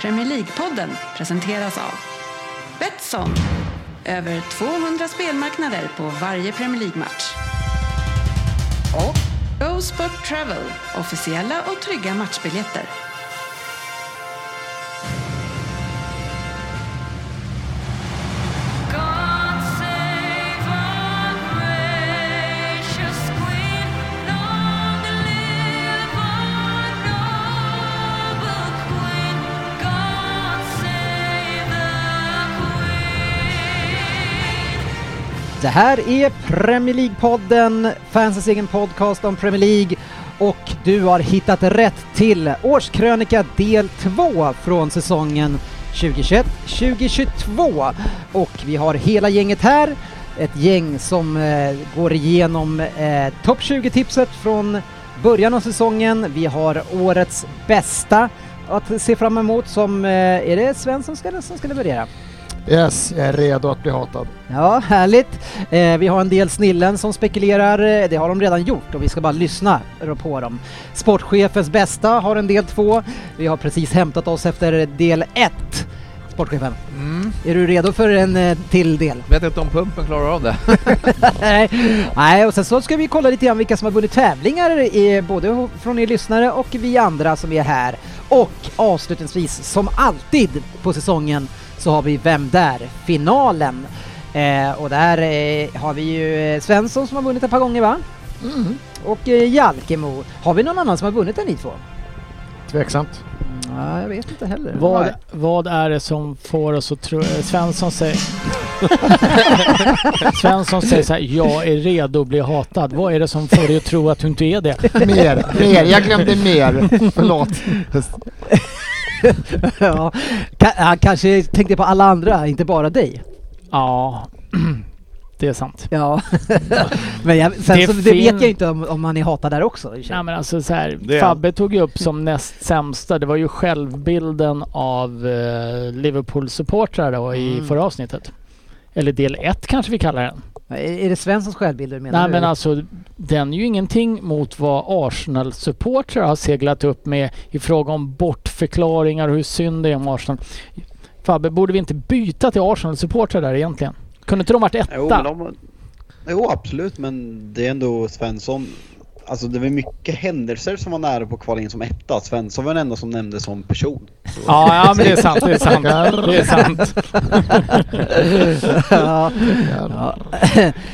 Premier League-podden presenteras av Betsson. Över 200 spelmarknader på varje Premier League-match. Och Go Sport Travel. Officiella och trygga matchbiljetter. Det här är Premier League-podden, fansens egen podcast om Premier League och du har hittat rätt till årskrönika del 2 från säsongen 2021-2022 och vi har hela gänget här. Ett gäng som eh, går igenom eh, topp 20-tipset från början av säsongen. Vi har årets bästa att se fram emot som, eh, är det Svensson som ska, som ska leverera? Yes, jag är redo att bli hatad. Ja, härligt. Eh, vi har en del snillen som spekulerar. Eh, Det har de redan gjort och vi ska bara lyssna på dem. Sportchefens bästa har en del två. Vi har precis hämtat oss efter del ett. Sportchefen, Mm. är du redo för en eh, till del? Vet inte om pumpen klarar av det. Nej. Nej, och sen så ska vi kolla lite grann vilka som har vunnit tävlingar, i, både ho- från er lyssnare och vi andra som är här. Och avslutningsvis, som alltid på säsongen, så har vi Vem där? Finalen. Eh, och där eh, har vi ju eh, Svensson som har vunnit ett par gånger va? Och eh, Jalkemo. Har vi någon annan som har vunnit än ni två? Tveksamt. Nej, jag vet inte heller. Vad, vad är det som får oss att tro... eh, Svensson säger... Svensson säger så här, jag är redo att bli hatad. Vad är det som får dig att tro att du inte är det? Mer, mer. Jag glömde mer. Förlåt. ja, ka- han kanske tänkte på alla andra, inte bara dig. Ja, det är sant. Ja, men jag, sen Det så, det vet fin- jag inte om, om han är hatad där också. i och för sig. Nej men alltså så Det här, är Fabbe tog ju upp som näst sämsta, det var ju självbilden av eh, Liverpool-supportrar då i Mm. förra avsnittet. Eller del ett kanske vi kallar den. Är, är det Svenssons självbild du menar? Nej men nu? alltså, den är ju ingenting mot vad Arsenal-supportrar har seglat upp med i fråga om bortförklaringar och hur synd det är om Arsenal. Fabbe, borde vi inte byta till Arsenal-supportrar där egentligen? Kunde inte de varit etta? Jo, men de, jo absolut, men det är ändå Svensson. Alltså det var mycket händelser som var nära på att kvala in som etta. Svensson var den enda som nämndes som person. Ja, ja men det är sant, det är sant. Det är sant. ja, ja.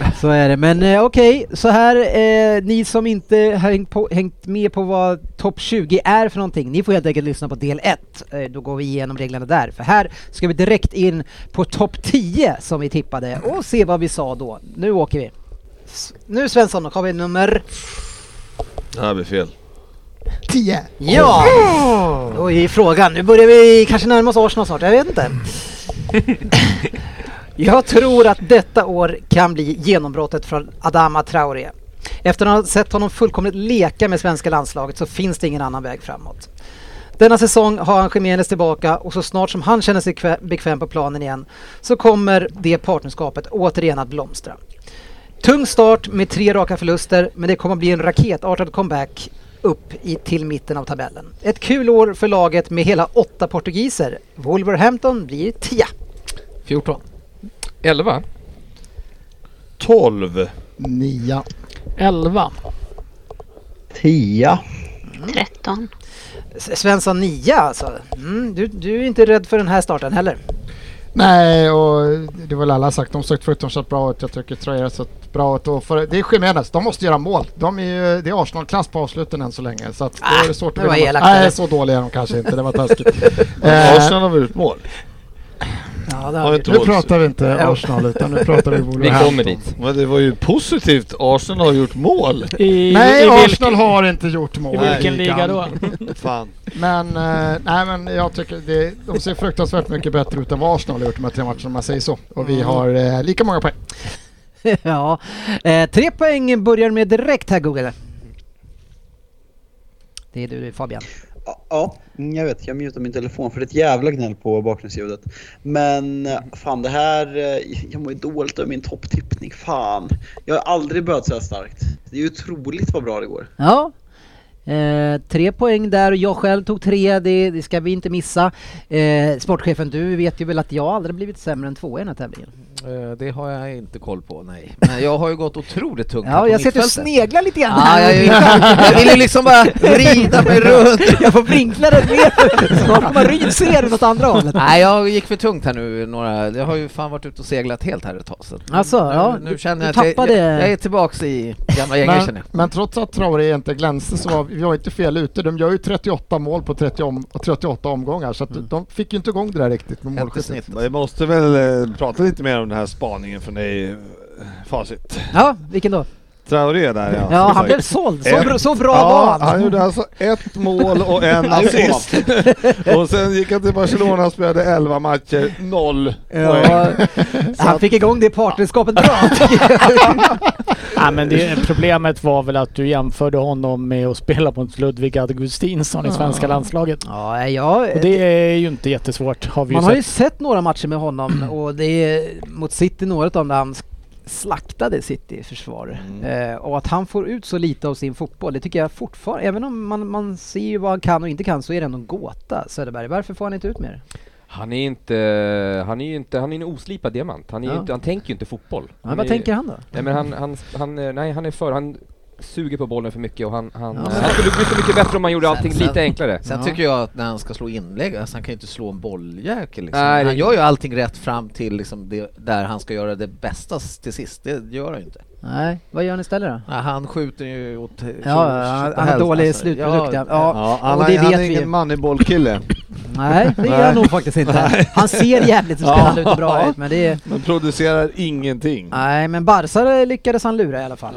så är det. Men eh, okej, så här, eh, ni som inte hängt, på, hängt med på vad topp 20 är för någonting, ni får helt enkelt lyssna på del 1. Eh, då går vi igenom reglerna där. För här ska vi direkt in på topp 10 som vi tippade och se vad vi sa då. Nu åker vi. S- nu Svensson, har vi nummer... Det här blir fel. Tio. Ja! Då är frågan, nu börjar vi kanske närma oss Arsenal snart, jag vet inte. jag tror att detta år kan bli genombrottet från Adama Traoré. Efter att ha sett honom fullkomligt leka med svenska landslaget så finns det ingen annan väg framåt. Denna säsong har han Jiménez tillbaka och så snart som han känner sig kvä- bekväm på planen igen så kommer det partnerskapet återigen att blomstra. Tung start med tre raka förluster, men det kommer att bli en raketartad comeback upp i, till mitten av tabellen. Ett kul år för laget med hela åtta portugiser. Wolverhampton blir tia. 14. 11. 12. Nia. 11. Tia. 13. S- Svensson nia alltså. Mm, du, du är inte rädd för den här starten heller. Nej, och det var väl alla sagt. De såg förutom så bra ut. Jag tycker Traoré har sett bra ut. Och för, det är Jiménez. De måste göra mål. De är ju, det är Arsenal-klass på avsluten än så länge. Så att Ah, då är det svårt det att var vinna. elakt, eller? Nej, så dåliga är de kanske inte. Det var taskigt. Eh, Arsenal har väl gjort mål? Ja, det Har inte nu Wolves. pratar vi inte Ja. Arsenal utan nu pratar vi Vi Wolverhampton. kommer dit. Men det var ju positivt. Arsenal har gjort mål. I, Nej, i vilken- Arsenal har inte gjort mål. I vilken liga då? Fan. Men, eh, nej men jag tycker det, de ser fruktansvärt mycket bättre ut än vad Arsenal har gjort de här tre matcherna om man säger så. Och Mm. vi har eh, lika många poäng. ja. Eh, tre poäng börjar med direkt här Google. Det är du Fabian. Ja, Ja, mm, jag vet. Jag mutar min telefon för det är ett jävla gnäll på bakgrundsljudet. Men eh, fan det här, eh, jag mår ju dåligt över min topptippning. Fan. Jag har aldrig börjat så här starkt. Det är ju otroligt vad bra det går. Ja. Eh, tre poäng där och jag själv tog tre, det, det ska vi inte missa. Eh, sportchefen, du vet ju väl att jag aldrig blivit sämre än två i den här tävlingen? Eh, Det har jag inte koll på, nej. Men jag har ju gått otroligt tungt här Ja, på jag ser att du mittfältet. sneglar lite grann Ja, jag, vill, jag ville liksom bara rida mig runt. Jag får vinkla den mer, snart kommer Ryd se den åt andra hållet. Nej, jag gick för tungt här nu några... Jag har ju fan varit ute och seglat helt här ett tag så att Alltså, nu, ja, nu du- känner du jag att jag, tappade- jag, jag är tillbaks i gamla gängor känner Men, jag. men trots att Traoré inte glänste så var vi var inte fel ute. De gör ju 38 mål på 30 om, 38 omgångar så att Mm. de fick ju inte igång det där riktigt med Helt i målskyttet. snitt. Vi måste väl eh, prata lite mer om den här spaningen från dig, eh, Facit. Ja, vilken då? Traoré där ja. Ja, han blev såld. Så, bra- så bra ja, var han. han gjorde alltså ett mål och en Ja, det får man. assist. Och sen gick han till Barcelona och spelade 11 matcher, noll poäng. Ja, han fick igång det partnerskapet bra. Nej, men det, problemet var väl att du jämförde honom med att spela mot Ludvig Augustinsson i svenska landslaget. ja, jag, Och det är ju inte jättesvårt har vi ju man har sett. ju sett några matcher med honom och det är mot City några av dem där han sk- slaktade City i försvar. Mm. Eh, och att han får ut så lite av sin fotboll, det tycker jag fortfarande, även om man, man ser ju vad han kan och inte kan, så är det ändå en gåta, Söderberg. Varför får han inte ut mer? Han är inte, han är ju inte, han är en oslipad diamant. Han, är ju Ja. inte, han tänker ju inte fotboll. Ja, Han vad är, tänker han då? Nej men han, han, han, eh, nej han är för, han suger på bollen för mycket och han, han, Ja, eh, men- han skulle bli så mycket bättre om han gjorde Sen- allting sen- lite enklare. Sen Ja. tycker jag att när han ska slå inlägg, alltså han kan ju inte slå en bolljäkel liksom. Nej, det- Han gör ju allting rätt fram till liksom det, där han ska göra det bästa till sist, det gör han ju inte. Nej, vad gör han istället då? Nej, han skjuter ju åt... Ja, Ja, han- han har dålig alltså. slutprodukt. Ja, Ja, han, och han, det han vet är vi. ingen moneyball-kille. Nej, det gör han nog faktiskt inte. Han ser jävligt spännande ut och bra ut men det är... Men producerar ingenting. Nej, men Barca lyckades han lura i alla fall.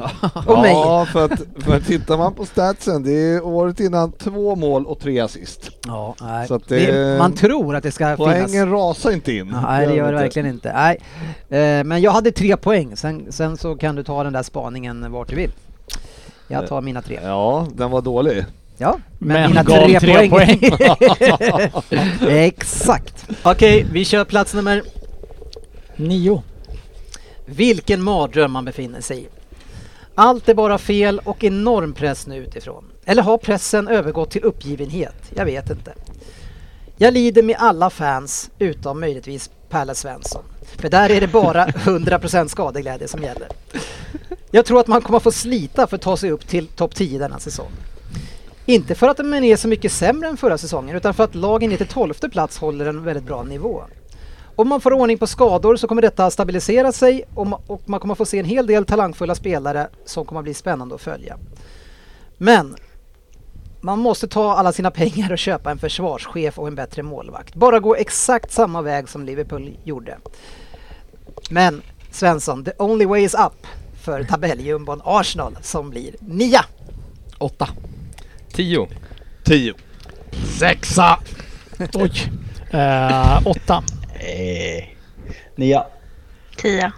Och mig. Ja, för att, för att tittar man på statsen, det är året innan två mål och tre assist. Ja, nej. Så att det... det- man tror att det ska finnas. Poängen rasar inte in. Nej, det gör det verkligen inte. Nej. Eh, Men jag hade tre poäng, sen, sen så kan du ta den där spaningen vart du vill. Jag Eh, tar mina tre. Ja, den var dålig. Ja, Men gav tre Exakt. Okej, vi kör plats nummer Nio. Vilken mardröm man befinner sig i. Allt är bara fel och enorm press nu utifrån. Eller har pressen övergått till uppgivenhet? Jag vet inte. Jag lider med alla fans utom möjligtvis Pelle Svensson. För där är det bara 100% skadeglädje som gäller. Jag tror att man kommer få slita för att ta sig upp till topp 10 denna säsong. Inte för att de är så mycket sämre än förra säsongen utan för att lagen ner till 12 plats håller en väldigt bra nivå. Om man får ordning på skador så kommer detta stabilisera sig och ma- och man kommer få se en hel del talangfulla spelare som kommer bli spännande att följa. Men man måste ta alla sina pengar och köpa en försvarschef och en bättre målvakt. Bara gå exakt samma väg som Liverpool gjorde. Men Svensson, the only way is up för tabelljumbon Arsenal som blir nia. Åtta. Tio. Tio. Sexa! Oj. Eh, åtta. Nej. Nia. Tia.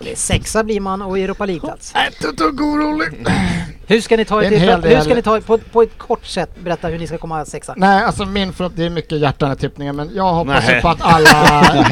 Eller Sexa blir man och Europa League-plats. Inte ett dugg orolig. Hur ska ni ta er Det är en till, hel hur ska del. ni ta er på, på ett kort sätt berätta hur ni ska komma sexa? Nej, alltså min förhopp- det är mycket hjärtan i tippningen men jag hoppas Nej. ju på att alla...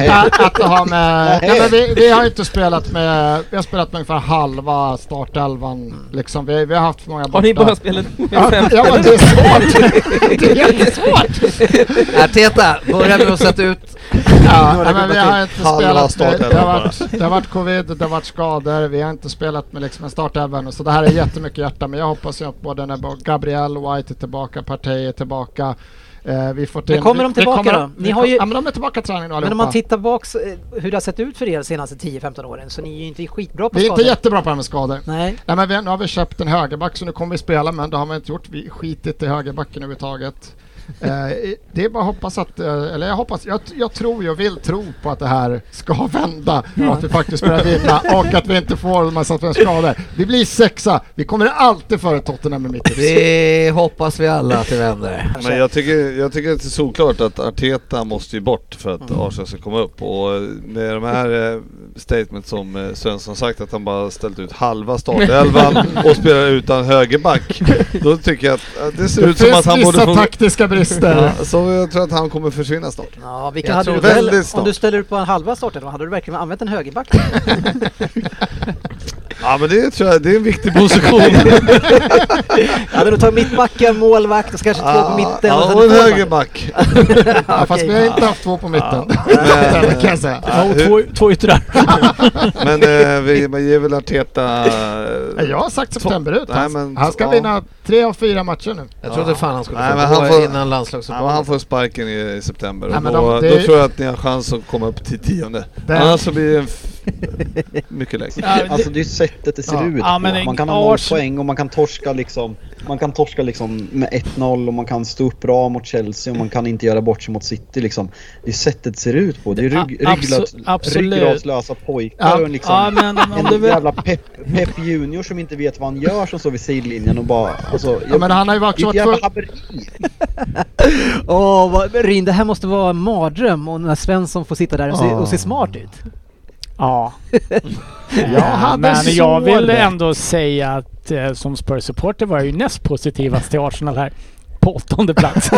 att, att det har med... Nej, men vi, vi har ju inte spelat med... Vi har spelat med ungefär halva startelvan liksom. Vi, vi har haft för många borta. Har ni bara spelat med Ja, fem ja, men det är svårt! det är jättesvårt! Arteta, börja med att sätta ut... Ja, det nej, men vi gått har in. inte Halva spelat... Det, det, startelvan har bara. varit, det har varit covid, det har varit skador, vi har inte spelat med liksom en startelva ännu, så det här är jättemycket hjärta. Men jag hoppas ju att både när Bo- Gabriel White är tillbaka, Partey är tillbaka. Eh, vi får till, Men kommer de vi- vi tillbaka då? vi Ni har kom- ju- Ja, men de är tillbaka i träning nu Men allihopa. om man tittar bak så, eh, hur det har sett ut för er de senaste 10-15 åren så ni är ju inte skitbra på Vi är skador. inte jättebra på det här med skador. Nej. Nej men vi, nu har vi köpt en högerback så nu kommer vi spela men det har man inte gjort. Vi skitit i högerbacken överhuvudtaget. Eh, i- det är bara att hoppas att, eh, eller jag hoppas, jag, t- jag tror, jag vill tro på att det här ska vända. och Att vi faktiskt börjar vinna och att vi inte får en massa skador. Vi blir sexa, vi kommer alltid före Tottenham med mitt tips. Det hoppas vi alla att det vänder. Men jag tycker, jag tycker att det är solklart att Arteta måste ju bort för att Mm. Arsenal ska komma upp. Och eh, med de här eh, statement som eh, Svensson sagt att han bara ställt ut halva startelvan och spelar utan högerback. Då tycker jag att eh, det ser Det ut som att finns han borde vissa få... taktiska brister. Ja, så jag tror att han kommer försvinna snart. Ja, vilka Jag hade tror du väl, väldigt om snart. du ställer upp på en halva startelva, hade du verkligen använt en högerback? Ja men det tror jag, det är en viktig position. Jag hade nog tagit mittbacken, målvakt och så kanske två på mitten. Ah, ja, sen och en forward. högerback. Ja, Ja, fast okej. vi har inte haft två på mitten. Men, kan jag säga. ja, och hur- två, två yttrar. men eh, vi, man ger väl Arteta... eh, Nej, Jag har sagt september ut. Nej, Han, men- han ska ja. vinna tre av fyra matcher nu. Jag trodde fan han skulle Nej, få men gå han innan får- Ja, men han landslagsuppehållet. får sparken i, i september Nej, och men då, de- det- då tror jag att ni har chans att komma upp till tionde. Det- Annars så blir det en f- mycket lägre. Alltså det är ju sättet det ser Ja. ut Ja, på. men Man kan ha en- noll Ars- poäng och man kan torska liksom Man kan torska liksom med 1-0 och man kan stå upp bra mot Chelsea och man kan inte göra bort sig mot City liksom Det är sättet det ser ut på. Det är A- rygg, abso- rygglös, absolut. ryggraslösa pojkar Ja. och en liksom Ja, men om du En vill... jävla Pep, Pep Junior som inte vet vad han gör som står vid sidlinjen och bara alltså, Ja, men han har ju också Vilket varit jävla tvungen... haveri! Åh, vad, Ryn, det här måste vara en mardröm och när Svensson får sitta där och se, och se smart ut. Ja. hade Eh, men jag så vill det. ändå säga att eh, som Spurs-supporter var jag ju näst positivast till Arsenal här. På åttonde plats.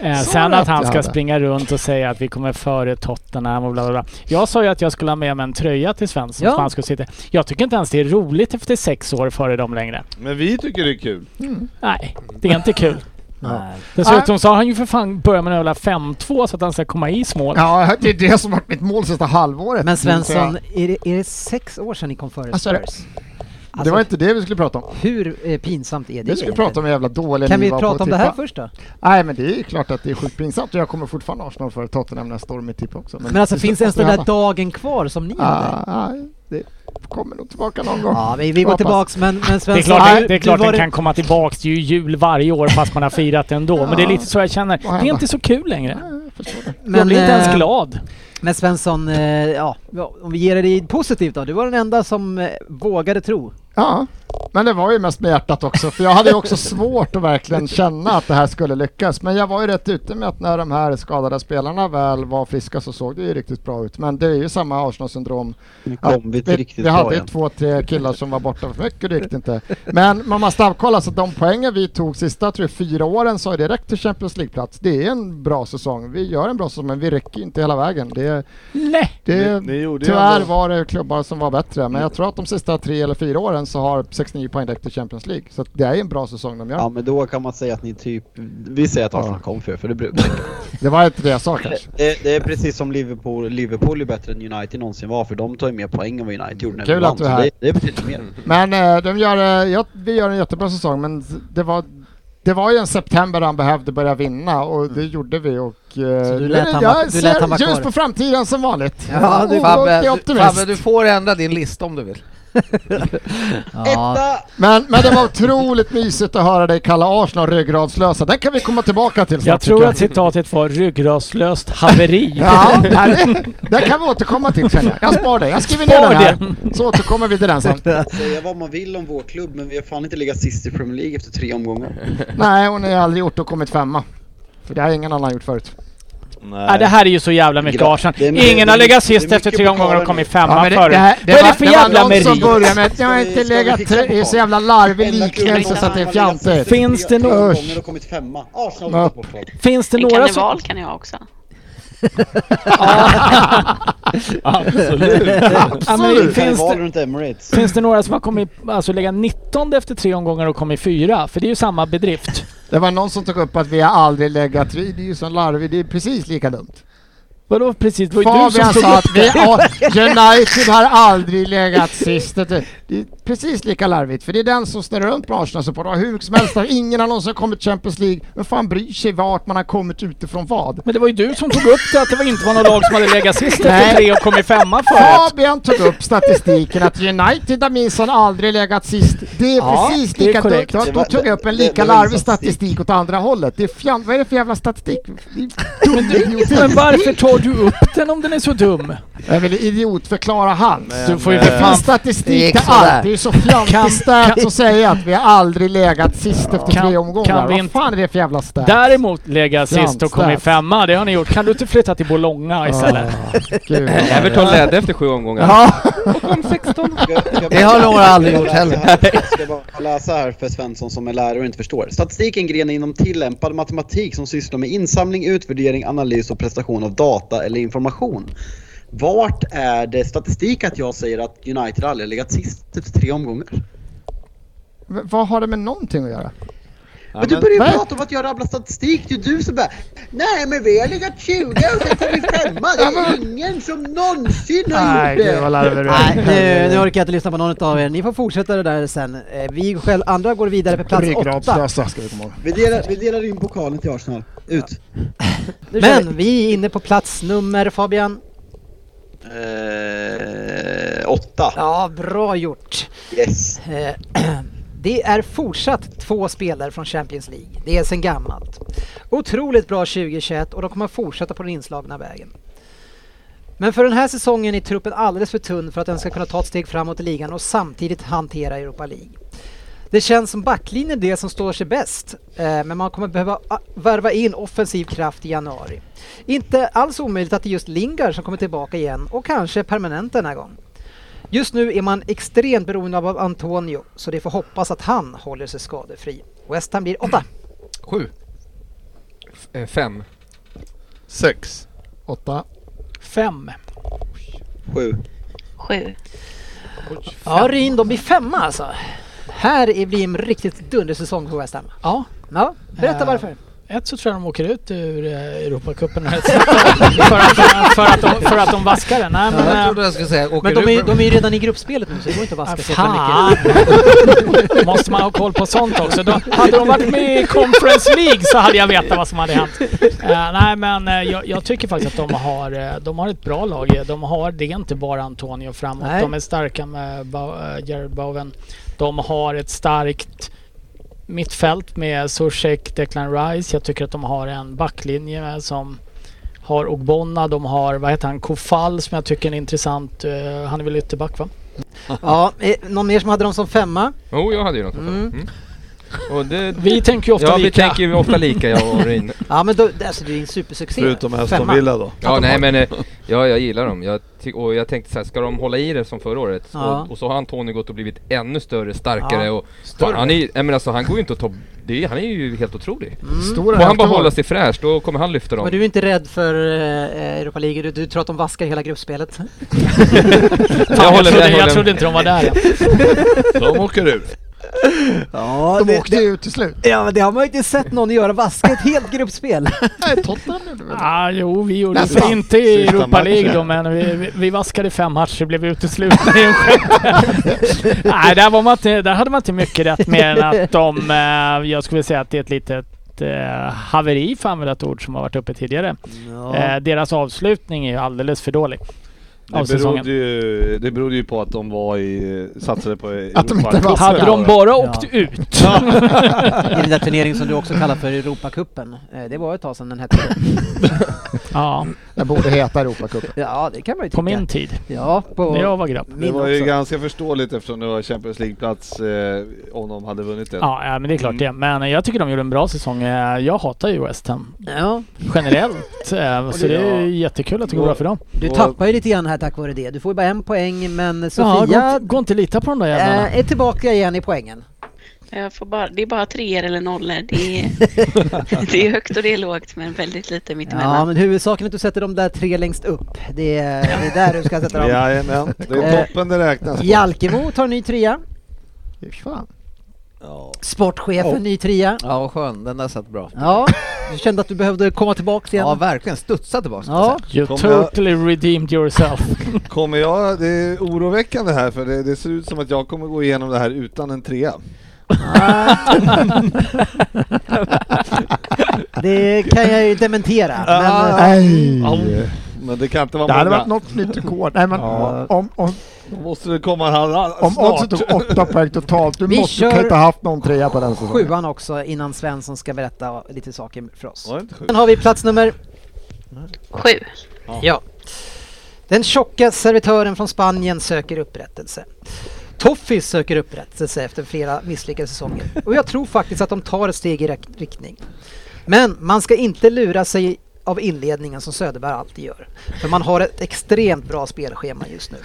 eh, Så sen rätt att han jag ska hade. springa runt och säga att vi kommer före Tottenham och bla bla bla. Jag sa ju att jag skulle ha med mig en tröja till Svensson Ja. som han skulle sitta Jag tycker inte ens det är roligt efter sex år före dem längre. Men vi tycker det är kul. Mm. Mm. Nej, det är inte kul. Nej. Dessutom så har han ju för fan börjat med en jävla 5-2 så att han ska komma i mål. Ja, det är det som varit mitt mål sista halvåret. Men Svensson, Mm. är det, är det sex år sedan ni kom före Alltså, är det- Spurs? Det Alltså, var inte det vi skulle prata om. Hur eh, pinsamt är det Vi skulle egentligen? prata om hur jävla dåliga Kan ni vi var på prata att om det här tippa. först då? Nej men det är klart att det är sjukt pinsamt och jag kommer fortfarande Arsenal för Tottenham nästa år med tipp typ också. Men alltså det finns måste ens den hända. där dagen kvar som ni hade? Ah, ah, det kommer nog tillbaka någon gång. Ja, vi, vi går Hoppas. tillbaks men, men Svensson... Det är klart, du- det, det du är klart var den det- kan komma tillbaks. Det är ju jul varje år fast man har firat ändå. Men det är lite så jag känner. Vad händer? Det är inte så kul längre. Ja, jag förstår det. jag blir inte ens eh, glad. Men Svensson, eh, ja, ja, om vi ger dig positivt då. Du var den enda som eh, vågade tro. Ja, men det var ju mest med hjärtat också för jag hade ju också svårt att verkligen känna att det här skulle lyckas. Men jag var ju rätt ute med att när de här skadade spelarna väl var friska så såg det ju riktigt bra ut. Men det är ju samma Arsenal-syndrom Nu kom Ja, vi till riktigt vi bra hade ju igen. två, tre killar som var borta för mycket, det gick inte. Men man måste avkolla så att de poängen vi tog sista tror jag, fyra åren så är det direkt till Champions League-plats. Det är en bra säsong. Vi gör en bra säsong men vi räcker inte hela vägen. Det, Nej! det, Ni- ni gjorde ju tyvärr ändå- var det klubbar som var bättre men jag tror att de sista tre eller fyra åren så har 69 poäng direkt till Champions League. Så att det är en bra säsong de gör. Ja men då kan man säga att ni typ, vi säger att Arsenal kom för, för det brukar Det var inte det jag sa kanske. Det, det är precis som Liverpool. Liverpool är bättre än United någonsin var för de tar ju mer poäng än vad United gjorde när Kul vi vann. att du är så här. Det, det betyder mer. Men eh, de gör, eh, ja, vi gör en jättebra säsong men det var det var ju en september han behövde börja vinna och det gjorde vi och... eh, Så du lät nu- han jag vara- du ser lät han vara ljus kvar. på framtiden som vanligt. Ja, det- Olof Fabbe, är du, optimist. Fabbe, du får ändra din lista om du vill. Ja, Men, men det var otroligt mysigt att höra dig kalla Arsenal ryggradslösa. Den kan vi komma tillbaka till Jag snart, tror tycker att citatet var ryggraslöst haveri. Ja, nej, det- den kan vi återkomma till känner jag. Jag spar det. Jag skriver ner Spar den här. Så återkommer vi till den sen. Säga vad man vill om vår klubb men vi har fan inte legat sist i Premier League efter tre omgångar. Nej, hon har aldrig gjort och kommit femma. För det har ingen annan gjort förut. Ja, det här är ju så jävla mycket Gra- Arsenal. det är mycket- Ingen har legat sist det är efter mycket tre omgångar och pokaler kommit nu. femma men förut. det Vad är var- det för det var jävla någon som merit? började med att jag har Ska vi- inte ska vi legat... fixa Det är så pokal? jävla larvig Enda klubben liknelse så som att det är har legat sist fjantigt. efter Finns tre- det tre någon- omgångar och kommit femma. Arsenal har Ja. gått bortfall. Finns det En några som... karneval kan jag också. Ja, men Absolut. finns, Karneval det, runt Emirates. finns det några som har kommit, alltså legat 19 efter tre omgångar och kommit fyra? För det är ju samma bedrift. Det var någon som tog upp att vi har aldrig legat... Det är ju så larvigt. Det är precis lika dumt. Vadå precis? Det var ju du som Fabian tog sa upp att vi, Ja, United har aldrig legat sist. Det det är precis lika larvigt, för det är den som snurrar runt på Arsenal-supportrar hur mycket som helst. där Ingen har någonsin kommit till Champions League. Vem fan bryr sig vart man har kommit utifrån vad? Men det var ju du som tog upp det att det var inte var något lag som hade legat sist efter Nej. tre och kommit femma förut. Fabian tog upp statistiken att United har minsann aldrig legat sist. Det är Ja, precis det är lika dumt. korrekt. Då, Det då var- tog jag upp det- en det lika var en larvig statistik. statistik åt andra hållet. Det är fjant, vad är det för jävla statistik? Det är dum Men idioti. varför tar du upp den om den är så dum? Jag vill idiotförklara han. Du får ju Men, för Det eh, fan finns statistik gick till sådär. allt. Det är så fjantig stats att säga att vi har aldrig legat sist efter Kan- tre omgångar. kan vi Vad inte- fan är det för jävla stats? Däremot lägga sist och Framstats. komma i femma, det har ni gjort. Kan du inte flytta till Bologna istället? Ah, Gud. Everton ledde efter sju omgångar. Ja, Ska- ska- Det har några aldrig gjort heller. Jag ska bara läsa här för Svensson som är lärare och inte förstår. Statistiken grenar inom tillämpad matematik som sysslar med insamling, utvärdering, analys och prestation av data eller information. Vart är det statistik att jag säger att United aldrig har legat sist typ tre omgångar? V- vad har det med någonting att göra? Ja, men du men- börjar ju Nej. prata om att jag rabblar statistik. Det är ju du som bara Nej men vi har legat 20 och sen kom vi femma. Det är ingen som någonsin har gjort det. larver Nej, nu, nu orkar jag inte lyssna på någon av er. Ni får fortsätta det där sen. Eh, Vi själv, andra går vidare på plats åtta. Ryggradslösa ska vi komma ihåg. Vi delar, vi delar in pokalen till Arsenal. Ut. Men vi är inne på plats nummer Fabian. Eh, åtta. Ja, bra gjort. Yes. Eh, Det är fortsatt två spelare från Champions League. Det är sedan gammalt. Otroligt bra 2021 och de kommer fortsätta på den inslagna vägen. Men för den här säsongen är truppen alldeles för tunn för att den ska kunna ta ett steg framåt i ligan och samtidigt hantera Europa League. Det känns som backlinjen är det som står sig bäst, eh, men man kommer behöva a- värva in offensiv kraft i januari. Inte alls omöjligt att det är just Lingard som kommer tillbaka igen och kanske permanent denna gång. Just nu är man extremt beroende av Antonio, så det får hoppas att han håller sig skadefri. West Ham blir åtta. Sju. F- eh, Fem. Sex. Åtta. Fem. Sju. Sju. Ja, Ryn, de blir femma alltså. Här är- blir en riktigt dundersäsong för West Ham. Ja, Ja, berätta Eh, varför. ett så tror jag de åker ut ur eh, Europacupen här. för, att, för, att de, för att de vaskar den. Nej, men, Jag eh, trodde jag skulle säga, åker Men de är, du på- de är ju redan i gruppspelet nu, så det går inte att vaska sig jättemycket. Fan! Måste man ha koll på sånt också. Då, hade de varit med i Conference League så hade jag vetat vad som hade hänt. Eh, nej men eh, jag, jag tycker faktiskt att de har, eh, de har ett bra lag. De har, det är inte bara Antonio framåt. Nej. De är starka med Bau- eh, Jared Bowen. De har ett starkt mittfält med Zuzek, Declan Rice. Jag tycker att de har en backlinje med som har Ogbonna, de har, vad heter han, Kofall som jag tycker är en intressant, eh, han är väl ytterback va? Ja, eh, någon mer som hade dem som femma? Jo, jag hade ju något. Mm. Mm. Och det, Vi tänker ju ofta ja, vi lika. tänker ju ofta lika jag och Ryn. Ja, men då, alltså, det är ju en supersuccé. Förutom Aston Femma. Villa då. Ja, nej men eh, ja, jag gillar dem. Jag ty- och jag tänkte så här, ska de hålla i det som förra året? Ja. Och, och så har Antonio gått och blivit ännu större, starkare Ja. och... Fan, han är ju- nej, men alltså han går ju inte att ta... Det är, han är ju helt otrolig. Stora Får han bara efterval. hålla sig fräsch, då kommer han lyfta Men dem. Mm. du är inte rädd för eh, Europa League? Du, du tror att de vaskar hela gruppspelet? Fan, Jag jag, håller med, trodde, jag jag håller trodde med. inte de var där. De åker ut. Ja, De åkte ju ut till slut. Ja men det har man ju inte sett någon göra, vaska ett helt gruppspel. Nej, Tottenham gjorde väl det. Ah, jo, vi gjorde Nästan. det. Inte i Sista Europa League matchen. då, men vi, vi, vi vaskade fem matcher blev uteslutna i en sjätte. Nej, där, var man inte, där hade man inte mycket rätt mer än att de... Eh, jag skulle säga att det är ett litet eh, haveri, för att använda ett ord som har varit uppe tidigare. Eh, deras avslutning är ju alldeles för dålig. Av Det säsongen. berodde, ju, det berodde ju på att de var i, satsade på Att de inte Europa- var- Hade de bara åkt Ja. ut? I den där turneringen som du också kallar för Europacupen. Eh, Det var ett tag sedan den hette det. Ja, Den borde heta Europacupen. Ja, det kan man ju tycka. på min tid. Ja, på När jag var grabb. Det min var ju också. ganska förståeligt eftersom det var Champions League-plats eh, om de hade vunnit den. Mm. Ja, ja, men det är klart det. Mm. Men eh, jag tycker de gjorde en bra säsong. Eh, Jag hatar ju West Ham Ja, generellt. eh, Så det är ju jättekul att det går bra för dem. du Och- tappar ju lite grann här tack vare det. Du får ju bara en poäng men Ja, gå, Sofia inte- gå inte lita på de där jävlarna. eh, är tillbaka igen i poängen. Jag får bara, det är bara treor eller nollor. Det är, det är högt och det är lågt men väldigt lite Ja, mittemellan. men huvudsaken är att du sätter de där tre längst upp. Det är, det är där du ska sätta dem. Eh, Jajamän. Det är toppen det räknas. Jalkemo tar ny trea. Fy Fan. Ja. Sportchefen ny trea. ja, skön. Den där satt bra. Ja, du kände att du behövde komma tillbaka Ja, igen. verkligen. Studsa tillbaka. ska jag Ja, You Kommer jag- totally redeemed yourself. Kommer jag, det är oroväckande här för det, det ser ut som att jag kommer gå igenom det här utan en trea. Ah. det kan jag ju dementera. Men, eh, Nej. Ah. Men det kan inte vara Det hade många. varit något nytt rekord. Nej men Ja. om, om, Då måste det komma här ah, om oddset snart. tog åtta poäng totalt, du Vi måste ju kör inte ha haft någon trea på den säsongen. sjuan också innan Svensson ska berätta lite saker för oss. Var det inte sjukt? Sen har vi plats nummer... Sju. Ja. Den tjocka servitören från Spanien söker upprättelse. Toffis söker upprättelse efter flera misslyckade säsonger. Och jag tror faktiskt att de tar ett steg i rätt riktning. Men man ska inte lura sig av inledningen som Söderberg alltid gör. För man har ett extremt bra spelschema just nu.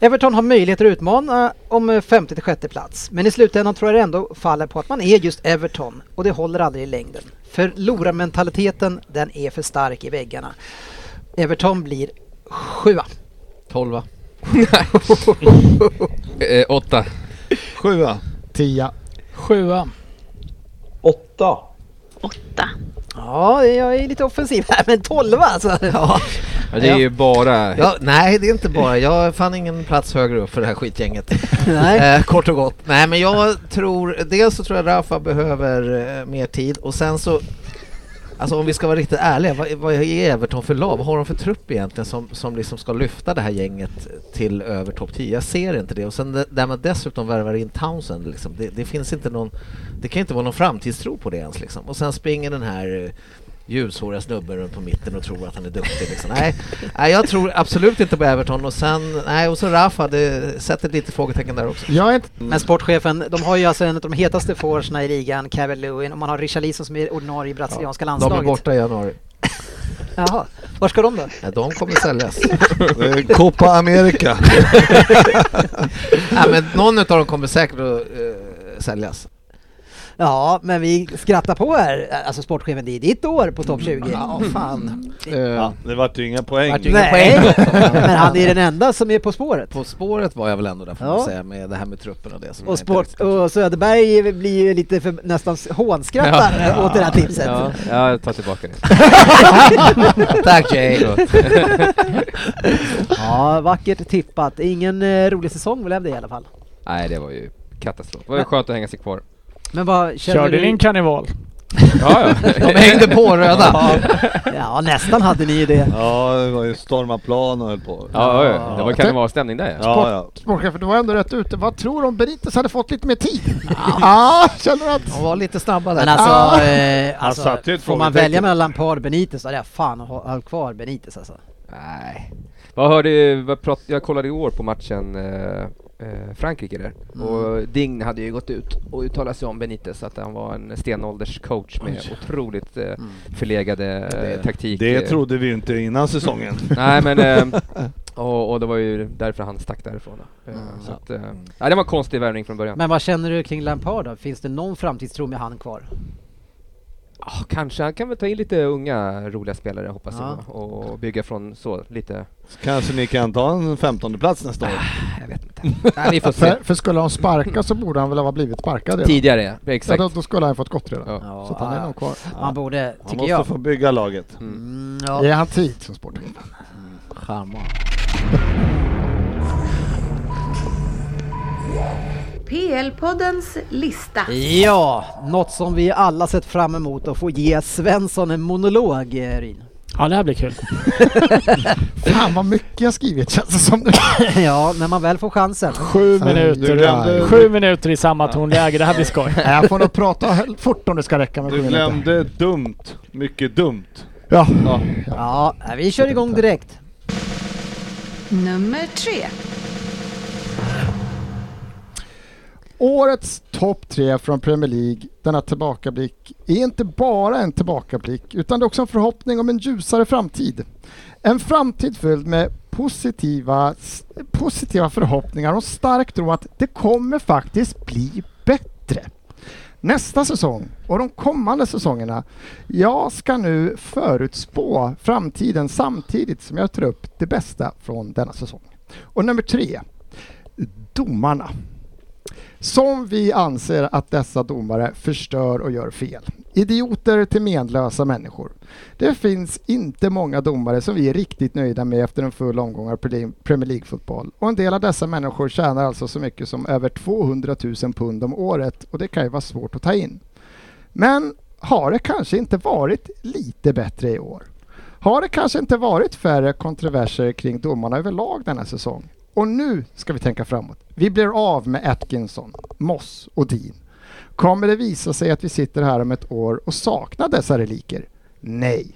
Everton har möjligheter att utmana om eh, femte till sjätte plats. Men i slutändan tror jag det ändå faller på att man är just Everton och det håller aldrig i längden. Förlorarmentaliteten, den är för stark i väggarna. Everton blir Sjua. Tolva. eh, åtta. Sjua. Tia. Sjua. Åtta. Ja, jag är lite offensiv här, men tolva alltså. Ja. Ja, det är ju bara... Ja, nej, det är inte bara. Jag fann ingen plats högre upp för det här skitgänget. Nej. Eh, kort och gott. Nej, men jag tror... Dels så tror jag Rafa behöver eh, mer tid och sen så... Alltså om vi ska vara riktigt ärliga, vad, vad är Everton för lag? Vad har de för trupp egentligen som, som liksom ska lyfta det här gänget till över topp 10? Jag ser inte det. Och sen det- där man dessutom värvar in Townsend, liksom, det, det finns inte någon... Det kan inte vara någon framtidstro på det ens liksom. Och sen springer den här eh, ljushåriga snubben runt på mitten och tror att han är duktig. Liksom. Nej, nej, jag tror absolut inte på Everton och sen, nej, och så Rafa, det sätter lite frågetecken där också. Jag är inte... Men sportchefen, de har ju alltså en av de hetaste forwardsarna i ligan, Kevin Lewin, och man har Richarlison som är ordinarie i brasilianska De landslaget. är borta i januari. Jaha, var ska de då? Ja, de kommer säljas. Eh, Copa America. nej, men någon av dem kommer säkert att eh, säljas. Ja, men vi skrattar på här. Alltså sportchefen, det är ditt år på topp 20. Mm, Ja, fan. Eh, Ja, det vart ju inga poäng. Vart ju inga Nej, poäng. men han är den enda som är på spåret. På spåret var jag väl ändå där får man Ja. säga med det här med truppen och det. Mm, Som jag Och, inte sport, och Söderberg blir ju lite för, nästan hånskrattar åt det här tipset. Ja, ja, jag tar tillbaka det. Tack, Jay. Förlåt. ja, vackert tippat. Ingen eh, rolig säsong blev det i alla fall. Nej, det var ju katastrof. Det var ju skönt att hänga sig kvar. Men vad känner Körde du? ni en karneval? Ja, ja. De hängde på Ja. ja, nästan hade ni ju det. Ja, det var ju storma plan och höll på. Ja, ja, ja. Det var karnevalstämning där Ja, ja. Sportchefen, du var ändå rätt ute. Vad tror du om Berites hade fått lite mer tid? Ja, känner du att... De var lite snabba där. Men alltså, Ah. eh, Han alltså satte ju ett får man frågetecken. välja mellan Lampard och Benitez så hade jag fan hå- hållit kvar Benitez alltså. Nej. Vad hörde ju- vad prat, jag kollade igår på matchen eh, eh, Frankrike där. Mm. Och Dign hade ju gått ut och uttalat sig om Benitez att han var en stenålderscoach med otroligt eh, Mm. förlegade eh, taktik. Det eh. trodde vi ju inte innan säsongen. Nej men, eh, och, och det var ju därför han stack därifrån. då. Eh, så att, eh, nej, det var en konstig värvning från början. Mm. Men vad känner du kring Lampard då? Finns det någon framtidstro med han kvar? Ah, kanske, han kan väl ta in lite unga roliga spelare hoppas Ja. jag och bygga från så lite. Ah, Kanske ni kan ta en 15 plats nästa år? Jag vet inte. Nej, vi får se. För, för skulle han sparka så borde han väl ha blivit sparkad redan. Tidigare, ja. exakt. Ja, då, då skulle han fått gått redan. Ja. Så att han är nog kvar. Man borde, Han tycker måste jag. få bygga laget. Mm, Är ja. Mm. han tid som sportchef? Charmant. PL-poddens lista. ja, något som vi alla sett fram emot att få ge Svensson en monolog, eh, Ryn. Ja, det här blir kul. Fan vad mycket jag skrivit känns det som nu. ja, när man väl får chansen. Sju Nej, minuter, du glömde- sju minuter i samma tonläge. Det här blir skoj. Nej, Jag får nog prata hel- fort om det ska räcka med sju Du minuter. glömde dumt. Mycket dumt. Ja. Ja. Ja, vi kör igång direkt. Nummer tre. Årets topp tre från Premier League, denna tillbakablick, är inte bara en tillbakablick utan det är också en förhoppning om en ljusare framtid. En framtid fylld med positiva, s- positiva förhoppningar och stark tro att det kommer faktiskt bli bättre. Nästa säsong och de kommande säsongerna. Jag ska nu förutspå framtiden samtidigt som jag tar upp det bästa från denna säsong. Och nummer tre, domarna som vi anser att dessa domare förstör och gör fel. Idioter till menlösa människor. Det finns inte många domare som vi är riktigt nöjda med efter en full omgång av Preli- Premier League-fotboll. Och en del av dessa människor tjänar alltså så mycket som över 200 000 pund om året och det kan ju vara svårt att ta in. Men har det kanske inte varit lite bättre i år? Har det kanske inte varit färre kontroverser kring domarna överlag denna säsong? Och nu ska vi tänka framåt. Vi blir av med Atkinson, Moss och Dean. Kommer det visa sig att vi sitter här om ett år och saknar dessa reliker? Nej.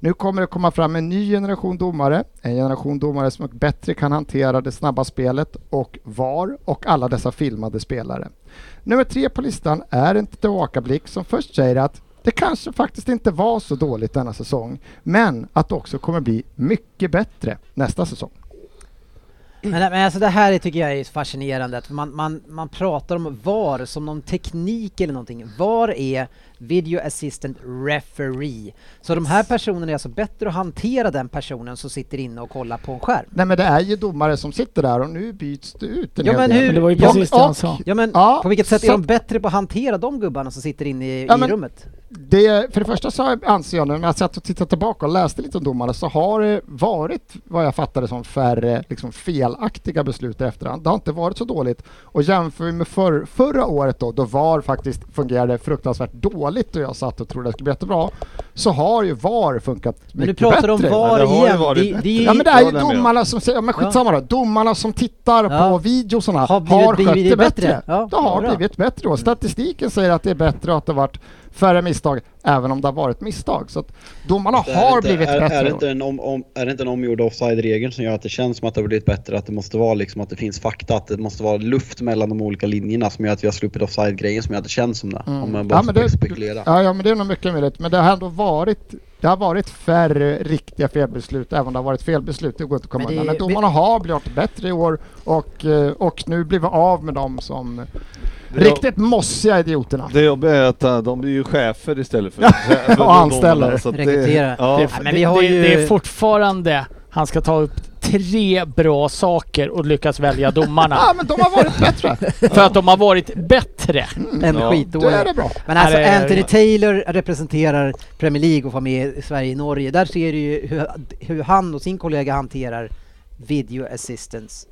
Nu kommer det komma fram en ny generation domare, en generation domare som bättre kan hantera det snabba spelet och VAR och alla dessa filmade spelare. Nummer tre på listan är en tillbakablick som först säger att det kanske faktiskt inte var så dåligt denna säsong, men att det också kommer bli mycket bättre nästa säsong. Men, men alltså det här är- tycker jag är fascinerande, att man, man, man pratar om VAR som någon teknik eller någonting. VAR är Video Assistant Referee. Så de här personerna är alltså bättre att hantera den personen som sitter inne och kollar på en skärm. Nej men det är ju domare som sitter där och nu byts det ut en Ja hel men del. hur... Och- Ja men Ja, på vilket sätt är så- de bättre på att hantera de gubbarna som sitter inne i, Ja, i men- rummet? Det, för det första så anser jag nu när jag satt och tittade tillbaka och läste lite om domare så har det varit vad jag fattade som färre liksom felaktiga beslut i efterhand. Det har inte varit så dåligt. Och jämför vi med förr- förra året då, då VAR faktiskt fungerade fruktansvärt dåligt och jag satt och trodde det skulle bli jättebra, så har ju VAR funkat Men nu mycket pratar du om bättre. VAR Men det har ju igen. varit Det- det bättre. är ju- ja men det är Ja, ju det är med. domarna som säger, ja, men Ja. skitsamma då, domarna som tittar Ja. på videosarna har, blivit- skött blivit det bättre. bättre. Ja, det har bra. blivit blivit bättre då. Statistiken säger att det är bättre och att det har varit färre misstag, även om det har varit misstag. Så att domarna Det har inte- blivit är, bättre. Är det, då. inte en om, om, är det inte den omgjorda offside-regeln som gör att det känns som att det har blivit bättre? Att det måste vara liksom att det finns fakta, att det måste vara luft mellan de olika linjerna som gör att vi har sluppit offside-grejen som gör att det känns som det. Mm. Om man bara Ja, men det- ska spekulera. Ja, ja, men det är nog mycket möjligt. Men det har ändå varit, det har varit färre riktiga felbeslut, även om det har varit felbeslut. Det går inte att komma Men det- undan. Men domarna har blivit bättre i år och, eh, och nu blir vi av med dem som Det- riktigt mossiga idioterna. Det jobbiga är att eh, de blir ju chefer istället för... Ja, för- för och anställer. domarna, så att det- Rekryterar. Ja. Det, det, det, det är fortfarande, han ska ta upp tre bra saker och lyckas välja domarna. Ja, men de har varit bättre. För att de har varit bättre. Mm. En skitdålig. Men alltså Nej, det är- Anthony Taylor representerar Premier League och får med i Sverige och Norge. Där ser du ju hur, hur han och sin kollega hanterar video assistance.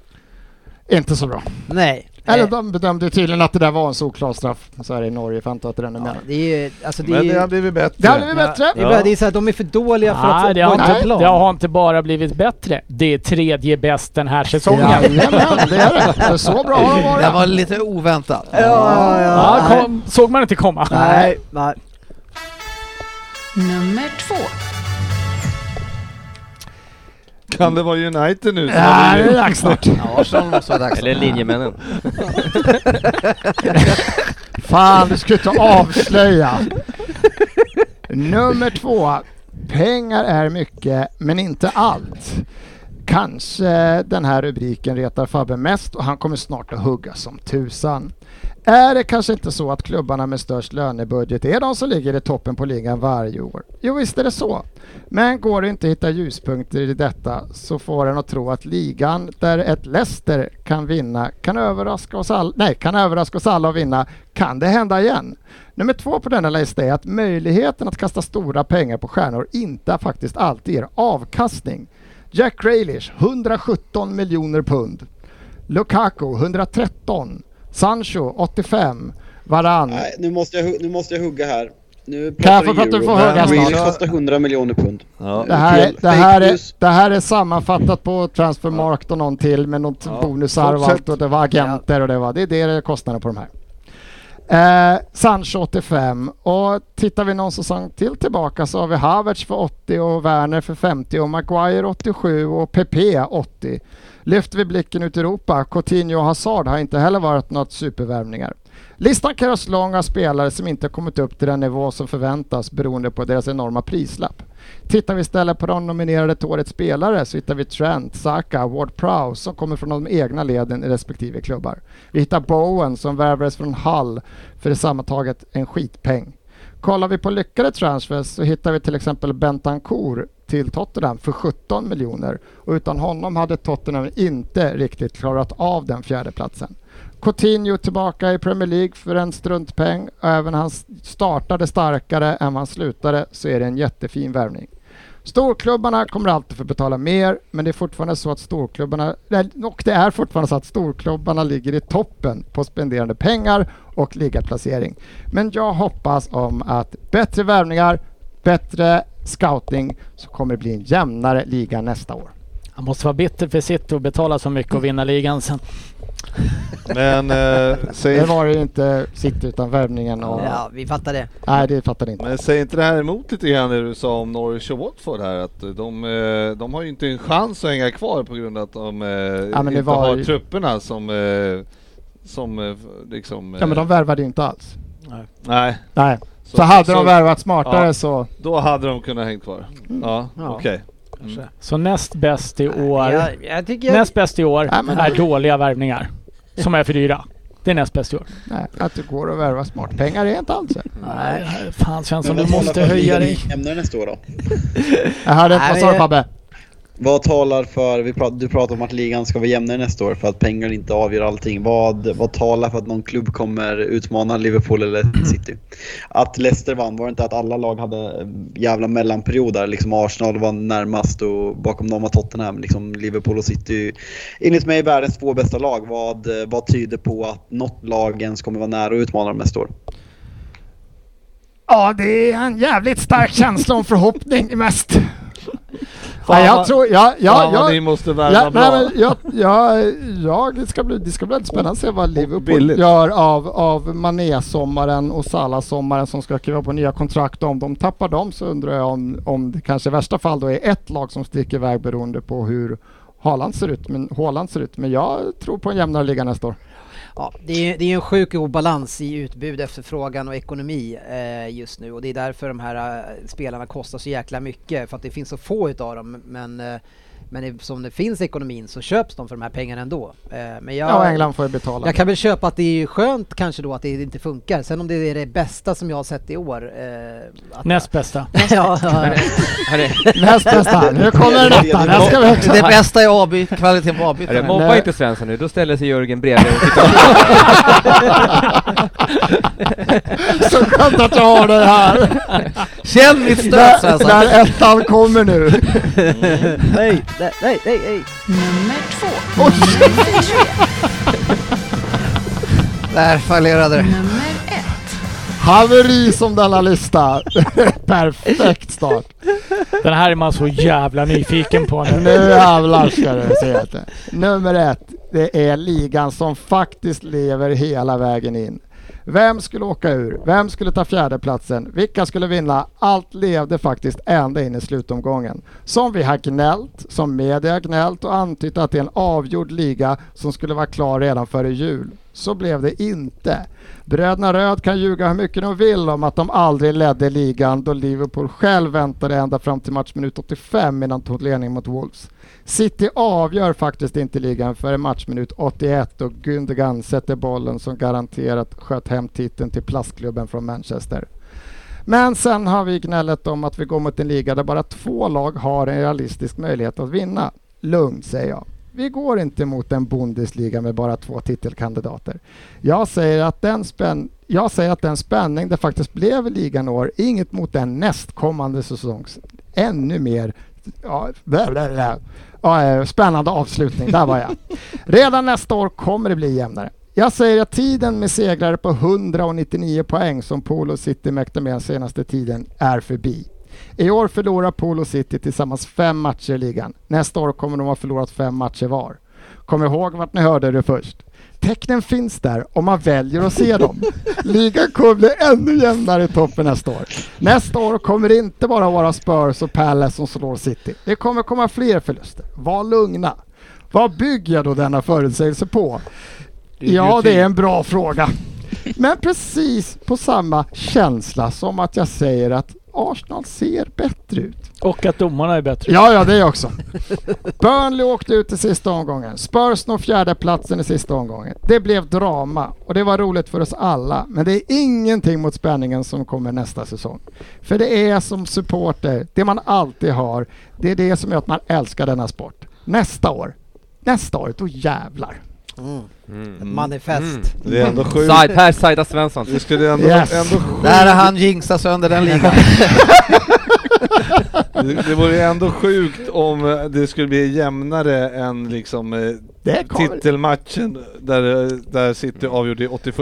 Inte så bra. Nej. Eller Eh, de bedömde tydligen att det där var en solklar straff. Så är det i Norge, för jag antar att det är ännu mer. det är ju, alltså det är Men ju- det har blivit bättre. Det har blivit bättre. Det är bara, det är så här, de är för dåliga för Nej, att det, har vara på inte, plan. det har inte bara blivit bättre. Det är tredje bäst den här säsongen. Jajamän, det är det. För så bra har de varit. Det var lite oväntat. ja, Ja, kom, såg man inte komma. Nej, nej. Mm. Nummer två. Kan det vara United nu? som Ja, har blivit- det är dags snart. Ja, Arsenal måste vara dags. Eller linjemännen. Fan, du skulle inte avslöja. Nummer två. Pengar är mycket, men inte allt. Kanske den här rubriken retar Fabbe mest och han kommer snart att hugga som tusan. Är det kanske inte så att klubbarna med störst lönebudget är de som ligger i toppen på ligan varje år? Jo, visst är det så. Men går det inte att hitta ljuspunkter i detta så får en att tro att ligan där ett Leicester kan vinna kan överraska oss alla, nej, kan överraska oss alla och vinna. Kan det hända igen? Nummer två på denna lista är att möjligheten att kasta stora pengar på stjärnor inte faktiskt alltid ger avkastning. Jack Grealish 117 miljoner pund. Lukaku 113. Sancho 85. Varann. Nej, nu måste, jag, hu- nu måste jag hugga här. Nu Kan pratar jag få- vi för att du euro. får hugga Grealish snart? kostar 100 miljoner pund. Det här, det, här Fake är, news. det här är sammanfattat på Transfermarkt och någon till med något bonusar och allt fortsätt. och det var agenter och det var, det är det det är kostnaden på de här. Eh, Sancho 85 och tittar vi någon säsong till tillbaka så har vi Havertz för 80 och Werner för 50 och Maguire 87 och Pepe 80. Lyfter vi blicken ut i Europa, Coutinho och Hazard har inte heller varit något supervärvningar. Listan kan göras lång av spelare som inte kommit upp till den nivå som förväntas beroende på deras enorma prislapp. Tittar vi istället på de nominerade till årets spelare så hittar vi Trent, Saka, Ward Prowse som kommer från de egna leden i respektive klubbar. Vi hittar Bowen som värvades från Hull för det sammantaget en skitpeng. Kollar vi på lyckade transfers så hittar vi till exempel Bentancourt till Tottenham för 17 miljoner och utan honom hade Tottenham inte riktigt klarat av den fjärde platsen. Coutinho tillbaka i Premier League för en struntpeng och även han startade starkare än vad han slutade så är det en jättefin värvning. Storklubbarna kommer alltid få betala mer, men det är fortfarande så att storklubbarna, nej, och det är fortfarande så att storklubbarna ligger i toppen på spenderande pengar och ligaplacering. Men jag hoppas om att bättre värvningar, bättre scouting, så kommer det bli en jämnare liga nästa år. Han måste vara bitter för sitt och betala så mycket och vinna ligan sen. Men eh, Det säg, var det ju inte City utan värvningen och... Ja, vi fattar det. Nej, det fattar ni inte. men säg inte det här emot lite grann det du sa om Norwich och Watford här att eh, de, eh, de har ju inte en chans att hänga kvar på grund av att de eh, men det inte var har ju- trupperna som, eh, som eh, liksom... Ja, men de eh, värvade ju inte alls. Nej. Nej. Så Mm. hade de värvat smartare så- Då hade de kunnat hänga kvar. Ja, Ja. okej. kanske. Så näst bäst i år, jag- jag tycker jag- näst bäst i år Nej, men- är dåliga värvningar som är för dyra. Det är näst bäst i år. Nej, att det går att värva smartpengar är inte alls det. Nej, fan Svensson, Men du vad måste talar för att höja ligan dig. Ämnar nästa år då? Jag hörde inte, vad sa du Fabbe? Vad talar för, vi pratar, du pratar om att ligan ska vara jämnare nästa år för att pengar inte avgör allting. Vad, vad talar för att någon klubb kommer utmana Liverpool eller City? Att Leicester vann, var det inte att alla lag hade eh, jävla mellanperiod där? Liksom Arsenal var närmast och bakom dem var Tottenham. Liksom Liverpool och City, enligt mig världens två bästa lag. Vad, eh, vad tyder på att något lag ens kommer vara nära att utmana dem nästa år? Ja, det är en jävligt stark känsla om förhoppning mest. Fan Nej, jag vad- tror, ja, ja, fan vad jag, ni måste värva ja, nej, bra. men jag, jag, jag, det, ska bli, det ska bli väldigt spännande att se vad Liverpool billigt. gör av, av Mané-sommaren och Salah-sommaren som ska skriva på nya kontrakt. Om de tappar dem så undrar jag om, om det kanske i värsta fall då är ett lag som sticker iväg beroende på hur Haaland ser ut. Men, Haaland ser ut. men jag tror på en jämnare liga nästa år. Ja, det är ju det är ju en sjuk obalans i utbud, efterfrågan och ekonomi eh, just nu och det är därför de här eh, spelarna kostar så jäkla mycket för att det finns så få utav dem men, eh, men i- som det finns ekonomin så köps de för de här pengarna ändå. Eh, men jag, Ja, och England får ju betala. Jag kan väl köpa att det är skönt kanske då att det inte funkar. Sen om det är det bästa som jag har sett i år. Eh, att- Näst bästa. ja, ja. Hörru. Näst bästa. Nu kommer den åtta. Den ska vi högst upp. Det bästa är AB, kvaliteten på Hörru, avbytarna. Mobba inte Svensson nu, då ställer sig Jörgen bredvid och tittar på. Så skönt att jag har dig här! Känn mitt Där- stöd Svensson! Mm. Där ettan kommer nu! Nej, nej, nej, nej. Nummer två. Där fallerade det. Nummer ett. Haveri som denna lista! Perfekt start! Den här är man så jävla nyfiken på nu. Nu jävlar ska du se att det. Nummer ett, det är ligan som faktiskt lever hela vägen in. Vem skulle åka ur? Vem skulle ta fjärdeplatsen? Vilka skulle vinna? Allt levde faktiskt ända in i slutomgången. Som vi har gnällt, som media har gnällt och antytt att det är en avgjord liga som skulle vara klar redan före jul. Så blev det inte. Bröderna Röd kan ljuga hur mycket de vill om att de aldrig ledde ligan då Liverpool själv väntade ända fram till matchminut 85 innan de tog ledning mot Wolves. City avgör faktiskt inte ligan före matchminut 81 och Gündogan sätter bollen som garanterat sköt hem titeln till plastklubben från Manchester. Men sen har vi gnället om att vi går mot en liga där bara två lag har en realistisk möjlighet att vinna. Lugn, säger jag. Vi går inte mot en Bundesliga med bara två titelkandidater. Jag säger att den, spänn, jag säger att den spänning det faktiskt blev i ligan i år är inget mot den nästkommande säsongs ännu mer ja, blä, blä, blä. Ja, eh, spännande avslutning. Där var jag. Redan nästa år kommer det bli jämnare. Jag säger att tiden med segrare på 199 poäng som Polo City mäktade med den senaste tiden är förbi. I år förlorar Polo City tillsammans fem matcher i ligan. Nästa år kommer de ha förlorat fem matcher var. Kom ihåg vart ni hörde det först. Tecknen finns där om man väljer att se dem. Ligan kommer bli ännu jämnare i toppen nästa år. Nästa år kommer det inte bara vara Spurs och Palace som slår City. Det kommer komma fler förluster. Var lugna. Vad bygger jag då denna förutsägelse på? Ja, det är typ- en bra fråga. Men precis på samma känsla som att jag säger att Arsenal ser bättre ut. Och att domarna är bättre. Ja, ja, det också. Burnley åkte ut i sista omgången. Spurs når fjärdeplatsen i sista omgången. Det blev drama och det var roligt för oss alla. Men det är ingenting mot spänningen som kommer nästa säsong. För det är som supporter, det man alltid har, det är det som gör att man älskar denna sport. Nästa år, nästa år, då jävlar. Mm. Mm. Manifest. Mm. Det är ändå sjukt. Side, här sidar Svensson. Det skulle ändå, Yes. ändå sjukt. Där har han jinxat sönder den ligan. Det, det vore ju ändå sjukt om eh, det skulle bli jämnare än liksom eh, Det kommer- titelmatchen där, eh, där City avgjorde i 81.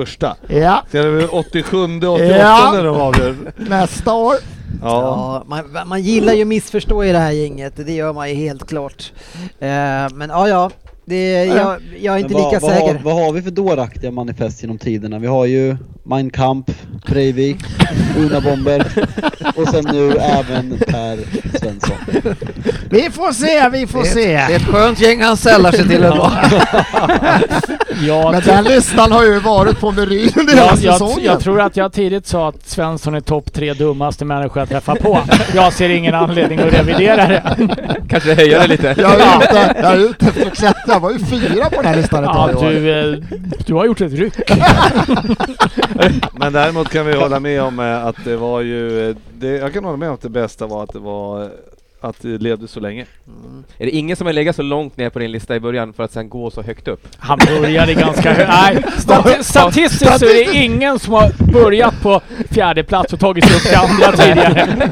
Ja, Så är det väl 87, 88 Ja. när de avgör. nästa år. Ja. Ja, man, man gillar ju att missförstå i det här gänget, det gör man ju helt klart. Eh, men ja, ja, det, jag, jag är inte Men lika vad, säker. Vad har, vad har vi för dåraktiga manifest genom tiderna? Vi har ju Mein Kampf, Breivik, Una Bomber och sen nu även Per Svensson. Vi får se, vi får Det är ett- se. det är ett skönt gäng han sällar sig till ändå. Ja, Men den listan har ju varit på menyn hela Jag, jag, säsongen. jag tror att jag tidigt sa att Svensson är topp tre dummaste människor jag träffar på. Jag ser ingen anledning att revidera det. Kanske höja det lite. Jag är ute, jag är ute efter att klättra. Jag var ju fyra på den här listan ett Ja, tag. du, eh, du har gjort ett ryck. Men däremot kan vi hålla med om eh, att det var ju... eh, Det, jag kan hålla med om att det bästa var att det var... eh, Att det levde så länge. Mm. Är det ingen som har legat så långt ner på din lista i början för att sen gå så högt upp? Han började ganska högt. Nej, stati- statistiskt så är det ingen som har börjat på fjärde plats och tagit sig upp till andra tidigare.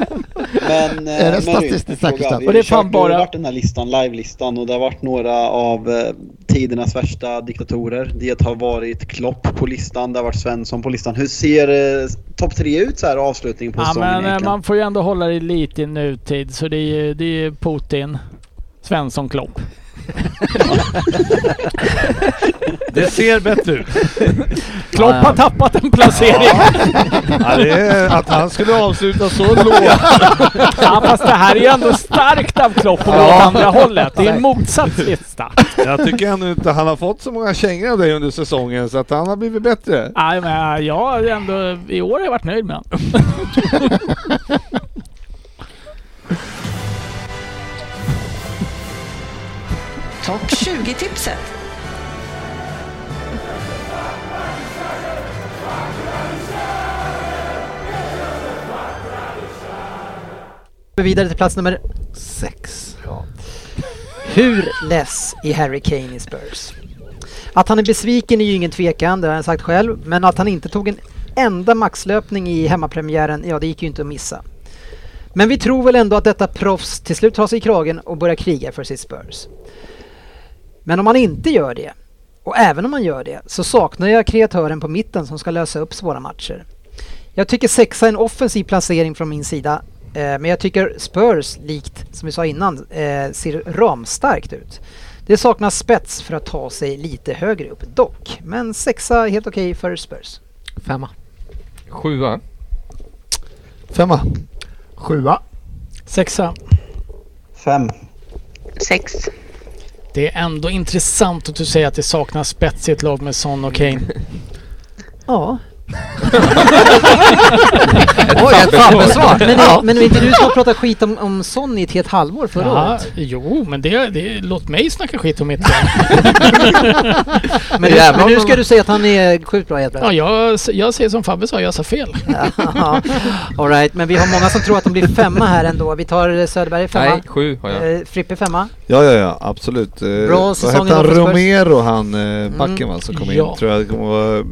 Men, eh, Mary, fråga. Vi Och det är fan Det har bara... varit den här listan, live-listan, och det har varit några av eh, tidernas värsta diktatorer. Det har varit Klopp på listan, det har varit Svensson på listan. Hur ser eh, topp tre ut så här avslutningen på Ja, säsongen men eh, egentligen? man får ju ändå hålla det lite i nutid. Så det är ju det är ju Putin, Svensson, Klopp. Det ser bättre ut. Klopp har tappat en placering. Ja, det är, att han skulle avsluta så lågt. Ja fast det här är ju ändå starkt av Klopp och gå åt Ja. andra hållet. Det är en motsatt lista. Jag tycker ändå inte han har fått så många kängor av dig under säsongen så att han har blivit bättre. Nej men eh, jag har ändå... I år har jag varit nöjd med honom. Topp 20-tipset. går vi vidare till plats nummer sex. Hur less är Harry Kane i Spurs? Att han är besviken är ju ingen tvekan, det har han sagt själv, men att han inte tog en enda maxlöpning i hemmapremiären, ja det gick ju inte att missa. Men vi tror väl ändå att detta proffs till slut tar sig i kragen och börjar kriga för sitt Spurs. Men om han inte gör det, och även om han gör det, så saknar jag kreatören på mitten som ska lösa upp svåra matcher. Jag tycker sexa är en offensiv placering från min sida. eh, Men jag tycker Spurs, likt som vi sa innan, eh, ser ramstarkt ut. Det saknas spets för att ta sig lite högre upp dock. Men sexa är helt okej för Spurs. Femma. Sjua. Femma. Sjua. Sexa. Fem. Sex. Det är ändå intressant att du säger att det saknas spets i ett lag med Son och Kane. Ja. Oj, ett papperssvar. Men, Ja. men var inte du som pratade skit om, om Sonny i ett helt halvår förra Ja, året? jo, men det, det, låt mig snacka skit om mitt lag. Men nu, men nu ska du säga att han är sjukt bra helt Ja, jag, jag säger som Fabbe sa, jag sa fel. Ja, All right, men vi har många som tror att de blir femma här ändå. Vi tar eh, Söderberg femma. Nej, sju har jag. Eh, Frippe femma. Ja, ja, ja, absolut. Eh, Bra vad säsong hette han? idag för Spurs. Mm. Romero, han eh, backen va, som kom in. Ja. Tror jag kommer vara eh,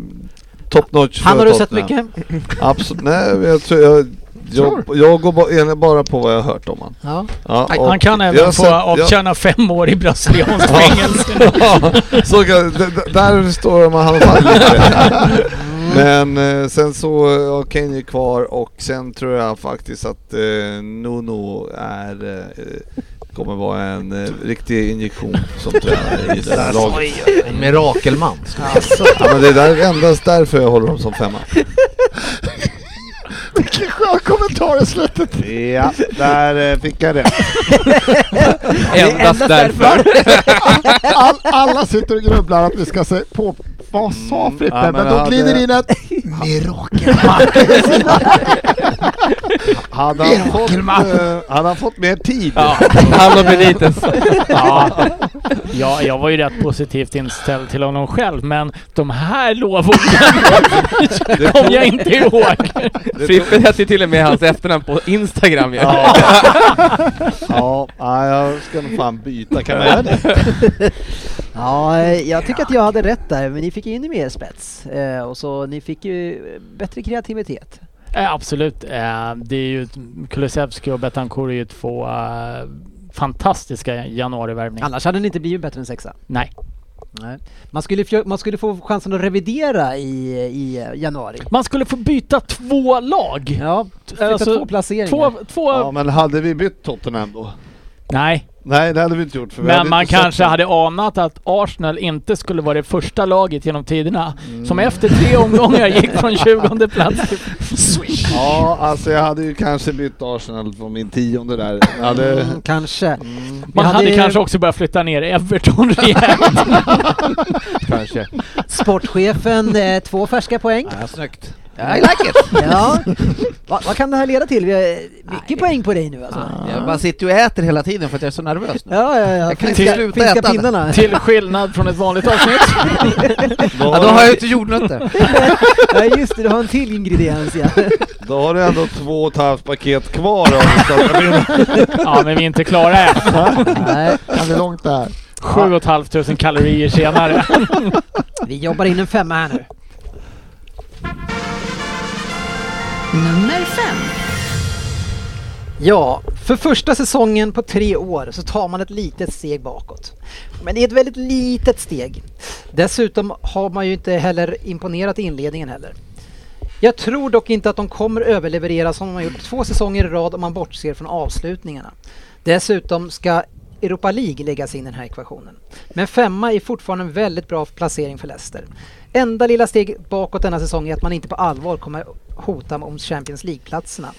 top notch Han för har du sett Tottenham. mycket? Absolut. Nej, jag tror jag... Jag, jag går bara, bara på vad jag har hört om han. Ja. och Han kan jag har även få sett- jag- avtjäna fem år i brasilianskt Ja. fängelse. Ja, så kan, d- d- där står man han fall Mm. lite. Men eh, sen så har Kane är kvar och sen tror jag faktiskt att eh, Nuno är, eh, kommer vara en eh, riktig injektion som tränare i det här laget. En mirakelman. skulle jag Alltså. säga. Ja, men det är där, endast därför jag håller dem som femma. Vilken skön kommentar i slutet. Ja, där eh, fick jag det. Endast All, alla sitter och grubblar att vi ska se på vad sa Frippe? Mm. ja, men men, hade- de glider in ett mirakelman. Hade han, fått, Mirakelman. eh, hade han fått mer tid? Ja. Han och Benitez. Ja. ja, jag var ju rätt positivt inställd till honom själv, men de här lovorden kom jag inte ihåg. Frippe hette ju till och med hans efternamn på Instagram ju. Ja. ja, nej, jag ska nog fan byta. Kan man göra det? Ja, eh, jag tycker att jag hade rätt där, men ni fick ju in mer spets. Eh, och så ni fick ju eh, bättre kreativitet. Eh, absolut. Eh, det är ju, Kulusevski och Betancourt är ju två eh, fantastiska januarivärvningar. Annars hade ni inte blivit bättre än sexa. Nej. Nej. Man, skulle, fjö- man skulle få chansen att revidera i, i eh, januari. Man skulle få byta två lag! Äh, alltså, Ja, flytta två placeringar. Två, två Ja, men hade vi bytt Tottenham då? Nej. Nej, det hade vi inte gjort. För vi hade Men man inte sett kanske det. hade anat att Arsenal inte skulle vara det första laget genom tiderna Mm. som efter tre omgångar gick från 20 plats till... Ja, alltså jag hade ju kanske bytt Arsenal på min tionde där. Jag hade... Mm, Mm. kanske. mm. Man hade, kanske också börjat flytta ner Everton rejält. Kanske. Sportchefen, eh, två färska poäng. Ja, snyggt. I like it! ja. Va, vad kan det här leda till? Vi har eh, mycket poäng på dig nu alltså. Jag bara sitter och äter hela tiden för att jag är så nervös nu. Ja, ja, ja. Jag kan inte Finska- sluta finska äta. pinnarna. Till skillnad från ett vanligt avsnitt. Ja, då har jag ju inte jordnötter. ja, just det, du har en till ingrediens ja. Då har du ändå två och ett halvt paket kvar av den stora bilden. ja, men vi är inte klara än. Nej, det är långt där. Sju och ett halvt tusen kalorier senare. Vi jobbar in en femma här nu. Nummer fem. Ja, för första säsongen på tre år så tar man ett litet steg bakåt. Men det är ett väldigt litet steg. Dessutom har man ju inte heller imponerat i inledningen heller. Jag tror dock inte att de kommer överleverera som de har gjort två säsonger i rad om man bortser från avslutningarna. Dessutom ska Europa League läggas in i den här ekvationen. Men femma är fortfarande en väldigt bra placering för Leicester. Enda lilla steg bakåt denna säsong är att man inte på allvar kommer hota om Champions League-platserna.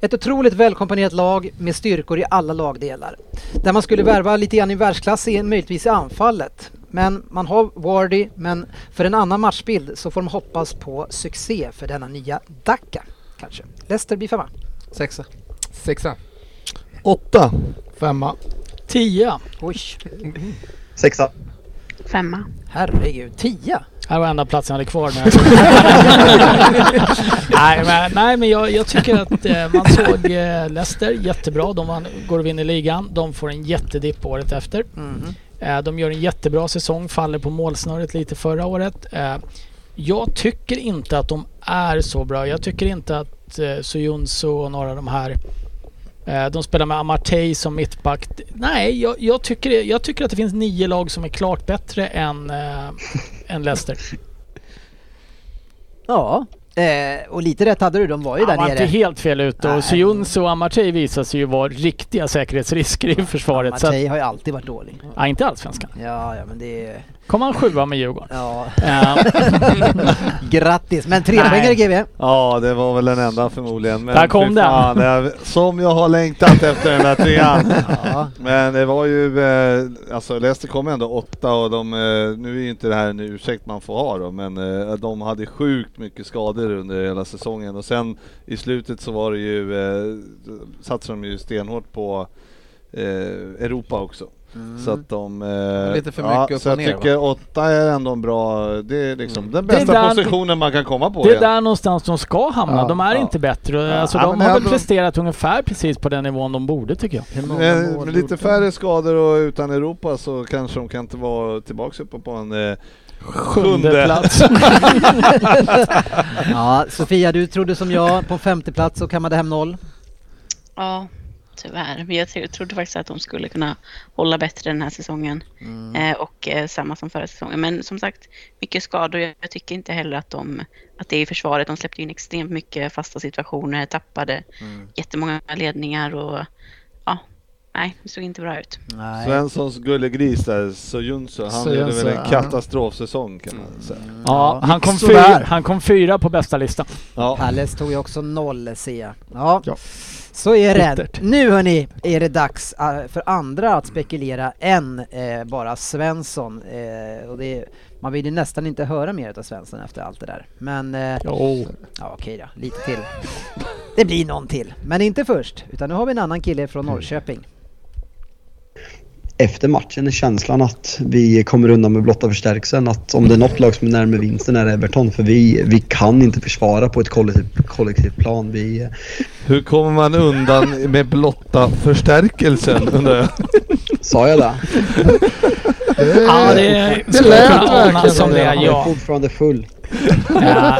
Ett otroligt välkomponerat lag med styrkor i alla lagdelar. Där man skulle värva lite grann i världsklass, i- möjligtvis i anfallet. Men man har Wardy, men för en annan matchbild så får de hoppas på succé för denna nya Dacca. Kanske. Leicester blir femma. Sexa. Sexa. Åtta. Femma. Tia. Oj. Sexa. Femma. Herregud, tia? Här var enda platsen jag hade kvar. När jag... nej, men, nej, men jag, jag tycker att eh, man såg eh, Leicester jättebra. De vann, går och vinner ligan. De får en jättedipp året efter. Mhm. Eh, de gör en jättebra säsong, faller på målsnöret lite förra året. Eh, jag tycker inte att de är så bra. Jag tycker inte att eh, Sojunsu och några av de här eh, de spelar med Amartey som mittback. Nej, jag, jag, tycker, det- jag tycker att det finns nio lag som är klart bättre än, eh, än Leicester. Ja, eh, och lite rätt hade du. De var ju Han där var inte nere. helt fel ute och Sojunsu och Amartey visar sig ju vara riktiga säkerhetsrisker i försvaret. så att- Matej har ju alltid varit dålig. Ja, inte allsvenskan. Ja, ja men det är... Kom han sjua med Djurgården? Eh, Ja. Ja. Grattis, men trepoängare Nej. GB. Ja, det var väl den enda förmodligen. Men Där kom fy den. fan, det är- Som jag har längtat efter den där trean. Men det var ju, eh, alltså Leicester kom ändå åtta och de, eh, nu är ju inte det här en ursäkt man får ha då, men eh, de hade sjukt mycket skador under hela säsongen och sen i slutet så var det ju, eh, satsade de ju stenhårt på eh, Europa också. Mm. Så att de... eh, Lite för mycket upp så och jag ner, va? tycker eh, åtta är ändå en bra, det är liksom den Mm. Det är bästa där- positionen man kan komma på Det är igen. där någonstans de ska hamna. Ja, de är ja. inte bättre. Ja, Alltså, ja, de men har jag- väl presterat ungefär precis på den nivån de borde tycker jag. Med, med lite färre skador och utan Europa så kanske de kan inte vara tillbaka uppe på en eh, Sjunde plats. ja, Sofia, du trodde som jag. På femte plats så kammade hem noll. Ja, tyvärr. Men jag tro- trodde faktiskt att de skulle kunna hålla bättre den här säsongen. Mm. Eh, och eh, samma som förra säsongen. Men som sagt, mycket skador. Jag, jag tycker inte heller att, de, att det är i försvaret. De släppte in extremt mycket fasta situationer, tappade Mm. jättemånga ledningar och ja, nej, det såg inte bra ut. Svenssons gullegris där, Sojunsu, han gjorde Sojunsu, väl en ja. katastrofsäsong kan man säga. Mm. Ja, han kom, Sådär. fyra, han kom fyra på bästa listan. Ja. Palace tog ju också noll, ser jag. Ja. Så är det. Bittert. Nu hörni, är det dags eh, för andra att spekulera än eh, bara Svensson. Eh, och det är, man vill ju nästan inte höra mer av Svensson efter allt det där. Men... Eh, Jo. Ja, okej då. Lite till. Det blir någon till. Men inte först, utan nu har vi en annan kille från Mm. Norrköping. Efter matchen är känslan att vi kommer undan med blotta förstärkelsen. Att om det är något lag som är närmare vinsten är det Everton. För vi, vi kan inte försvara på ett kollektivt, kollektivt plan. Vi, Hur kommer man undan med blotta förstärkelsen undrar jag? sa jag det? Ja, det Det skulle lät kunna verkligen ordnas som det, Han är ja. fortfarande full. Ja.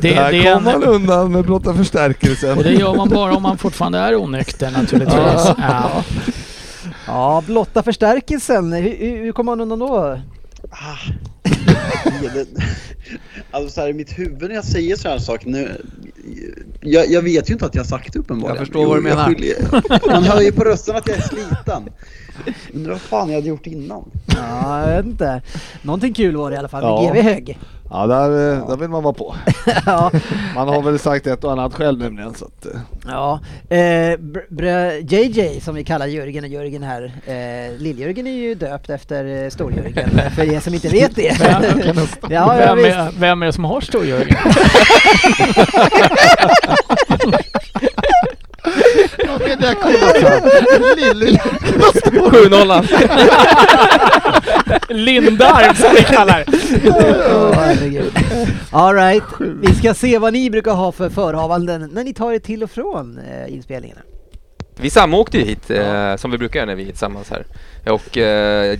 Det, Där det är kom en, man undan med blotta förstärkelsen. och det gör man bara om man fortfarande är onykter naturligtvis. Ja. Ja, blotta förstärkelsen. Hur, hur, hur kommer han undan då? Ja, det- Alltså så här, i mitt huvud när jag säger sådana saker nu. Jag, jag vet ju inte att jag har sagt det uppenbarligen. Jag förstår vad du Jo, jag menar. skyller- Man hör ju på rösten att jag är sliten. Undrar vad fan jag hade gjort innan. Ja, jag vet inte. Någonting kul var det i alla fall med Ja. GV hög. Ja, där, eh, där vill man vara på. Man har väl sagt ett och annat själv nämligen. Så att, eh. Ja, eh, br- brö- JJ som vi kallar Jörgen och Jörgen här. Eh, Lill-Jörgen är ju döpt efter eh, Stor-Jörgen, för er som inte vet det. ja, ja, vem, visst. är, vem är det som har Stor-Jörgen? Ja, men där kom det. Lille- 7-0. Lindarv som vi kallar Åh, herregud. All right, vi ska se vad ni brukar ha för förhavanden när ni tar er till och från eh, inspelningarna. Vi samåkte ju hit, eh, som vi brukar göra när vi är tillsammans här. Och eh,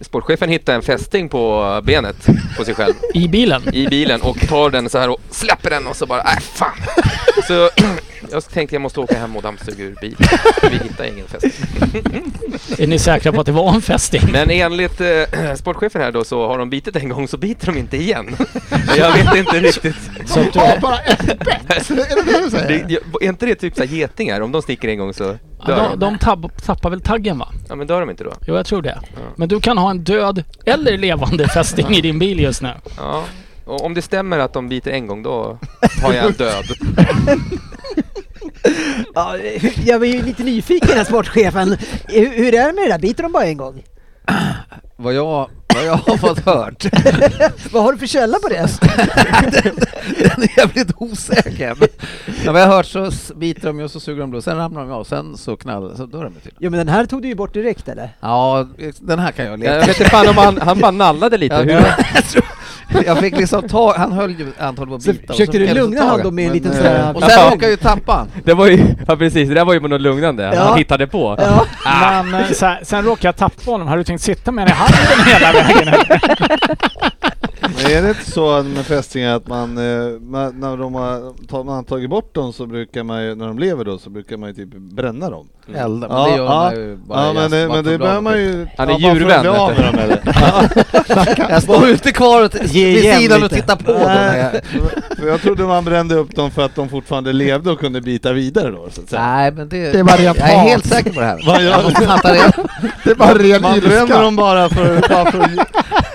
sportchefen hittar en fästing på benet på sig själv. I bilen? I bilen och tar den så här och släpper den och så bara, äh fan! Så jag tänkte jag måste åka hem och dammsuga ur bilen. Vi hittar ingen fästing. Är ni säkra på att det var en fästing? Men enligt eh, sportchefen här då så har de bitit en gång så biter de inte igen. Men jag vet inte riktigt. Så att du- De har bara ett bett! Är det det du säger? är inte det typ så här getingar? Om de sticker en gång så dör De, de tapp, tappar väl taggen va? Ja men dör de inte då? Jo, jag tror det. Men du kan ha en död eller levande fästing i din bil just nu. Ja. Och om det stämmer att de biter en gång då har jag en död. Ja, eh, jag är ju lite nyfiken den här sportchefen. Hur, hur är det med det där, biter de bara en gång? Vad jag, vad jag har fått hört. Vad har du för källa på det? Den är jävligt osäker. Men ja, vad jag har hört så s- biter de ju och så suger de blod, sen ramlar de av, sen så knallar så dör de ju till. Jo men den här tog du ju bort direkt eller? Ja, den här kan jag leka. Jag vet inte fan om han- han bara nallade lite. Jag, Hur- jag, tror- jag fick liksom ta, han höll ju antagligen på att bita. och försökte du blev det lugna taget. han då med en Men, liten eh, sån här- Och sen råkade jag ju tappa han. Det var ju, ja precis, det där var ju på något lugnande. Han hittade på. Ah. Men eh, så här, sen råkade jag tappa honom. Har du tänkt sitta med den i handen hela vägen? Men är det inte så med fästingar att man, eh, man när de har, tar, man har tagit bort dem så brukar man ju, när de lever då, så brukar man ju typ bränna dem. Mm. Elda, men det gör man ju bara ja, i men, det- men det vattenblad behöver och man ju... skit. Han är ja, man får djurvän, bli av vet du. med dem, eller? Ja. Jag står ute kvar och t- Ge vid igen sidan och lite. tittar på dem när jag- Nej, För jag trodde man brände upp dem för att de fortfarande levde och kunde bita vidare då, så att säga. Nej, men det- Det var jag jag är helt säker på det här. Vad Jag gör måste fatta det. Det är bara ren Man ilska. bränner dem bara för... Bara för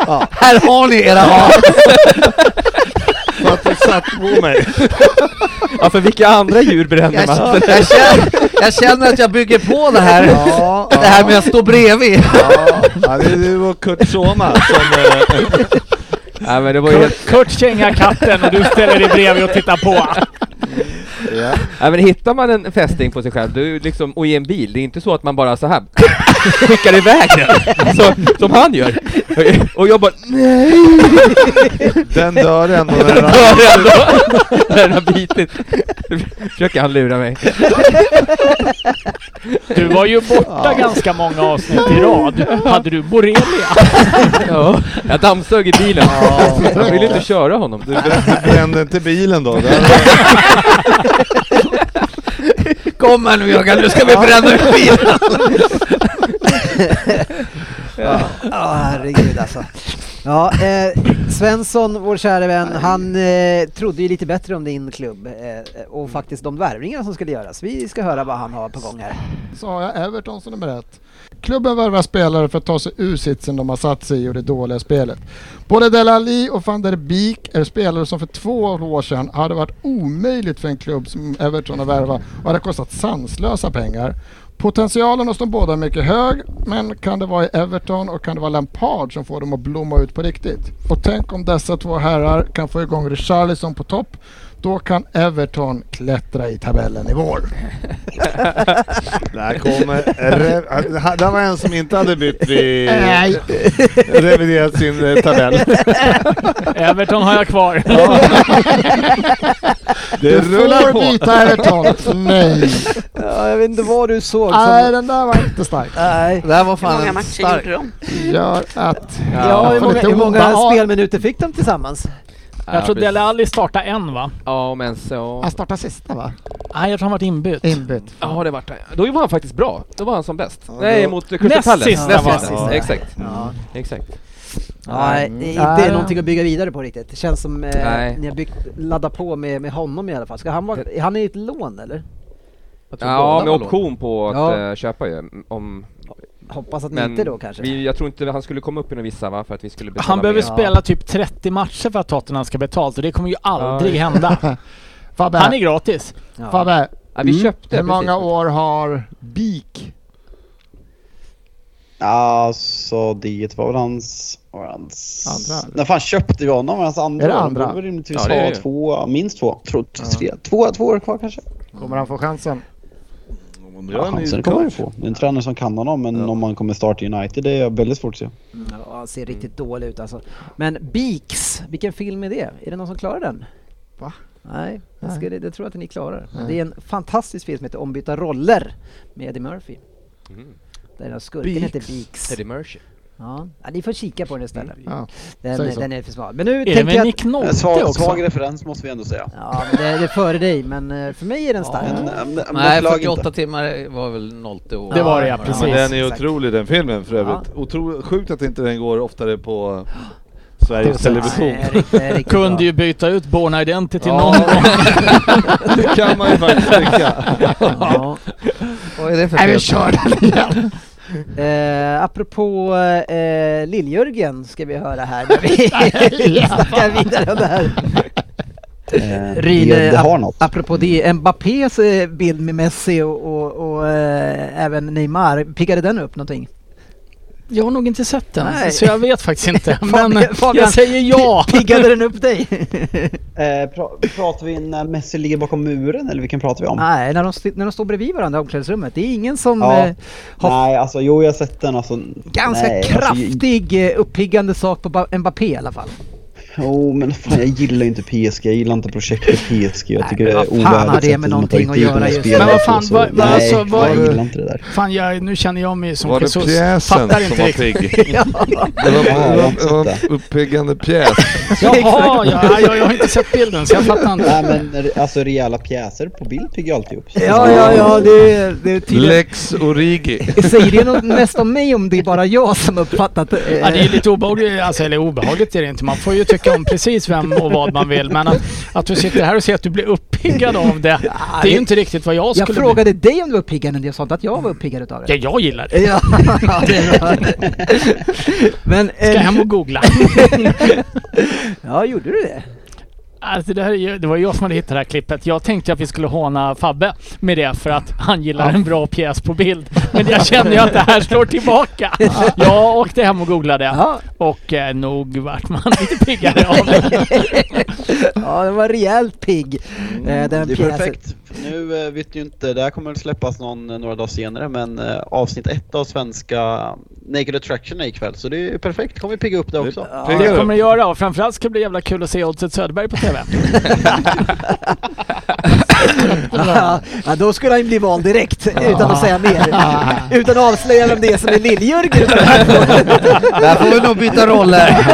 ja. Här har ni era hat! För att du satt på mig. Ja för Alltså, vilka andra djur bränner Jag man? känner, jag, känner, jag känner att jag bygger på det här, det här med att stå bredvid. Ja, det är du och Kurt Soma som... eh, Nej men det var ju helt... Kurt, Kurt kängar katten och du ställer dig bredvid och tittar på. Nej men hittar man en fästing på sig själv, du liksom, och i en bil, det är inte så att man bara så här skickar iväg den. Så, som han gör. Och jag bara nej! Den dör ändå när den den har- dör ändå när den har bitit. Nu försöker han lura mig. Du var ju borta ganska många avsnitt i rad. Hade du borrelia? Ja, jag dammsög i bilen. Jag ville inte köra honom. Du brände, brände inte bilen då? Kom här nu Jörgen, nu ska vi bränna ut bilen! Ja, herregud alltså. Ja, eh, Svensson, vår kära vän, han eh, trodde ju lite bättre om din klubb eh, och faktiskt de värvningar som skulle göras. Vi ska höra vad han har på gång här. Så har jag Everton som nummer ett. Klubben värvar spelare för att ta sig ur sitsen de har satt sig i och det dåliga spelet. Både Delali och van der Beek är spelare som för två år sedan hade varit omöjligt för en klubb som Everton att värva och hade kostat sanslösa pengar. Potentialen hos de båda är mycket hög, men kan det vara i Everton och kan det vara Lampard som får dem att blomma ut på riktigt? Och tänk om dessa två herrar kan få igång Richarlison på topp, då kan Everton klättra i tabellen i vår. Där kommer... Re- där var en som inte hade bytt vid... Nej. Reviderat sin eh, tabell. Everton har jag kvar. Det du rullar får på. byta Everton. Nej. Ja, jag vet inte vad du såg. som- Nej, den där var inte stark. Nej. Det här var fan Hur många en matcher stark. gjorde de? Gör att... Ja, hur Jag får många, lite hur många onda an- spelminuter fick de tillsammans? Jag tror Dele Alli startade en va? Ja men så... Alltså- Han startade sista va? Nej, jag tror han varit inbytt. Inbytt. Ja det vart han. Då var han faktiskt bra. Då var han som bäst. Ja, Nej då- mot Näst Crystal Palace. sista var Näst sista. han. Ja. Exakt. Ja. Exakt. Mm. Nej, Mm. det är inte Nej. någonting att bygga vidare på riktigt. Det känns som eh, Nej. ni har byggt, laddat på med, med honom i alla fall. Ska han vara, han är ju ett lån eller? Jag tror Ja, båda med var lån. option på att Ja. eh, köpa ju. m- Om, Hoppas att ni inte då kanske. Vi, jag tror inte han skulle komma upp i någon vissa va, för att vi skulle betala Han behöver mer. spela typ 30 matcher för att Tottenham ska betalt och det kommer ju aldrig Ja. hända. Fabbe. Han är gratis. Fabbe, Ja, vi mm, köpte hur precis. många år har BIK? Alltså det var väl hans... Var hans... Andra. När fan köpte vi honom? Var det hans andra? Är det år? andra? borde väl rimligtvis Ja, det är ha det. två, minst två. Tror, tre, två, två år kvar kanske. Kommer han få chansen? Ja, chansen kommer han ju få. Det är en tränare som kan honom, men om han kommer starta i United det är väldigt svårt att se. Ja, han ser riktigt dålig ut alltså. Men Beaks, vilken film är det? Är det någon som klarar den? Va? Nej, det, Nej. ska, det, det tror jag inte ni klarar. Nej. Det är en fantastisk film som heter Ombytta roller med Eddie Murphy. Där skurken heter Beaks. Mm. Eddie Murphy. Ja. ja, ni får kika på den istället. Ja, Den, säg så. den är för svag. Men nu Är det tänker med jag... Nick Nolte En Eh, svag, också? svag referens måste vi ändå säga. Ja, men det, är- det är före dig, men eh, för mig är den stark. Nej, 48 timmar var väl 0 år. Det var det, ja, precis. Men den är exakt. otrolig den filmen för övrigt. Otro, sjukt att inte den går oftare på Sveriges Television. Nej, det är riktigt- det är riktigt Kunde bra. ju byta ut Born Identity Ja. någon gång. det kan man ju faktiskt tycka. Ja. Vad är det för Nej, vi fel? kör den igen. Eh, apropå eh, Lill-Jörgen ska vi höra här när vi snackar vidare om det här. det, Ryn, det eh, har ap- något. apropå det, Mbappés eh, bild med Messi och, och, och eh, även Neymar, piggade den upp någonting? Jag har nog inte sett den, Nej. så jag vet faktiskt inte. Fabian- Men Fabian, jag säger ja! pi- Piggade den upp dig? Eh, pra- pratar vi när Messi ligger bakom muren eller vilken pratar vi om? Nej, när de, st- när de står bredvid varandra i omklädningsrummet, det är ingen som... Ja. Eh, har- Nej, alltså jo jag har sett den alltså. ganska nej, Alltså, kraftig eh, uppiggande sak på Ba- Mbappé i alla fall. jo men fan jag gillar ju inte PSG, jag gillar inte projektet PSG. Jag tycker det men vad är fan ovärdigt. har det sättet med man tar någonting ut att tiden göra och just nu? spelar Men vad på fan, så. vad- vad- Nej, alltså, vad- jag gillar inte det där. Fan, jag, nu känner jag mig som Var det Jesus. pjäsen Fattar inte som var riktigt. pigg? Det var, det var, det var en uppiggande pjäs. Jaha, ja, jag, jag har inte sett bilden så jag fattar inte. Nej men re- alltså rejäla pjäser på bild tycker jag alltid upp. Ja, ja, ja, det, det är tydligt. Lex Origi. Säger det något mest om mig om det är bara jag som uppfattat eh, Ja, det är lite obehagligt, alltså, eller obehagligt är det inte. Man får ju tycka om precis vem och vad man vill. Men att, att du sitter här och säger att du blir uppiggad av det, det är ju inte riktigt vad jag Jag skulle bli. frågade dig om du var uppiggad men jag sa inte att jag var uppiggad utav Ja, det. jag gillar det. Ja, det är bra. Men... eh, Ska hem och googla. Ja, gjorde du det? Alltså det, här, är ju- det var jag som hade hittat det här klippet. Jag tänkte att vi skulle håna Fabbe med det för att han gillar en bra pjäs på bild. Men jag känner ju att det här slår tillbaka. Jag åkte hem och googlade Ja, och eh, nog vart man lite piggare av det. ja den var rejält pigg. eh, Den Mm, det är pjäsen. perfekt. Nu eh, vet ni ju inte, det här kommer väl släppas någon, eh, några dagar senare men eh, avsnitt ett av svenska Naked Attraction är ikväll så det är perfekt, kommer vi pigga upp det också. Det kommer det göra och framförallt ska det bli jävla kul att se Oddset Söderberg på TV. Ja, ja, då skulle han ju bli vald direkt utan att säga mer. Utan att avslöja vem det är som är Lill-Jörgen. Där får vi nog byta roller.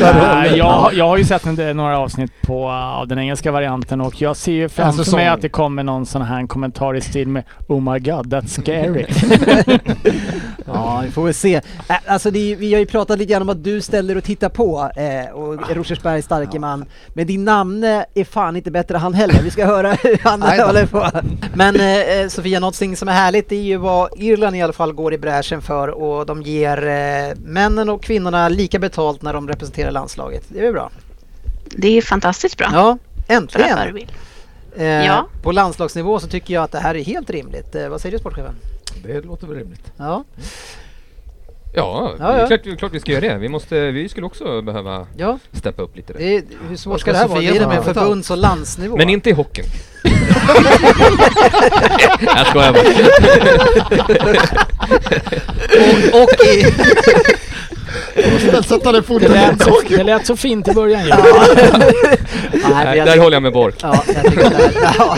Nej, jag, jag har ju sett en, några avsnitt på, uh, av den engelska varianten och jag ser ju En framför säsong. mig att det kommer någon sån här kommentar i stil med Oh my god, that's scary. Ja, vi får väl se. Ä- Alltså, det, är ju- vi har ju pratat lite grann om att du ställer och tittar på eh, och Rosersberg starke man. Men din namne är fan inte bättre han heller. Vi ska höra hur han Aj då. håller på. Men eh, eh, Sofia, någonting som är härligt det är ju vad Irland i alla fall går i bräschen för och de ger eh, männen och kvinnorna lika betalt när de representerar landslaget. Det är väl bra? Det är fantastiskt bra. Ja, För att äntligen! förebild. Eh, Ja. På landslagsnivå så tycker jag att det här är helt rimligt. Eh, vad säger du sportchefen? Det låter väl rimligt. Ja, Ja, Ja, ja. Det, är klart, det är klart vi ska göra det. Vi, måste, vi skulle också behöva ja. steppa upp lite där. Det är, hur svårt Vad ska ska det här vara? Sofia Det är det med betala? förbunds och landsnivå. Men inte i hockeyn. jag skojar bara. och, och i... Sätta dig Det lät, foten. så, det lät så fint i början ju. Nej, Nej, där jag, håller jag med Borg. ja, jag tycker det här, ja,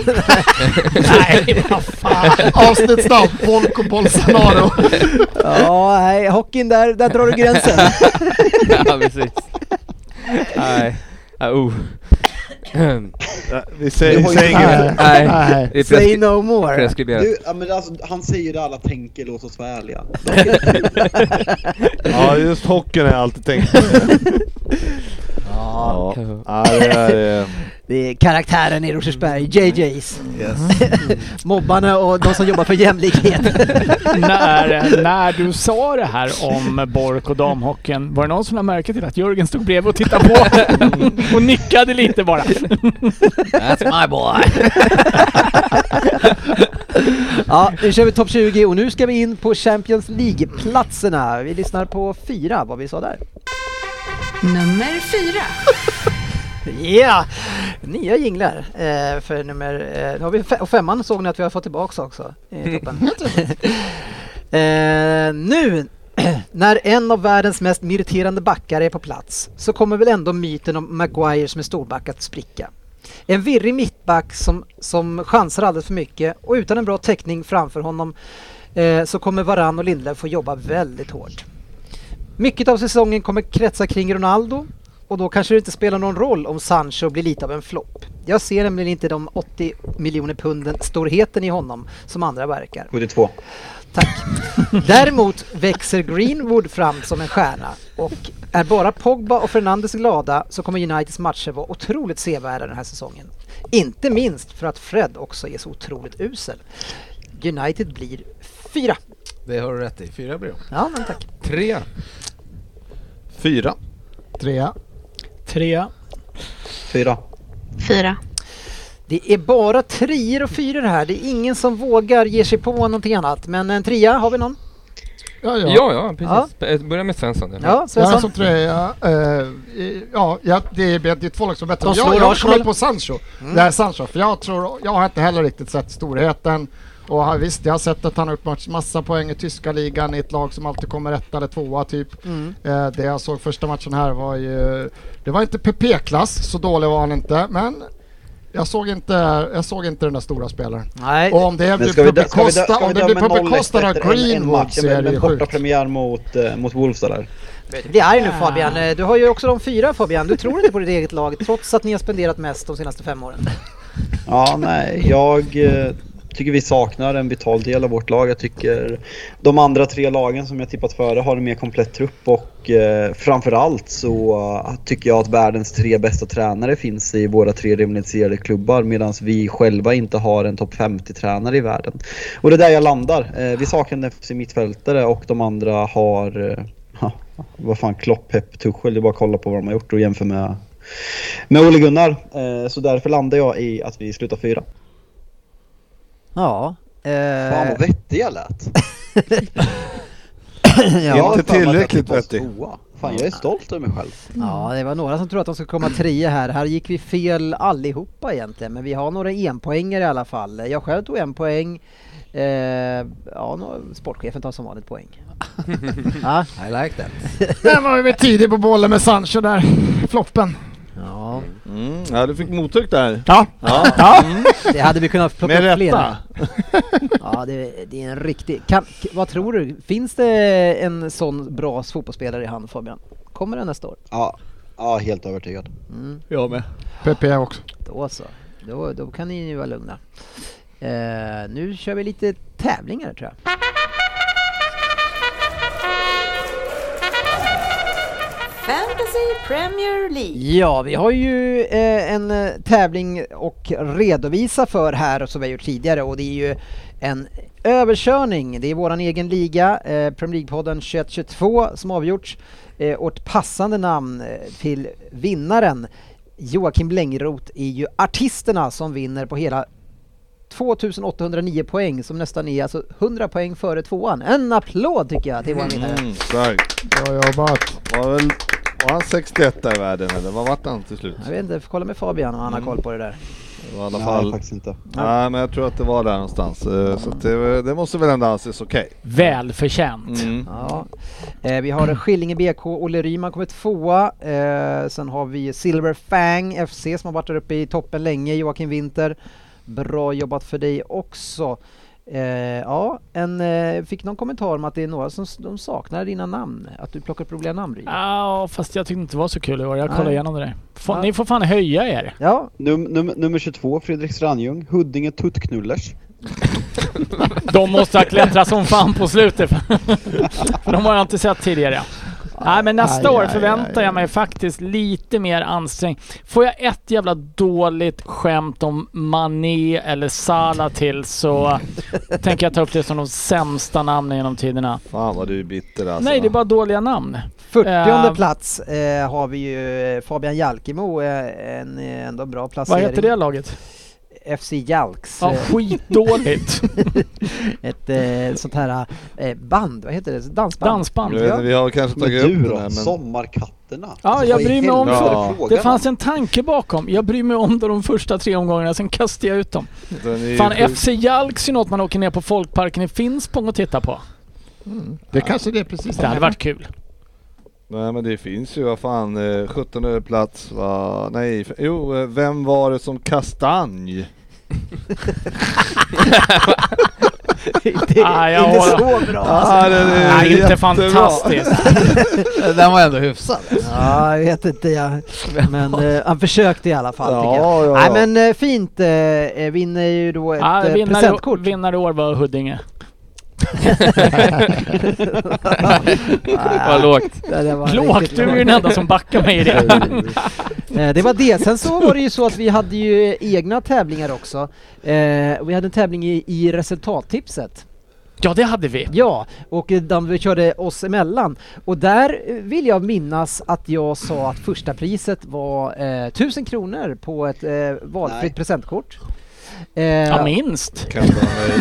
Nej, vad fan. Avsnittsnamn, Folk och Bolsonaro. ja, nej, hockeyn där, där drar du gränsen. ja, precis. Nej. Ja, oh. Ja, vi säger, vi säger inget. Du, ja, men alltså, han säger ju det alla tänker, låt oss vara ärliga. De är- Ja, just hockeyn har jag alltid tänkt på. Ja, ja, det här är... Det är eh, karaktären i Rosersberg, JJ's. Yes. Mobbarna och de som jobbar för jämlikhet. när, när du sa det här om Bork och damhockeyn, var det någon som lade märke till att Jörgen stod bredvid och tittade på och nickade lite bara? That's my boy. ja, nu kör vi topp 20 och nu ska vi in på Champions League-platserna. Vi lyssnar på fyra, vad vi sa där. Nummer fyra. Yeah! Nya jinglar eh, för nummer... Eh, nu har vi fe- och femman såg ni att vi har fått tillbaka också i toppen. eh, nu, när en av världens mest meriterande backar är på plats så kommer väl ändå myten om Maguire som är storback att spricka. En virrig mittback som, som chansar alldeles för mycket och utan en bra täckning framför honom eh, så kommer Varann och Lindelöf få jobba väldigt hårt. Mycket av säsongen kommer kretsa kring Ronaldo och då kanske det inte spelar någon roll om Sancho blir lite av en flopp. Jag ser nämligen inte de 80 miljoner punden storheten i honom som andra verkar. 72. Däremot växer Greenwood fram som en stjärna och är bara Pogba och Fernandes glada så kommer Uniteds matcher vara otroligt sevärda den här säsongen. Inte minst för att Fred också är så otroligt usel. United blir fyra. Det har du rätt i. Fyra blir det. Ja, men tack. Tre. Fyra. Trea. Trea. Fyra. Fyra. Det är bara treor och fyror här. Det är ingen som vågar ge sig på någonting annat. Men en trea, har vi någon? ja. Ja, ja, precis. Eh, Börja med Svensson. eller? Jag är som trea. eh, i- ja, ja, det är det är två lag som är bättre. De Jag, slår jag Arsenal. kommer på Sancho. Mm. Det är Sancho, för jag tror, jag har inte heller riktigt sett storheten. Och har- visst, jag har sett att han har gjort match- massa poäng i tyska ligan i ett lag som alltid kommer etta eller tvåa typ. Mm. Eh, det jag såg första matchen här var ju, det var inte PP-klass, så dålig var han inte, men jag såg inte, jag såg inte den där stora spelaren. Nej. Och om det Men blir ska vi på dö- ska vi dö- bekosta- ska vi om det döma blir på 0-1 bekostnad av efter en- en Greenwood match, så men- är det men ju borta sjukt. premiär mot, eh, mot Wolves där. Du blir arg nu Fabian. Eh, Du har ju också de fyra Fabian. Du tror inte på ditt eget lag trots att ni har spenderat mest de senaste fem åren. Ja, nej. Jag eh, tycker vi saknar en vital del av vårt lag. Jag tycker de andra tre lagen som jag tippat före har en mer komplett trupp och eh, framförallt så eh, tycker jag att världens tre bästa tränare finns i våra tre rivaliserade klubbar medan vi själva inte har en topp 50-tränare i världen. Och det är där jag landar. Eh, vi saknar en FC mittfältare och de andra har eh, ja, vad fan, Klopp, Pep, Tuchel. Det är bara att kolla på vad de har gjort och jämför med med Ole Gunnar. Eh, så därför landar jag i att vi slutar fyra. Ja. Eh, Fan vad vettig jag lät. Jag har för mig Inte att jag tillräckligt typ var vettig. tvåa. Fan jag är stolt över mig själv. Ja, det var några som trodde att de skulle komma trea här. Här gick vi fel allihopa egentligen, men vi har några enpoängare i alla fall. Jag själv tog en poäng. Eh, ja, nå- sportchefen tar som vanligt poäng. ja. I like that. Där var vi tidigt på bollen med Sancho där, floppen. Ja. Mm, ja, du fick mothugg där. Ja. ja. Ja. Mm. Det hade vi kunnat plocka Med upp rätta. fler. Ja, det, det är en riktig... Kan, k- vad tror du? Finns det en sån bra fotbollsspelare i hand Fabian? Kommer den nästa år? Ja, ja helt övertygad. Mm. Jag med. PP också. Då så. Då, då kan ni ju vara lugna. Eh, nu kör vi lite tävlingar tror jag. Fantasy Premier League. Ja, vi har ju eh, en eh, tävling och redovisa för här som vi har gjort tidigare och det är ju en överkörning. Det är våran egen liga, eh, Premier League-podden 21-22 som avgjorts eh, och ett passande namn eh, till vinnaren Joakim Längroth är ju artisterna som vinner på hela 2809 poäng som nästan är alltså 100 poäng före tvåan. En applåd tycker jag till våran vinnare. Mm, starkt. Bra jobbat. Var, väl, var han 61 där i världen eller vad vart han till slut? Jag vet inte, jag får kolla med Fabian om han har koll på det där. Det var i alla Nej, fall... faktiskt inte. Nej, men jag tror att det var där någonstans. eh, Så att det, det måste väl ändå anses okej. Välförtjänt. Mm. Ja. Eh, vi har Skillinge BK, Olle Ryman kommer tvåa. Eh, sen har vi Silver Fang FC som har varit där uppe i toppen länge, Joakim Winter. Bra jobbat för dig också. Eh, ja, en, eh, fick någon kommentar om att det är några som s- de saknar dina namn? Att du plockar upp roliga namn Ryan? Ja, fast jag tyckte inte det var så kul i år. Jag Nej. kollar igenom det där. Fan, Ja. Ni får fan höja er. Ja. Num, num, nummer 22, Fredrik Strandljung, Huddinge Tuttknullers. De måste ha klättrat som fan på slutet. För de har jag inte sett tidigare. Nej men nästa Aj, år aj, förväntar jag mig faktiskt lite mer ansträngning. Får jag ett jävla dåligt skämt om Mané eller Salah till så tänker jag ta upp det som de sämsta namnen genom tiderna. Fan vad du är bitter alltså. Nej det är bara dåliga namn. 40 Eh, plats eh, har vi ju eh, Fabian Jalkemo, eh, en eh, ändå bra Vad placering. heter det laget? FC Jalks. Ja, eh, skitdåligt. Ett eh, sånt här eh, band, vad heter det? Dansband? Dansband. Jag vet inte, vi har kanske Men tagit upp du den då? här men... Sommarkatterna? Alltså, Ja, jag bryr mig om... Ja. För, det fanns en tanke bakom. Jag bryr mig om de första tre omgångarna, sen kastar jag ut dem. Den är ju Fan, sjuk. FC Jalks är något man åker ner på folkparken i Finspång och tittar på. Det kanske det är precis Det hade varit kul. Nej men det finns ju, vad fan, eh, 17 plats va? Nej, f- jo, eh, vem var det som kastanj? Inte- Ah, jag inte håller- så bra. Ah, det, det, är Nej, inte jättebra. fantastiskt. Den var ändå hyfsad. Ja, jag vet inte. Jag, men eh, han försökte i alla fall. Ja, tycker jag. ja, Nej, ja. men eh, fint. Eh, eh, vinner ju då ett Ah, eh, vinnare, presentkort. i- vinnare i år var Huddinge. Vad lågt. Det där var lågt? riktigt Du är ju lågt. den enda som backar mig i det. Eh, det var det. Sen så var det ju så att vi hade ju egna tävlingar också. Eh, vi hade en tävling i, i resultattipset. Ja, det hade vi. Ja, och eh, den vi körde oss emellan. Och där eh, vill jag minnas att jag sa att första priset var eh, 1000 kronor på ett eh, valfritt Nej. presentkort. Eh, Ja, minst.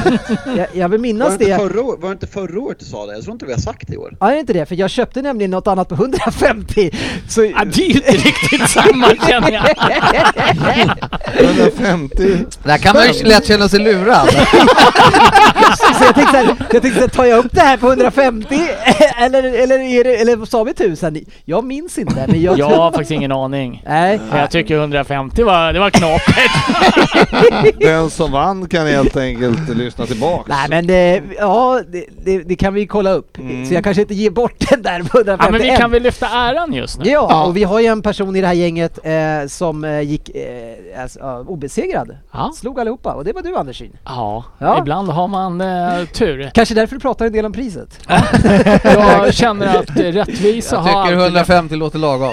jag, jag vill minnas var det det. inte Förra, år- var det inte förra året du sa det? Jag tror inte vi har sagt det i år. Ja, det är inte det, för jag köpte nämligen något annat på 150. Så... Ja, det är ju inte riktigt samma känner jag. 150. Där kan man ju lätt känna sig lurad. så jag tänkte, så här, jag tänkte så här, tar jag upp det här på 150 eller, eller, är det, eller sa vi 1000? Jag minns inte. Men jag, Jag har faktiskt ingen aning. Nej. Jag tycker 150 var, det var knapert. Den som vann kan helt enkelt lyssna tillbaks. Nej men det, ja, det, det, det kan vi kolla upp. Så jag kanske inte ger bort den där på 150 Mm. Ja, men vi än. kan väl lyfta äran just nu? Ja, och vi har ju en person i det här gänget eh, som eh, gick eh, alltså, ja, obesegrad. Slog allihopa och det var du Andersin. Ja, Ja. ibland har man eh, tur. Kanske därför du pratar en del om priset. Jag känner att eh, rättvisa Jag har tycker alltid- 150 låter lagom.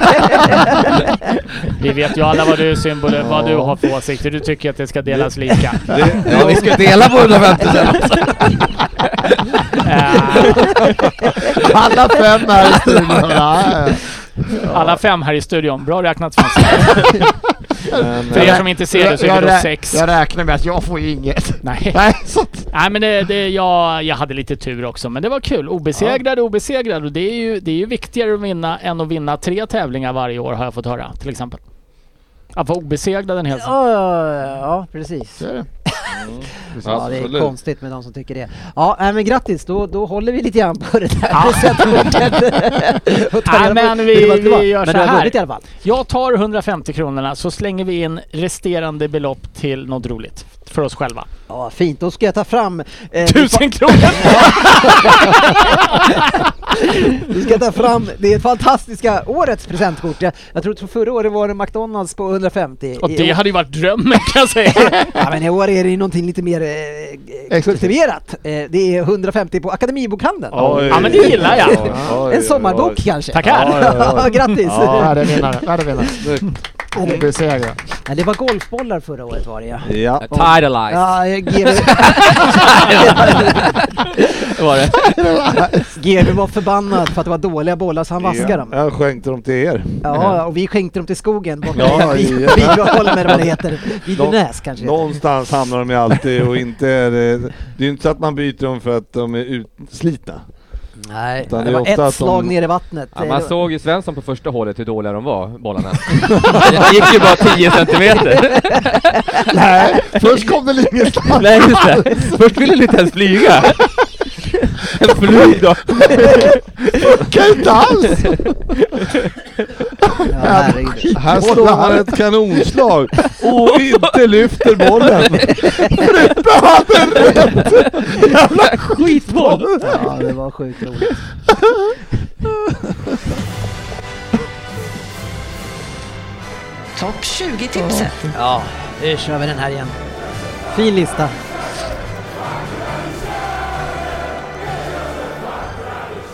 Vi vet ju alla vad du Symbol, vad du har för åsikter. Du tycker att det ska delas lika. det- Ja, vi ska dela på 150 sen också. Eh. Alla fem här i studion. Ja, Ja. Alla fem här i studion. Bra räknat Svensson. För er som inte ser det så är Jag det då rä- sex. Jag räknar med att jag får ju inget. Nej. Nej, Nej men det, det, jag, jag hade lite tur också, men det var kul. Obesegrad, obesegrad. Och det är, ju, det är ju viktigare att vinna än att vinna tre tävlingar varje år har jag fått höra, till exempel. Att vara obesegrad en hel säsong. Ja, ja, ja, ja precis. Mm. Så är det. Ja, det är Absolut. konstigt med de som tycker det. Ja, nej, men grattis, då, då håller vi lite grann på det där Ja. presentkortet. Och tar reda Nej på men hur det vi, var- det var. vi Men gör så du har här. vunnit i alla fall. Jag tar 150 kronorna så slänger vi in resterande belopp till något roligt. För oss själva. Ja, fint. Då ska jag ta fram... Eh, Tusen kronor! Du ska jag ta fram det fantastiska årets presentkort. Jag, jag tror att förra året var det McDonalds på 150. Och I det år- hade ju varit drömmen kan jag säga. Ja, men i år är det ju någonting lite mer eh, kultiverat. Eh, det är 150 på Akademibokhandeln. Oj. Ja, men det gillar jag. en sommarbok oj. kanske. Tackar. Ja, Grattis! Ja, värdevinnare, värdevinnare. Obesegrad. Ja, det var golfbollar förra året var det ja. Ja. Och- Titleized. Ja, eh, GV... Var det? GV var förbannad för att det var dåliga bollar så han vaskade dem. Jag skänkte dem till er. Ja, och vi skänkte dem till skogen borta Ja, i i- Biberholm eller vad det heter. Vidernäs kanske det heter. Någonstans hamnar de ju alltid och inte är det, det är ju inte så att man byter dem för att de är utslitna. Nej, Utan det är var ofta ett att slag ner i vattnet. Ja, Eh, man det- såg ju Svensson på första hålet hur dåliga de var, bollarna. Det gick ju bara 10 centimeter. Nej, först kom det ingenstans. Nej, just det. Först ville du inte ens flyga. Flyg då! Funkar inte alls! herregud. Här slår han ett kanonslag och inte lyfter bollen. Frippe hade rätt! Jävla skitboll! Ja, det var sjukt roligt. Topp 20-tipset. Ja, nu kör vi den här igen. Fin lista.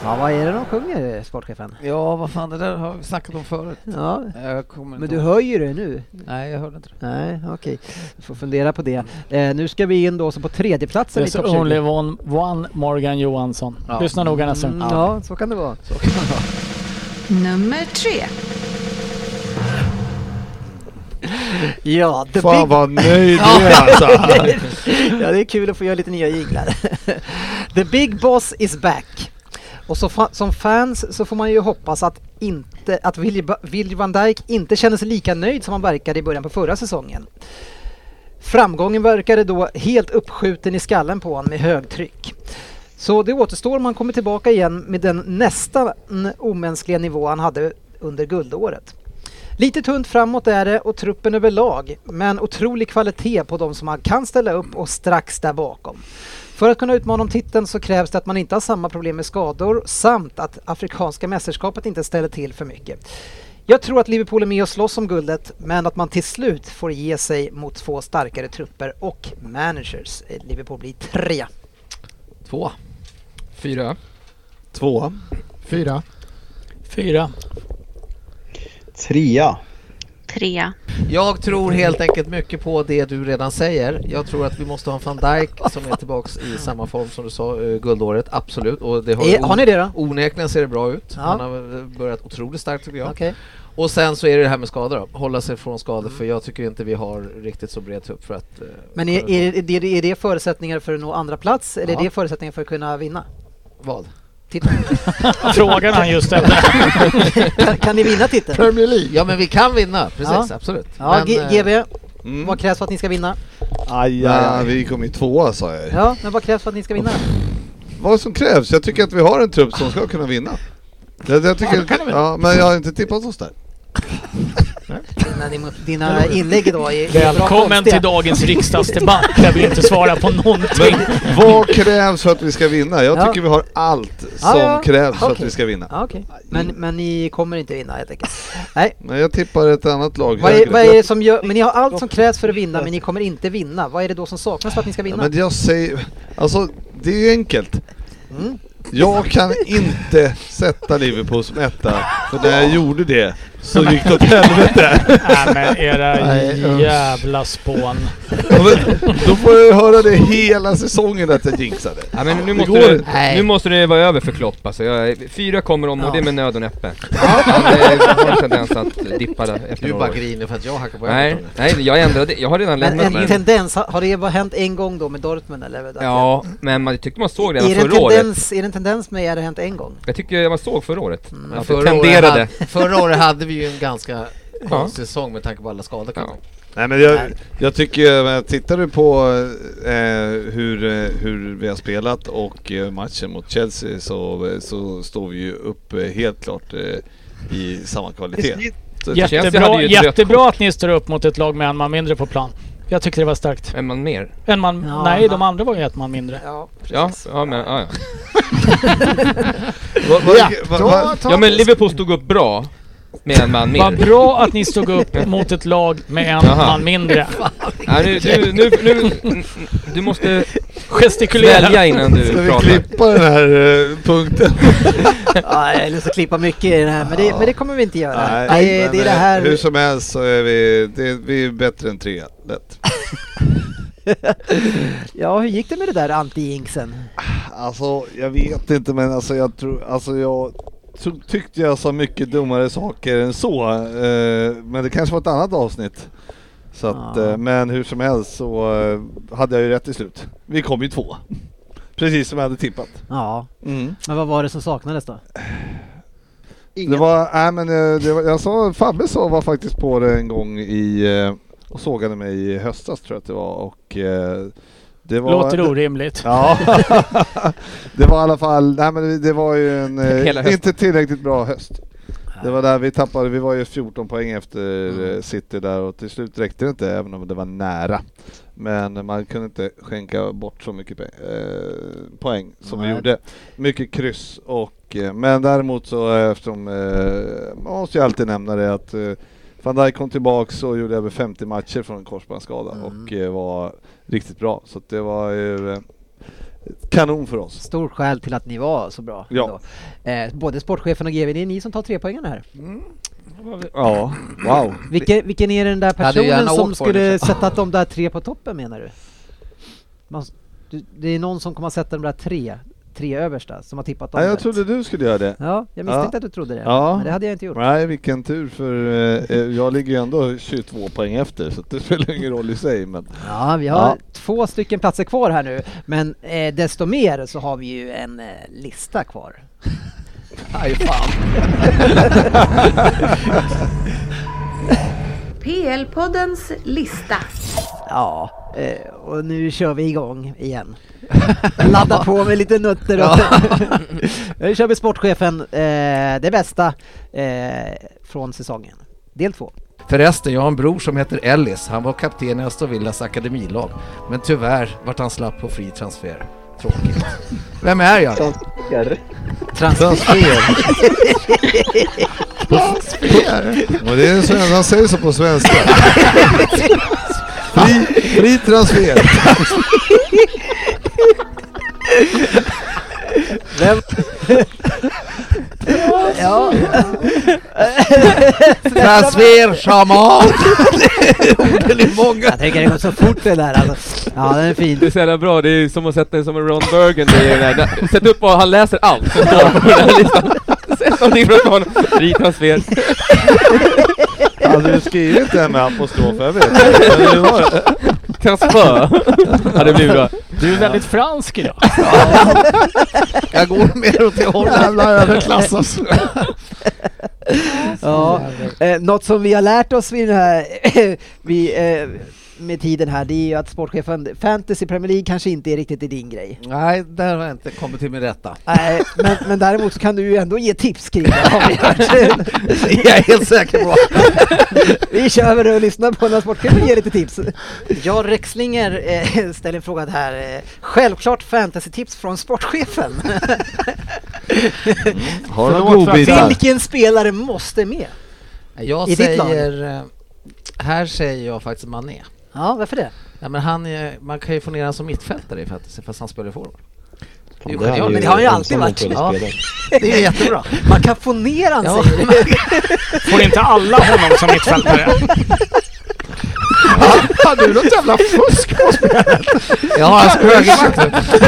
Ja, vad är det de sjunger, sportchefen? Ja, vad fan, det där har vi snackat om förut. Ja. Jag kommer Men inte du ihåg. hör ju det nu. Nej, jag hörde inte det. Nej, okej. Du får fundera på det. Eh, nu ska vi in då så på tredjeplatsen i There's topp only 20. one, one Morgan Johansson. Lyssna noga nästa Mm, ja, så kan det vara. Så kan det vara. Nummer tre. Ja, the Fan, big... vad nöjd Ja. du är, alltså. ja, det är kul att få göra lite nya jinglar. the Big Boss is back. Och så fa- som fans så får man ju hoppas att, inte, att Willy, Ba- Willy van Dijk inte känner sig lika nöjd som han verkade i början på förra säsongen. Framgången verkade då helt uppskjuten i skallen på honom med högtryck. Så det återstår om han kommer tillbaka igen med den nästan omänskliga nivå han hade under guldåret. Lite tunt framåt är det och truppen överlag, men otrolig kvalitet på de som man kan ställa upp och strax där bakom. För att kunna utmana om titeln så krävs det att man inte har samma problem med skador samt att Afrikanska mästerskapet inte ställer till för mycket. Jag tror att Liverpool är med och slåss om guldet, men att man till slut får ge sig mot två starkare trupper och managers. Liverpool blir trea. Två. Fyra. Två. Fyra. Fyra. Trea. Trea. Jag tror helt enkelt mycket på det du redan säger. Jag tror att vi måste ha en van Dijk som är tillbaks i samma form som du sa, eh, guldåret. Absolut. Och det har, Eh, har ni det då? Onekligen ser det bra ut. Ja. Han har eh, börjat otroligt starkt tycker jag. Okej. Mm. Och sen så är det det här med skador då. Hålla sig från skador för jag tycker inte vi har riktigt så bred trupp för att... eh, Men är, är, är, det, är det förutsättningar för att nå andra plats eller är Ja. det förutsättningar för att kunna vinna? Vad? Titeln? Frågan han just ställde. kan, kan ni vinna titeln? Premier League. Ja men vi kan vinna, precis, Ja. absolut. Ja, Men, G- eh, GB, vad krävs för att ni ska vinna? Aj, aj. Vi kom ju tvåa sa jag ju. Ja, men vad krävs för att ni ska vinna? Vad som krävs? Jag tycker att vi har en trupp som ska kunna vinna. Jag, jag tycker, ja, men jag har inte tippat oss där. Dina, dina inlägg idag är är bra Välkommen konstiga. till dagens riksdagsdebatt där vi inte svarar på någonting. Vad krävs för att vi ska vinna? Jag Ja. tycker vi har allt som Ja, ja. krävs för att Okej. vi ska vinna. Ja, okej. men, Mm. men ni kommer inte vinna helt enkelt? Nej. Men jag tippar ett annat lag Vad är, högre. vad är det som gör, men ni har allt som krävs för att vinna men ni kommer inte vinna. Vad är det då som saknas för att ni ska Ja, vinna? men jag säger... Alltså, det är ju enkelt. Jag kan inte sätta Liverpool som etta, för när jag gjorde det så gick det åt helvete. Nej men era Nej, usch. jävla spån. Ja, men Då får jag ju höra det hela säsongen att jag jinxade. Ja, men nu, Det måste går det, inte. nu måste det vara över för Klopp alltså. jag, Fyra kommer om och Ja. det är med nöd och näppe. Han eh, har en tendens att dippa där efter Du är några bara år. grinig för att jag hackar på Nej, Everton. nej, jag ändrade. Jag har redan Men lämnat en mig. tendens, har har det bara hänt en gång då med Dortmund eller? Att- Ja, men man jag tyckte man såg redan är, det en förra året. tendens, är det en tendens med är det hänt en gång? Jag tycker man såg förra året. Men Att Mm. förra, det året tenderade. hade, förra året hade vi ju en ganska Ja. konstig säsong med tanke på alla skador. Ja. Nej men jag, jag tycker, men tittar du på eh, hur, eh, hur vi har spelat och eh, matchen mot Chelsea så, eh, så står vi ju upp eh, helt klart eh, i samma kvalitet. Så- Jättebra, jättebra att ni står upp mot ett lag med en man mindre på plan. Jag tyckte det var starkt. En man mer? En man... Ja, nej, en de andra var ju ett man mindre. Ja, Ja, ja men ja, ja. Vad- vad- vad- då tar ja men vi- Liverpool stod upp bra med en man mer. Vad bra att ni stod upp mot ett lag med en Jaha. man mindre. Ja, nu, nu, nu, nu, du måste Gestikulera. välja innan du Ska vi pratar. klippa den här eh, punkten? Ja, jag har lust att klippa mycket i det här men det, men det kommer vi inte göra. Nej, det, men, det är det eh, här... Hur som helst så är vi, det, vi är bättre än tre, lätt. Ja, hur gick det med det där anti-jinxen? Alltså jag vet inte men alltså jag tror, alltså jag tro, tyckte jag sa mycket dummare saker än så. Eh, men det kanske var ett annat avsnitt. Så att, eh, men hur som helst så eh, hade jag ju rätt till slut. Vi kom ju två. Precis som jag hade tippat. Ja. Mm. Men vad var det som saknades då? Det var, nej men eh, det var, jag sa, Fabbe sa var faktiskt på det en gång i, eh, och sågade mig i höstas tror jag att det var och eh, det var... Låter orimligt. Ja. det var i alla fall, nej men det var ju en, eh, Hela hösten. inte tillräckligt bra höst. Det var där vi tappade, vi var ju 14 poäng efter eh, City där och till slut räckte det inte även om det var nära. Men man kunde inte skänka bort så mycket peng- eh, poäng som Nej. vi gjorde. Mycket kryss och eh, men däremot så eh, eftersom, eh, man måste ju alltid nämna det att eh, van Dijk kom tillbaks och gjorde över 50 matcher från korsbandsskada och eh, var riktigt bra. Så att det var ju eh, kanon för oss. Stor skäl till att ni var så bra. Ja. ändå. Eh, både sportchefen och GW, det är ni som tar tre poängen här. Mm. Ja, wow. Vilken, vilken är den där Jag hade ju personen gärna som åkt på det, skulle liksom. sätta de där tre på toppen menar du? Man, du? Det är någon som kommer att sätta de där tre, tre översta som har tippat dem Ja, jag rätt. trodde du skulle göra det. Ja, jag misstänkte att du trodde det, men det hade jag inte gjort. Nej, vilken tur för eh, eh, jag ligger ju ändå 22 poäng efter så att det spelar ingen roll i sig. Men... Ja, vi har två stycken platser kvar här nu, men eh, desto mer så har vi ju en eh, lista kvar. Aj fan. PL-poddens lista. ja, eh, och nu kör vi igång igen. Ladda på med lite nutter. Och nu kör vi sportchefen, eh, det bästa eh, från säsongen. Del två. Förresten, jag har en bror som heter Ellis. Han var kapten i Aston Villas akademilag. Men tyvärr vart han slapp på fri transfer. Tråkigt. Vem är jag? Transfer. Och det är så han säger så på svenska. Fri, fri transfer. Vem? ja. Transferschaman! Jag tänker det går så fort det där alltså. Ja, den är fin. Det är så jävla bra, det är som att sätta en som en Ron Burgundy i den där. Där- Sätt upp vad han läser allt, så står det på den här listan. Sätt någonting för att honom. Fri transfer. Hade Alltså, du skrivit det här med apostrof? Jag vet inte. Men det var det. Transfer. Ja, det blir bra. Du är väldigt fransk idag. Jag går mer åt det hållet. Jävla överklass, alltså. Ja, eh, något som vi har lärt oss vid den här, vi, eh, med tiden här, det är ju att sportchefen, fantasy Premier League kanske inte är riktigt i din grej. Nej, där har jag inte kommit till min rätta. Nej, men, men däremot så kan du ju ändå ge tips kring det, har vi hört. Jag är helt säker på. Vi kör över och lyssnar på när sportchefen ger lite tips. Ja, Rexlinger eh, ställer en fråga här. eh, Självklart fantasy-tips från sportchefen. Mm. Har du några Förlåt för att- godbitar? Vilken spelare måste med? Jag I ditt lag? säger... eh, Här säger jag faktiskt Mané. Ja, varför det? Ja, men han är, man kan ju få ner honom som mittfältare i fantasy fast han spelar i forward. Det är ju Ja, genialt. men det har han ju alltid varit. Ja, det är jättebra. Man kan få ner han Ja. säger du. Får inte alla honom som mittfältare? Har du något jävla fusk på spelet? Jag har hans högerback.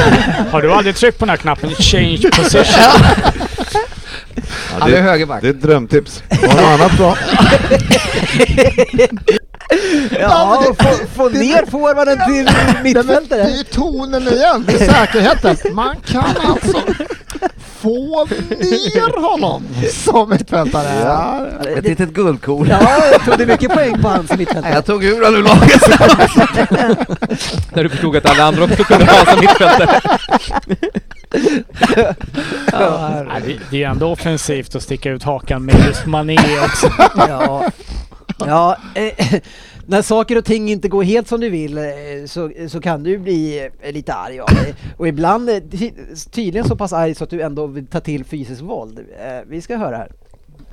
Har du aldrig tryckt på den här knappen change position? Han är högerback. Det är ett drömtips. Har du något annat bra? Ja, och få, få ner forwarden till mittfältare. Det är ju tonen igen, det är säkerheten. Man kan alltså få ner honom som mittfältare. Ja. Ett litet guldkorn. Ja, jag tog det mycket poäng på hans mittfältare. Jag tog ur honom ur laget. När du förstod att alla andra också kunde ha som mittfältare. Nej, det- det är ändå offensivt att sticka ut hakan med just Mané också. Ja. Ja, eh, när saker och ting inte går helt som du vill eh, så, så kan du bli eh, lite arg av dig. Och ibland eh, ty, tydligen så pass arg så att du ändå vill ta till fysiskt våld. Eh, vi ska höra här.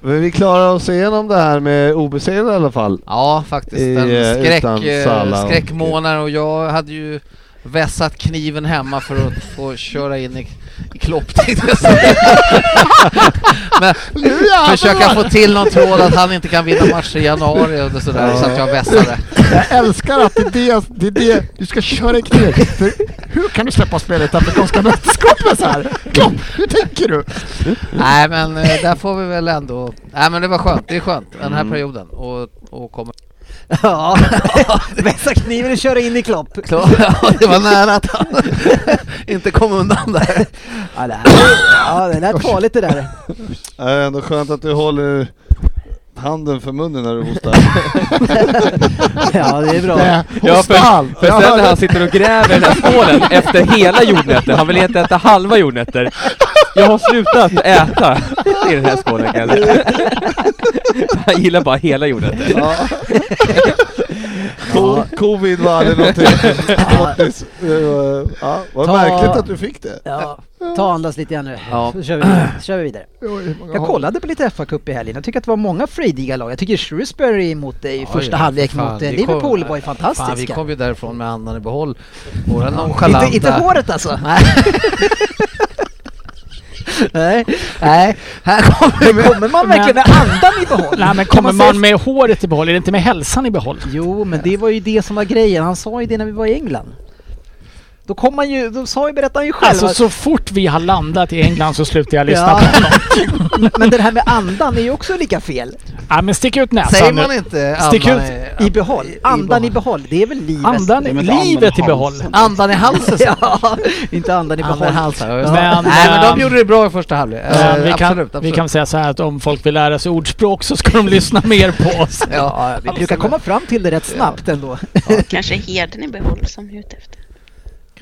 Men vi klarar oss igenom det här med obesegrade i alla fall. Ja, faktiskt. I, eh, Den skräck, utan eh, Salah och- skräckmånaren och jag hade ju vässat kniven hemma för att få köra in i, i Klopp tänkte jag säga. Men jävlar! försöka få till någon tråd att han inte kan vinna matcher i januari och sådär så att jag vässade. Jag älskar att det är det, det, är det du ska köra i kniv. För hur kan du släppa spelet i Afrikanska mästerskapen så här? Klopp, hur tänker du? Nej men eh, där får vi väl ändå... Nej men det var skönt, det är skönt den här Mm. perioden och, och komma... Ja, vässa kniven och köra in i Klopp. Ja, det var nära att han inte kom undan där. Ja, det, här, ja, det lät farligt det där. Äh, Det är ändå skönt att du håller handen för munnen när du hostar. Ja, det är bra. Ja, för, för sen när han sitter och gräver i den här skålen efter hela jordnötter, han vill inte äta halva jordnötter. jag har slutat äta i den här skålen kan jag säga. Jag gillar bara hela jorden. Ja. Co- Covid var det någonting. Grattis. Ja, vad Ta- märkligt att du fick det. Ja, ta och andas lite grann nu. Ja. Så kör vi vidare. Så kör vi vidare. Oj, hur många Jag har- kollade på lite FA-cup i helgen. Jag tycker att det var många frejdiga lag. Jag tycker Shrewsbury mot dig i första halvlek fan, mot eh, vi Liverpool kom- var ju Fan, vi fantastiska. kom ju därifrån med andan i behåll. Våra nonchalanta... inte, inte håret alltså. Nej. Nej, här kommer, kommer man verkligen med andan i behåll. Nej Kan men kommer säga- man med håret i behåll? Är det inte med hälsan i behåll? Jo, men det var ju det som var grejen. Han sa ju det när vi var i England. Då kom han ju, då sa ju, berättade han ju själv. Alltså att- så fort vi har landat i England så slutar jag lyssna Ja. på honom. Men det här med andan är ju också lika fel. Nej men stick ut näsan Säger nu. man inte Stick andan ut. I behåll. Andan i behåll, det är väl livet? Andan- Nej, men inte livet andan i i behåll. halsen. Andan i halsen sa Ja, inte andan i behåll. Andan i halsen, ja, just det. Men, Nej, men ehm, de gjorde det bra i första halvlek. Eh, Men vi, absolut, kan, absolut. vi kan säga så här att om folk vill lära sig ordspråk så ska de lyssna mer på oss. ja, vi brukar komma fram till det rätt snabbt ändå. Kanske heden i behåll som vi är ute efter.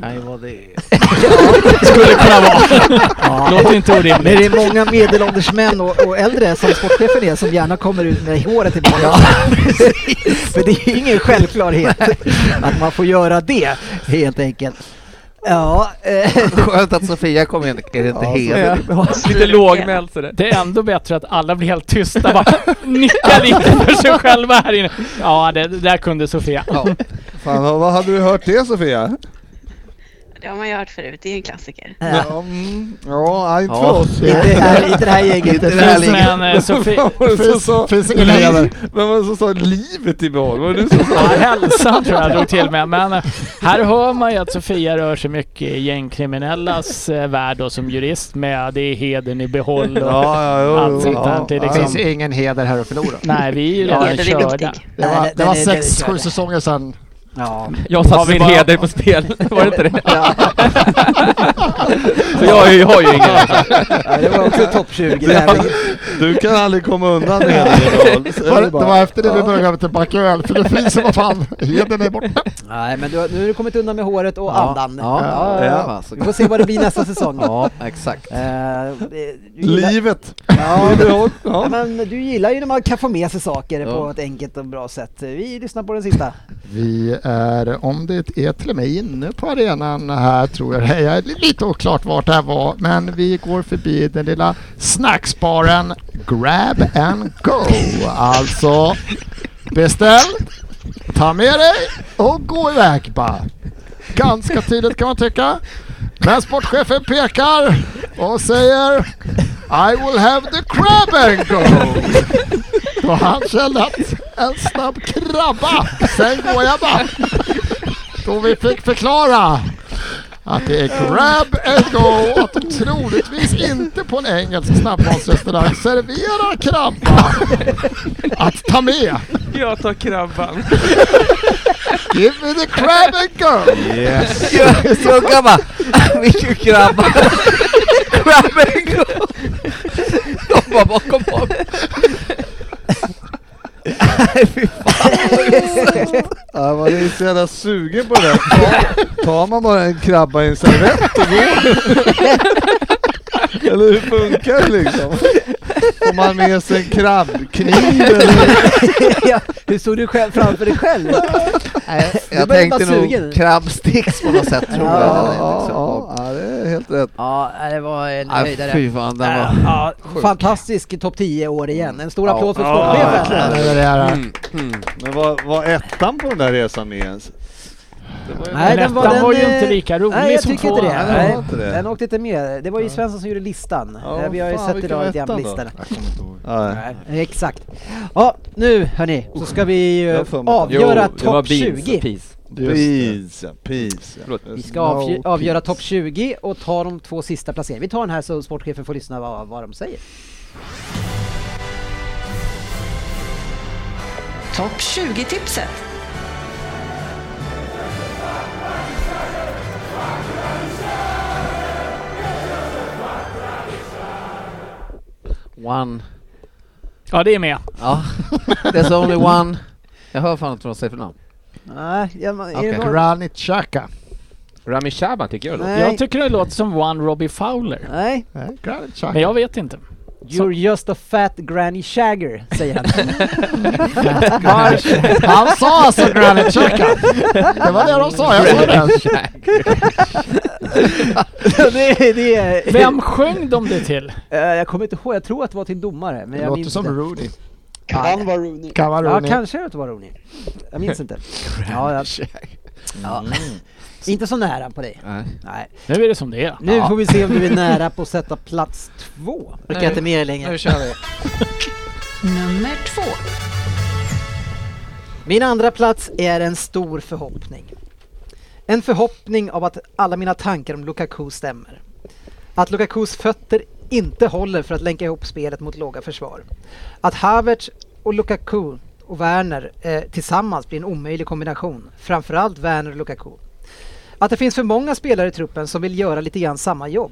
Kan ju vara det. eh, Skulle kunna vara. Låter inte orimligt. Men det är många medelålders män och, och äldre som sportchefen är som gärna kommer ut med håret i behåll. För det är ju ingen självklarhet att man får göra det helt enkelt. Ja, eh, Skönt att Sofia kom in. Är det inte Ja, helt... Lite lågmäld sådär. Det är ändå bättre att alla blir helt tysta bara nickar lite för sig själva här inne. Ja, det, det där kunde Sofia. Fan, vad vad hade du hört det Sofia? Det har man ju hört förut, det är en klassiker. Ja, mm, ja nej, inte för Ja. oss. Inte här- inte det här gänget. Inte Det finns en, eh, Sofie- Vad var det som finns- sa- finns ingen ledare. Vem var det som sa livet i behåll? Var det du som sa Ja, det? hälsan tror jag drog till med. Men eh, här hör man ju att Sofia rör sig mycket i gängkriminellas eh, värld då, som jurist med det är hedern i behåll och Ja, ja, jo, jo, allt sånt där. ja. till Det finns liksom. ingen heder här att förlora. Nej, vi är ju redan Heder är körda. viktig. Det Nej, var, den- det var den är- den sex, är sju körd. säsonger sedan. Ja. Jag satte min heder på spel, var det inte det? Så jag, har ju- jag har ju ingen. alltså. Du kan aldrig komma undan det hela. Det var, det var efter det vi började gå över till Backöl, för det finns vad fan. Heden är borta. Nej, men du, har- nu har du kommit undan med håret och andan. ja, Ja, ja, ja. alltså. Vi får se vad det blir nästa säsong. Ja, exakt. Eh, det- du gillar- Livet. Ja, Livet i ja. behåll. Ja. men du gillar ju när man kan få med sig saker Ja. på ett enkelt och bra sätt. Vi lyssnar på den sista. Vi är, om det är till och med inne på arenan här tror jag det är. Lite oklart vart det här var, men vi går förbi den lilla snacksbaren Grab and Go. Alltså, beställ, ta med dig och gå iväg bara. Ganska tidigt kan man tycka. Men sportchefen pekar och säger I will have the crab and go. Och han kände att en snabb krabba, sen går jag bara. Då vi fick förklara att det är grab and go och att de troligtvis inte på en engelsk snabbmatsrestaurang serverar krabba att ta med. Jag tar krabban. Give me the crab and go! Yes. Så grabbar! Vi kör grabbar! Grabben go! De var bakom honom. Ja, man är så jävla sugen på det där. Ta- Tar man bara en krabba i en servett och går? Eller hur funkar det liksom? Får man med sig en krabbkniv eller? ja, hur såg du själv framför dig själv? Nej, Jag tänkte nog krabbsticks på något sätt tror jag. Ja, ja, det är helt rätt. Ja, det var en Ah, höjdare. fy fan, den Ja, var ja, sjuk. fantastisk topp 10-år igen. En stor applåd för verkligen. sportchefen. Mm, mm. Men var, var ettan på den där resan med ens? Det var ju- Nej, den var, den, ju eh, inte lika rolig nej, jag som tycker inte tvåan. det. Nej, den Nej, var inte det. Den åkte inte med. Det var ju Svensson som gjorde listan. Ja, Eh, Vi har ju fan, sett vilken idag var lite grann på ettan då? listan. Nej. Nej, Exakt. Ja, nu hörni, så ska vi eh, Jag har för mig att- avgöra Jo, det var topp beans 20. och peas. Peas, ja, peas, ja. Förlåt. Vi ska No avgö- peas. avgöra topp 20 och ta de två sista placeringarna. Vi tar den här så sportchefen får lyssna vad, vad de säger. Topp 20-tipset. One. Ja, det är med. Ja. There's only one. Jag hör fan inte vad de säger för namn. Nej, ja, man- är det Okej. några- Granit Xhaka. Rami Shaban tycker jag det Jag tycker det låter som One Robbie Fowler. Nej. Men jag vet inte. You're just a fat granny shagger, säger han. Han sa alltså Granit Xhaka. Det var det de sa, jag såg det. det, det är... Vem sjöng de det till? Eh, jag kommer inte ihåg, jag tror att det var till domare. Men Det jag låter minns som inte. Rooney. Kan vara Rooney. Kan vara Ja, Rooney. kanske att det var Rooney. Jag minns inte. ja, jag... ja. Mm. inte så nära på dig. Nej. Nej. Nu är det som det är. Nu får vi se om du är nära på att sätta plats två. Orkar Nej. inte med dig längre. Nu kör vi. Nummer två. Min andra plats är en stor förhoppning. En förhoppning om att alla mina tankar om Lukaku stämmer. Att Lukakus fötter inte håller för att länka ihop spelet mot låga försvar. Att Havertz och Lukaku och Werner eh, tillsammans blir en omöjlig kombination. Framförallt Werner och Lukaku. Att det finns för många spelare i truppen som vill göra lite grann samma jobb.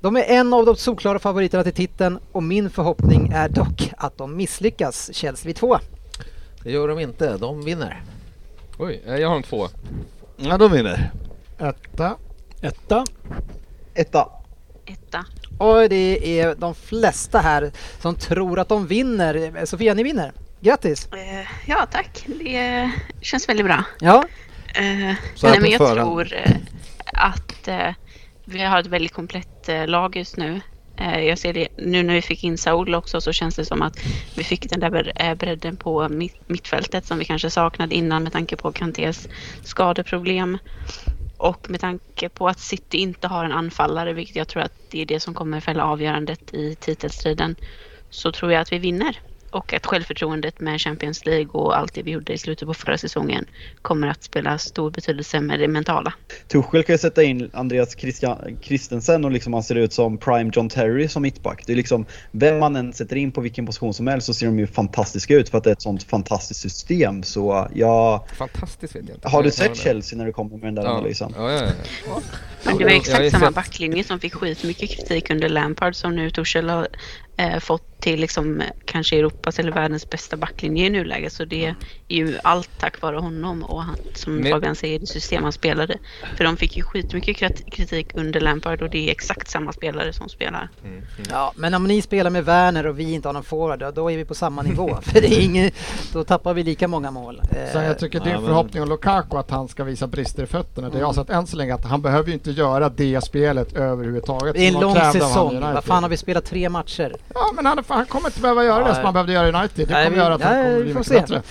De är en av de solklara favoriterna till titeln och min förhoppning är dock att de misslyckas. Chelsea vid tvåa. Det gör de inte, de vinner. Oj, eh, jag har en två. Ja, de vinner. Etta. Etta. Etta. Och det är de flesta här som tror att de vinner. Sofia, ni vinner. Grattis! Eh, Ja, tack. Det känns väldigt bra. Ja. Eh, Så här nej, på men jag förhand. tror eh, att eh, vi har ett väldigt komplett eh, lag just nu. Eh, jag ser det nu när vi fick in Saul också så känns det som att vi fick den där bre- eh, bredden på mitt, mittfältet som vi kanske saknade innan med tanke på Kantés skadeproblem. Och med tanke på att City inte har en anfallare, vilket jag tror att det är det som kommer fälla avgörandet i titelstriden, så tror jag att vi vinner. Och att självförtroendet med Champions League och allt det vi gjorde i slutet på förra säsongen kommer att spela stor betydelse med det mentala. Tuchel kan ju sätta in Andreas Christian, Christensen och liksom han ser ut som prime John Terry som mittback. Det är liksom, vem man än sätter in på vilken position som helst så ser de ju fantastiska ut för att det är ett sånt fantastiskt system. Så jag... Fantastiskt vet jag inte. Har du Jag sett har det. Chelsea när du kommer med den där Ja. analysen? Ja, ja, ja. Men det var Jag har exakt ju samma sett- backlinje som fick skitmycket kritik under Lampard som nu Torshäll har eh, fått till liksom, eh, kanske Europas eller världens bästa backlinje i nuläget. Så det är ju allt tack vare honom och han, som Men- Fabian säger, det system han spelade. För de fick ju skitmycket krat- kritik under Lampard och det är exakt samma spelare som spelar. Mm-hmm. Ja, men om ni spelar med Werner och vi inte har någon forward, då- då är vi på samma nivå. För det är ingen, då tappar vi lika många mål. Eh, Så jag tycker din ja, men- förhoppning om Lukaku att han ska visa brister i fötterna, det jag har Mm. sett än så länge att han behöver ju inte göra det spelet överhuvudtaget. Det är en som de lång krävde av han i säsong. United. Vad fan har vi spelat tre matcher? Ja, men han, han kommer inte behöva göra det Nej. som han behövde göra i United. Det Nej, kommer vi- göra att han nej, kommer vi bli får mycket se. bättre.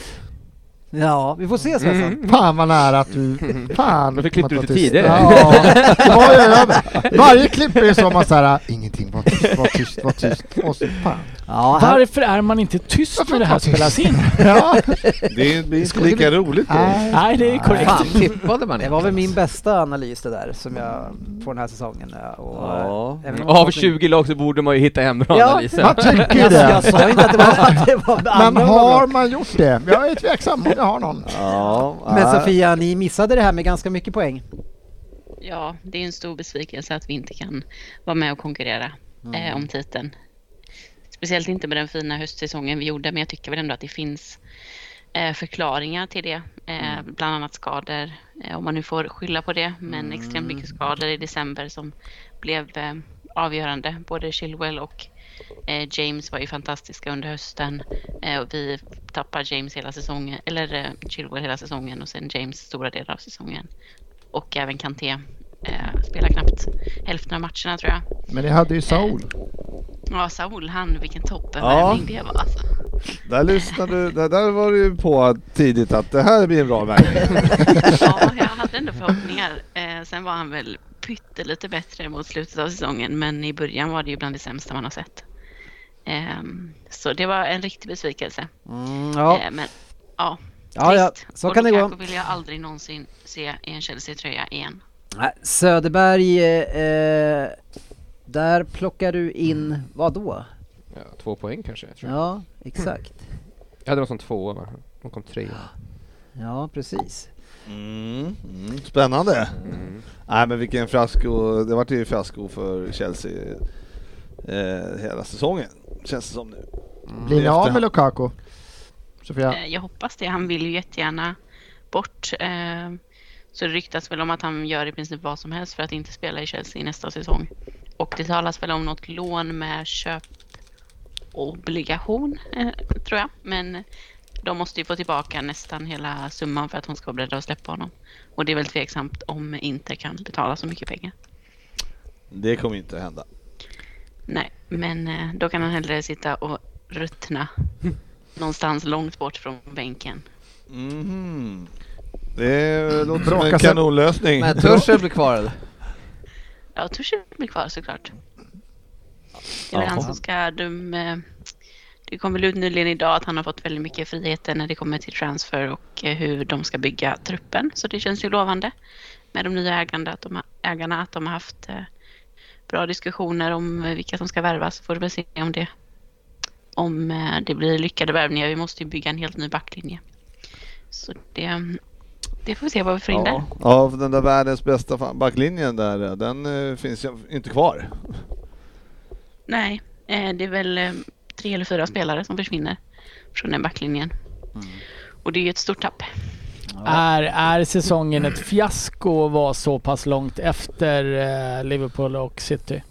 Ja, vi får se Svensson. Mm. Fan vad nära att du... Fan! Varför klippte du att inte var tyst. tidigare? Ja, det var ju över. Varje klipp är ju som att såhär, ingenting, var tyst, var tyst, var tyst. Och så fan. Varför är man inte tyst när det här spelas in? Ja. Det blir inte lika roligt då. Nej, det är korrekt. Fan, tippade man Det var väl min bästa analys det där, som jag, på den här säsongen. eh, Och, Ja. även om- Av 20 lag så borde man ju hitta en bra Ja, analys. man tycker ju det. Jag sa inte att det var- att det var Men annorlunda har bra. man gjort det? Jag är tveksam om jag har någon. Ja, Men Sofia, ni missade det här med ganska mycket poäng. Ja, det är en stor besvikelse att vi inte kan vara med och konkurrera eh, om titeln. Speciellt inte med den fina höstsäsongen vi gjorde, men jag tycker väl ändå att det finns eh, förklaringar till det. Eh, Bland annat skador, eh, om man nu får skylla på det, men extremt mycket skador i december som blev eh, avgörande. Både Chilwell och eh, James var ju fantastiska under hösten eh, och vi tappar James hela säsongen, eller eh, Chilwell hela säsongen och sen James stora delar av säsongen. Och även Kanté eh, spelar knappt hälften av matcherna tror jag. Men ni hade ju Saul. Ja, Saul, han, vilken Ja. toppenvärvning det var alltså. Där lyssnade du, där, där var du ju på tidigt att det här blir en bra värvning. Ja, jag hade ändå förhoppningar. Eh, sen var han väl pyttelite bättre mot slutet av säsongen, men i början var det ju bland det sämsta man har sett. Ehm, så det var en riktig besvikelse. Mm, ja. Eh, men ja, Ja, ja, trist. så Och kan det gå. Lukaku vill jag aldrig någonsin se i en Chelsea-tröja igen. Nej, Söderberg, eh, eh, där plockar du in vad då? Ja, två poäng kanske. jag Tror jag. Ja, exakt. Jag hade dem som tvåa va? De kom trea. Ja, precis. Mm, mm, spännande. Nej men vilken fiasko, det vart ju fiasko för Chelsea eh, hela säsongen, känns det som nu. Blir ni av med Efterhand. Lukaku? Sofia? Eh, jag hoppas det. Han vill ju jättegärna bort. Eh, Så det ryktas väl om att han gör i princip vad som helst för att inte spela i Chelsea i nästa säsong. Och det talas väl om något lån med köpobligation, eh, tror jag. Men de måste ju få tillbaka nästan hela summan för att hon ska vara beredda att släppa honom. Och det är väl tveksamt om inte kan betala så mycket pengar. Det kommer inte hända. Nej, men eh, då kan han hellre sitta och ruttna någonstans långt bort från bänken. Mhm. Det låter som Bråka en sig- kanonlösning. Men Tuchel blir kvar eller? Ja, Tuchel blir kvar såklart. Det är väl Jaha. han som ska... De, eh, det kom väl ut nyligen idag att han har fått väldigt mycket friheter när det kommer till transfer och eh, hur de ska bygga truppen. Så det känns ju lovande med de nya ägande, att de, har- ägarna, att de har haft eh, bra diskussioner om eh, vilka som ska värvas. Får du väl se om det, om eh, det blir lyckade värvningar. Vi måste ju bygga en helt ny backlinje. Så det, mm, det får vi se vad vi får in där. Ja, ja, för den där världens bästa fa- backlinjen där, eh, den eh, finns ju inte kvar. Nej, eh, det är väl eh, tre eller fyra spelare som försvinner från den backlinjen. Mm. Och det är ju ett stort tapp. Är, är säsongen ett fiasko att vara så pass långt efter eh, Liverpool och City?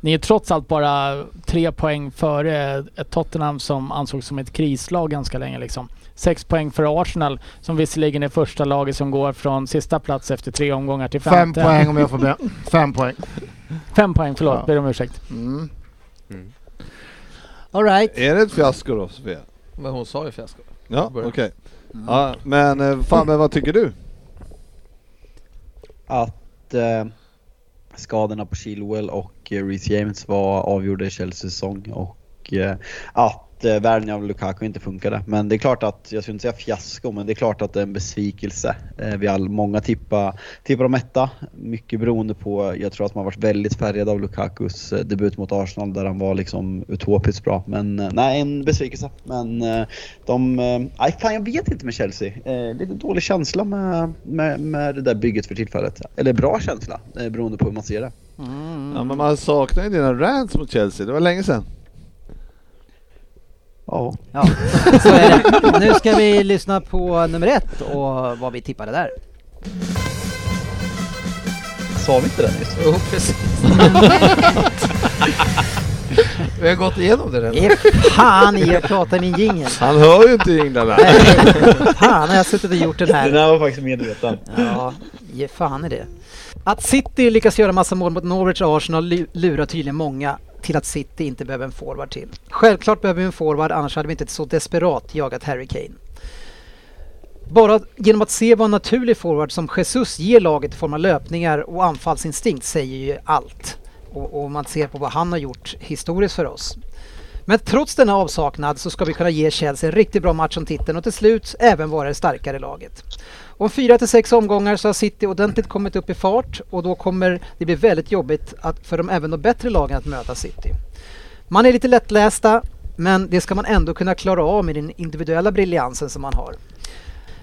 Ni är trots allt bara tre poäng före ett Tottenham som ansågs som ett krislag ganska länge. Liksom. Sex poäng för Arsenal som visserligen är första laget som går från sista plats efter tre omgångar till Fem femte. poäng om jag får be. Fem poäng. Fem poäng, förlåt. Ja. Ber om ursäkt. Mm. Mm. All right. Är det ett fiasko då Sofia? Men hon sa ju fiasko. Ja, okej. Mm. Ja, men eh, Fabbe, vad tycker du? att eh, skadorna på Chilwell och eh, Reece James var avgjorda i Chelseas säsong och eh, att eh, värvningen av Lukaku inte funkade. Men det är klart att, jag skulle inte säga fiasko, men det är klart att det är en besvikelse. Eh, vi all, många tippar tippa dem etta, mycket beroende på, jag tror att man har varit väldigt färgad av Lukakus eh, debut mot Arsenal där han var liksom utopiskt bra. Men eh, nej, en besvikelse. Men eh, de, eh, nej fan jag vet inte med Chelsea. Eh, lite dålig känsla med, med, med det där bygget för tillfället. Eller bra känsla, eh, beroende på hur man ser det. Ja, men man saknar ju dina rants mot Chelsea, det var länge sedan. Ja. Ja, så är det. Nu ska vi lyssna på nummer ett och vad vi tippade där. Sa vi inte det nyss? Jo, precis. Vi har gått igenom det redan. Ge fan i att prata i min jingel. Han hör ju inte jinglarna. fan har jag suttit och gjort den här. Den här var faktiskt medveten. Ja, ge fan i det. Att City lyckas göra massa mål mot Norwich och Arsenal lu- lurar tydligen många till att City inte behöver en forward till. Självklart behöver vi en forward, annars hade vi inte så desperat jagat Harry Kane. Bara genom att se vad en naturlig forward som Jesus ger laget i form av löpningar och anfallsinstinkt säger ju allt. Och, och man ser på vad han har gjort historiskt för oss. Men trots denna avsaknad så ska vi kunna ge Chelsea en riktigt bra match om titeln och till slut även vara det starkare laget. Om fyra till sex omgångar så har City ordentligt kommit upp i fart och då kommer det bli väldigt jobbigt att, för de även de bättre lagen att möta City. Man är lite lättlästa men det ska man ändå kunna klara av med den individuella briljansen som man har.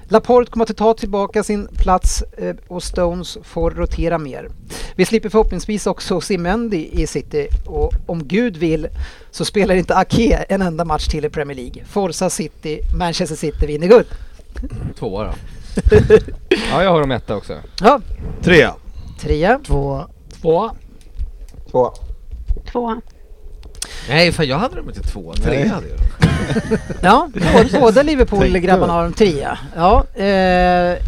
Laporte kommer att ta tillbaka sin plats eh, och Stones får rotera mer. Vi slipper förhoppningsvis också se Mendy i City och om Gud vill så spelar inte Ake en enda match till i Premier League. Forza City, Manchester City vinner guld. Tvåa då. ja, jag har dem etta också. Ja. Trea. Trea. Två. Två. Två. Två. Nej, för jag hade dem inte två. Tre Nej. hade jag. Ja, bå- båda Liverpool-grabbarna Tänkte. har en trea. Ja, eh,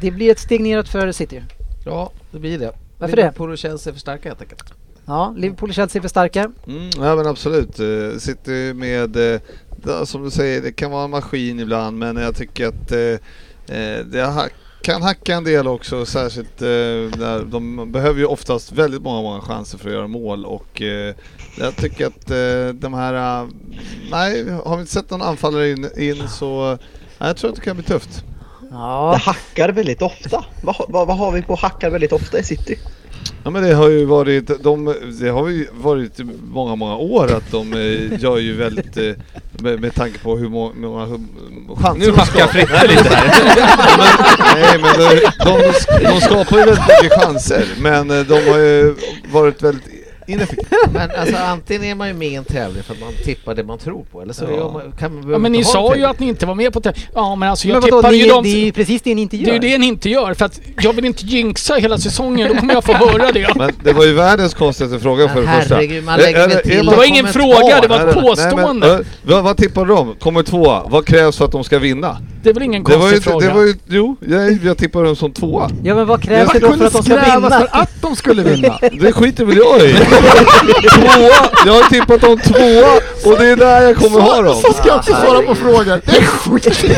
det blir ett steg neråt för City. Ja, det blir det. Varför det? Liverpool och Chelsea är för starka helt enkelt. Ja, Liverpool och Chelsea är för starka. Mm, ja men absolut. Eh, City med, eh, da- som du säger, det kan vara en maskin ibland men jag tycker att eh, eh, det ha- kan hacka en del också särskilt eh, när de behöver ju oftast väldigt många, många chanser för att göra mål och eh, jag tycker att eh, de här, eh, nej har vi inte sett någon anfallare in, in så nej, jag tror att det kan bli tufft. Ja. Det hackar väldigt ofta. Vad, vad, vad har vi på hackar väldigt ofta i City? Ja men det har ju varit, de, det har ju varit i många, många år att de eh, gör ju väldigt, eh, med, med tanke på hur må- många hum- chanser Nu de hackar skapar. Fritte lite här. Ja, men, nej men de, eh, de, de skapar ju väldigt mycket chanser men eh, de har ju varit väldigt ineffektiv. Men alltså antingen är man ju med i en tävling för att man tippar det man tror på eller så Ja. gör man, kan man Ja, men ni inte ha en sa ju tävling. att ni inte var med på tävlingen. Ja men alltså jag Men vadå, tippade det ju är- dem... det är ju precis det ni inte Det är ju gör. det ni inte gör för att jag vill inte jinxa hela säsongen. Då kommer jag få höra det. Men det var ju världens konstigaste fråga för det första. herregud, man lägger Är- är- väl är till man- Det var ingen kommentar. fråga, det var ett Nej, men- påstående. Nej, men, eh, vad, vad tippar de? Kommer tvåa. Vad krävs för att de ska vinna? Det är väl ingen Det var ju, konstig fråga. inte- det var ju, jo, jag, jag tippar dem som tvåa. Ja men vad Jag krävs det då för kunde att de ska skräva vinna? för att de skulle vinna. Det skiter väl jag i. tvåa. Jag har tippat dem tvåa och det är där jag kommer ha dem. Så ska jag också svara på frågor. Det skiter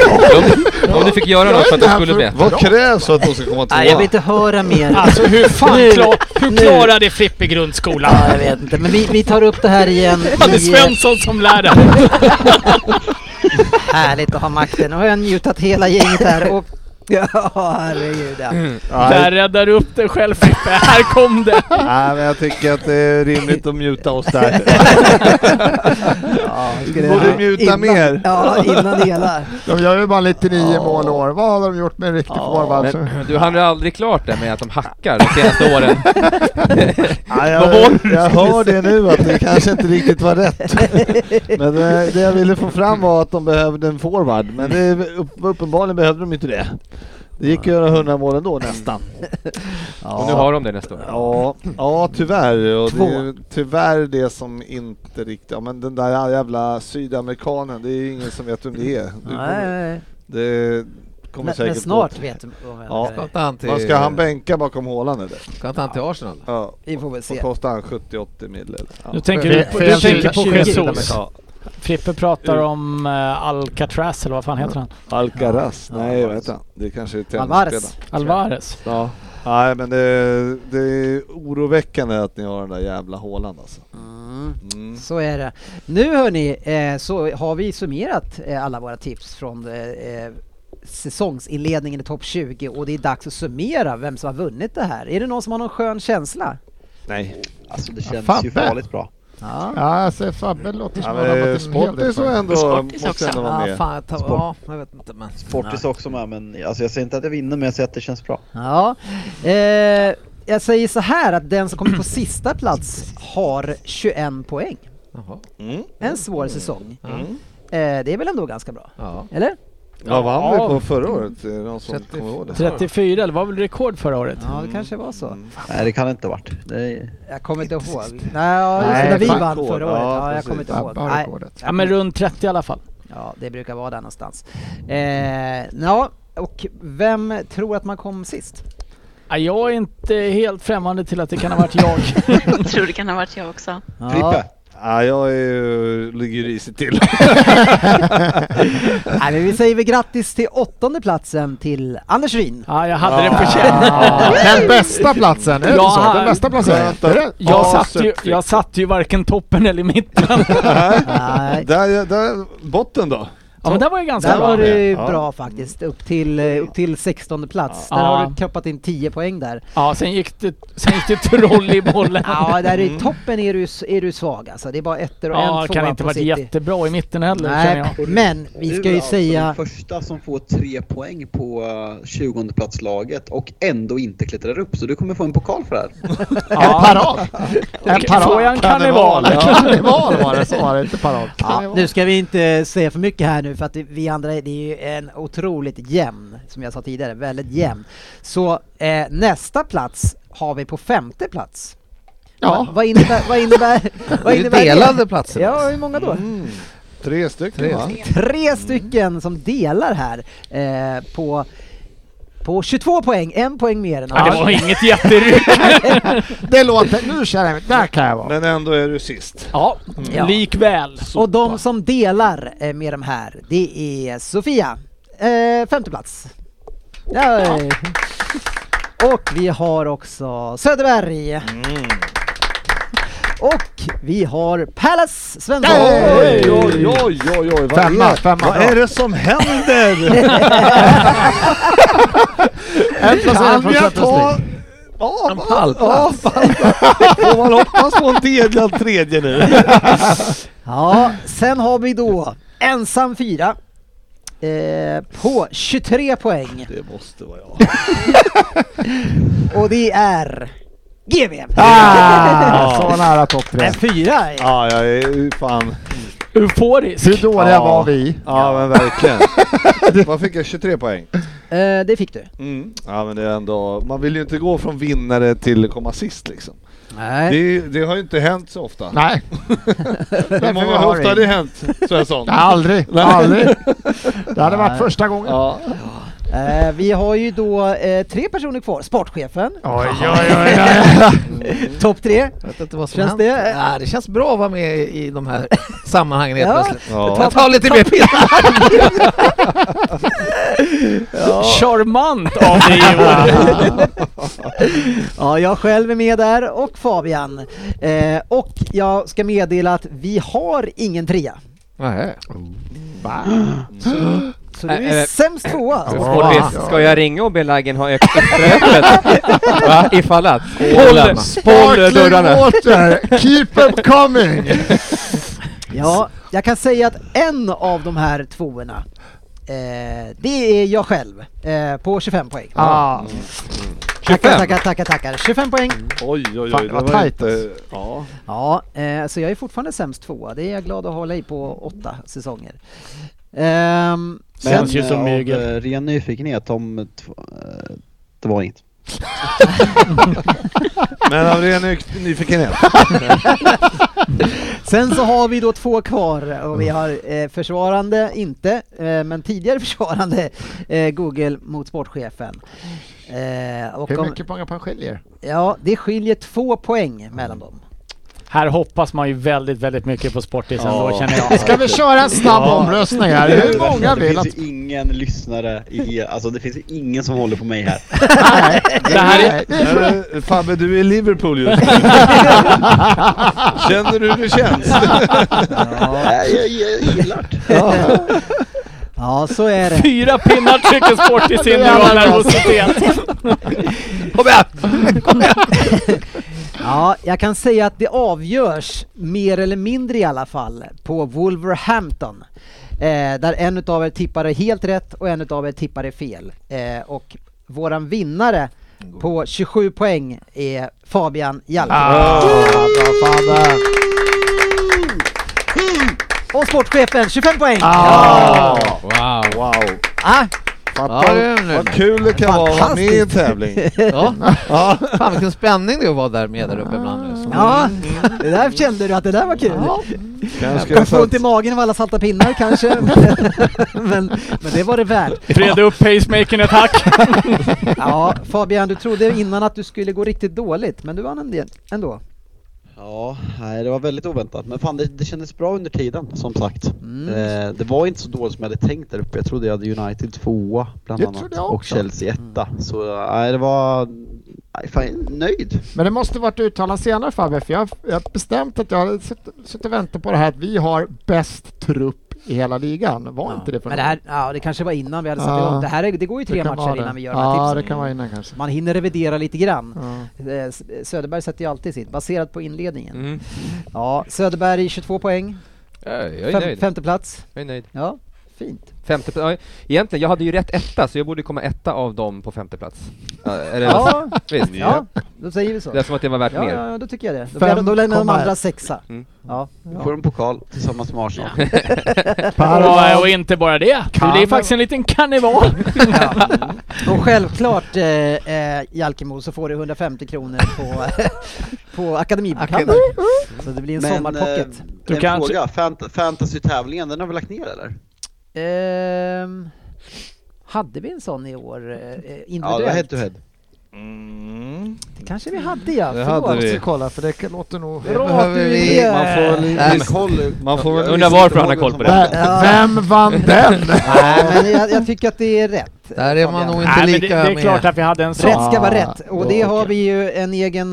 jag Om du fick göra något för att de de skulle bli bättre. Vad krävs för att de ska komma tvåa? Nej, jag vill inte höra mer. Alltså hur fan Nu, klar, hur nu. klarade Frippe grundskolan? Ja, jag vet inte, men vi, vi tar upp det här igen. Ja, det är i, eh, Svensson som lärare. Härligt att ha makten. Nu har jag njutat hela gänget här och... Ja, herregud ja. Där Mm. räddar du upp dig själv Frippe. Här kom det. Nej, men jag tycker att det är rimligt att mjuta oss där. Ja, skulle jag- Borde mjuta Innan- mer. ja, innan det hela. De gör ju bara 99 mål år. Vad har de gjort med en riktig forward? Så- Men du hann ju aldrig klart det med att de hackar de senaste åren. Ja, jag, Vad var det du jag skulle hör säga? det nu att det kanske inte riktigt var rätt. Men eh, det jag ville få fram var att de behövde en forward, men det, upp, uppenbarligen behövde de inte det. Det gick att göra 100 mål ändå nästan. Och nu har de det nästa år. Ja, ja tyvärr. Och det Två. är ju tyvärr det som inte riktigt... Ja, men den där jävla sydamerikanen, det är ju ingen som vet vem det är. Du Nej, nej, nej. Det kommer Men- säkert men snart gå- vet du vad vem ja. det är. han till... Vad ska han bänka bakom hålan eller? Ska inte han till Arsenal? Ja. Vi får väl se. Och kostar han 70-80 mil eller? Ja. Nu tänker du, på- du tänker på Jesus. Frippe pratar om eh, Alcatraz eller vad fan heter han? Alcaraz? Nej, vad heter han? Det kanske är Alvarez. tennisspelaren. Alvarez. Ja. Nej men det, det är oroväckande att ni har den där jävla hålan alltså. Mm. Så är det. Nu hörni, eh, så har vi summerat eh, alla våra tips från eh, eh, säsongsinledningen i topp 20 och det är dags att summera vem som har vunnit det här. Är det någon som har någon skön känsla? Nej. Alltså det känns känns ju farligt bra. Ja, ja alltså, Fabbe låter som Ja, han har men Eh, varit en hel del Sportis var för. ändå- Sportis måste också. ändå vara Ja, med. fan, jag tar, Sport. ja, jag vet inte men... Sportis också med, men alltså jag säger inte att jag vinner, men jag säger att det känns bra. Ja. Eh, jag säger så här att den som kommer på sista plats har 21 poäng. Mm. En svår säsong. Mm. Eh, det är väl ändå ganska bra? Eller? Vad vann vi på förra året? Är det någon som 30 kommer ihåg det? 34, eller var väl rekord förra året? Ja, det kanske var så. Mm. Nej, det kan det inte ha varit. Det är... Jag kommer inte ihåg. Nej, ja, just det, när vi fan. vann förra året. Ja, Ja, jag precis. kommer inte Ja, ihåg. bara Nej. rekordet. Ja men runt 30 i alla fall. Ja, det brukar vara där någonstans. Eh, ja, och vem tror att man kom sist? Ja, jag är inte helt främmande till att det kan ha varit jag. Jag tror det kan ha varit jag också. Frippe? Ja, jag är ju, ligger ju risigt till. Nej, men vi säger väl grattis till åttonde platsen till Anders Ryn. Ja, jag hade Ah. det på känn. Den bästa platsen, är det Jag så? Den har- bästa placeringen, är det? Jag, Ja, satt ju, superklick. jag satt ju varken toppen eller i mitten. där, där, botten då? Ja men där var jag ganska där bra. var det Ja. bra faktiskt, upp till, eh, Mm. upp till 16 plats. Ja. Där har Ja. du kroppat in 10 poäng där. Ja, sen gick det, sen gick det troll i bollen. Ja, där Mm. i toppen är du, är du svag alltså. Det är bara ettor och Ja, en kan tvåa inte på varit City. jättebra i mitten heller känner Nej, jag. men vi Du ska är ju alltså säga... den första som får tre poäng på eh, 20-platslaget och ändå inte klättrar upp, så du kommer få en pokal för det här. parad. En Okej, parad. får jag en karneval? Ja. Karneval var det, så var det inte parad. Ja, nu ska vi inte säga för mycket här nu för att vi andra, det är ju en otroligt jämn, som jag sa tidigare, väldigt jämn. Så eh, nästa plats har vi på femte plats. Ja. Va, vad innebär, vad innebär, Det vad är ju innebär delade platser. Mm. Ja, hur många då? Mm. Tre stycken Tre, va? Mm. tre stycken som delar här eh, på på 22 poäng, en poäng mer än Ja, det var inget jätteryck. det låter... Nu känner jag... Där kan jag vara. Men ändå är du sist. Ja, Ja. likväl. Mm. Och de som delar eh, med de här, det är Sofia, eh, femte plats. Ja. Och vi har också Söderberg. Mm. Och vi har Pallas Svensson. Oj, oj, oj, oj, oj. Vad Femma, är, femma, vad bra. är det som händer? En placering kan från jag Champions ta... League. Ja, en pallplats. Får man hoppas på en delad tredje nu? Ja, sen har vi då ensam fyra. Eh, på 23 poäng. Det måste vara jag. Och det är GW! Ah, Ja. så nära topp tre. En fyra! är- Ja, jag är ju fan... Euforisk. Hur dåliga Ja. var vi? Ja, men verkligen. Vad fick jag? 23 poäng? Mm. Eh, det fick du. Ja, men det är ändå... Man vill ju inte gå från vinnare till komma sist liksom. Nej. Det, det har ju inte hänt så ofta. Nej. Hur Därför många har ofta har det. det hänt, Svensson? Nej, aldrig. Aldrig. Det hade varit Nej. första gången. Ja. Eh, vi har ju då eh, tre personer kvar. Sportchefen. Oj, oj, oj, Topp tre. Jag vet inte vad som Känns hänt. det? Ja, det känns bra att vara med i- i de här sammanhangen helt Ja. plötsligt. Ja. Jag tar lite mer pinnar! Charmant av dig Johan! ja, jag själv är med där och Fabian. Eh, och jag ska meddela att vi har ingen trea. Nej. Va? Så, så du är Äh, äh, sämst tvåa. Sportis, ska jag ringa och be laggen ha öppet ströpet? Va? Ifall att? Håll- Håll dörrarna! water, keep them coming! Ja, jag kan säga att en av de här tvåorna, eh, det är jag själv eh, på 25 poäng. Ah. Mm. Tackar, 25. tackar, tackar, tackar. 25 poäng. Oj, oj, oj. Fan, det var tajt inte... alltså. Ja. Mm. Ja, eh, så jag är fortfarande sämst tvåa. Det är jag glad att hålla i på åtta säsonger. Ehm, Men sen- eh, av eh, ren nyfikenhet om... tv- eh, Det var inget. Men av ren ny- nyfikenhet. Sen så har vi då två kvar och vi har eh, försvarande, inte, eh, men tidigare försvarande eh, Google mot sportchefen. Eh, och Hur om- mycket många poäng skiljer? Ja, det skiljer två poäng mellan dem. Här hoppas man ju väldigt, väldigt mycket på Sportis ändå Ja. känner jag. Ska vi köra en snabb omröstning här? Det är Hur det värsta. många Det vill finns att... ju ingen lyssnare i hela... Alltså det finns ju ingen som håller på mig här. eh, Det här är... Fabbe, du är i Liverpool just nu. Känner du hur det känns? Nej, jag, jag gillar det. Ja, så är det. alltså. Fyra pinnar trycker Sportis in nu av nervositet. Kom igen! Kom igen! Ja, jag kan säga att det avgörs, mer eller mindre i alla fall, på Wolverhampton. Eh, där en utav er tippade helt rätt och en utav er tippade fel. Eh, och våran vinnare på 27 poäng är Fabian Hjalmar. Ah. Och sportchefen 25 poäng! Ah. Wow! Wow! Ah. Fattar Ja, det du? är Vad det. kul det kan vara att vara med i en Fantastiskt. tävling. ja. Fan vilken spänning det är att vara där med där uppe ibland. Liksom. Ja, det där kände du att det där var kul. Kanske Jag så får att- ont i magen av alla salta pinnar kanske, men, men det var det värt. Freda upp pacemakern ett hack. Ja, Fabian, du trodde innan att du skulle gå riktigt dåligt, men du vann en del ändå. Ja, nej, det var väldigt oväntat. Men fan, det, det kändes bra under tiden, som sagt. Mm. Eh, det var inte så dåligt som jag hade tänkt där uppe. Jag trodde jag hade United tvåa, bland Det annat. trodde jag Och också. Mm. Chelsea etta. Så eh, nej, det var... Nej, fan, jag är nöjd. Men det måste varit uttalat senare Fabbe, för jag jag har bestämt att jag har suttit- suttit och väntat på det här att vi har bäst trupp i hela ligan. Var inte det för Men det här, ja, det kanske var innan vi hade satt Ja. igång. Det här är, det går ju Det tre kan vara matcher det. innan vi gör Ja, de här det tipsen. kan vara innan kanske. Man hinner revidera lite grann. Eh, S- Söderberg sätter ju alltid sitt, baserat på inledningen. Mm. Ja, Söderberg 22 poäng. Ja, Äh, jag är nöjd. femte plats. Jag är nöjd. Ja, fint. Femte pl- ja, egentligen, jag hade ju rätt etta, så jag borde komma etta av dem på femte plats. Ja, är det Ja. visst? Ja, då säger vi så. Det är som att det var värt ja, mer. Ja, ja, då tycker jag det. Då blir de- då blir de andra sexa. Mm. Ja. Då får de pokal tillsammans med Arsenal. och, och inte bara det, det blir Karneval. faktiskt en liten karneval. Och självklart eh, eh, Jalkemo så får du 150 kronor på, på Akademibokhandeln. Så det blir en sommarpocket. Eh, Du en kanske- fråga. Fant- Fantasy-tävlingen, den har vi lagt ner eller? Ehm, hade vi en sån i år? Eh, individuellt? Ja, det var head to head. Det kanske vi hade ja. Mm. Det Förlåt. hade vi. måste kolla för det låter nog... Bra att du är med. Man får väl... Nej, men- Man får väl... Undrar varför han har koll på det. Ja. Vem vann den? Nej, men jag, jag tycker att det är rätt. Där är man Fabian. nog inte Nej, men det, lika det är med. klart att vi hade en sån. Rätt ska vara Ah, rätt. Och då det har vi ju en egen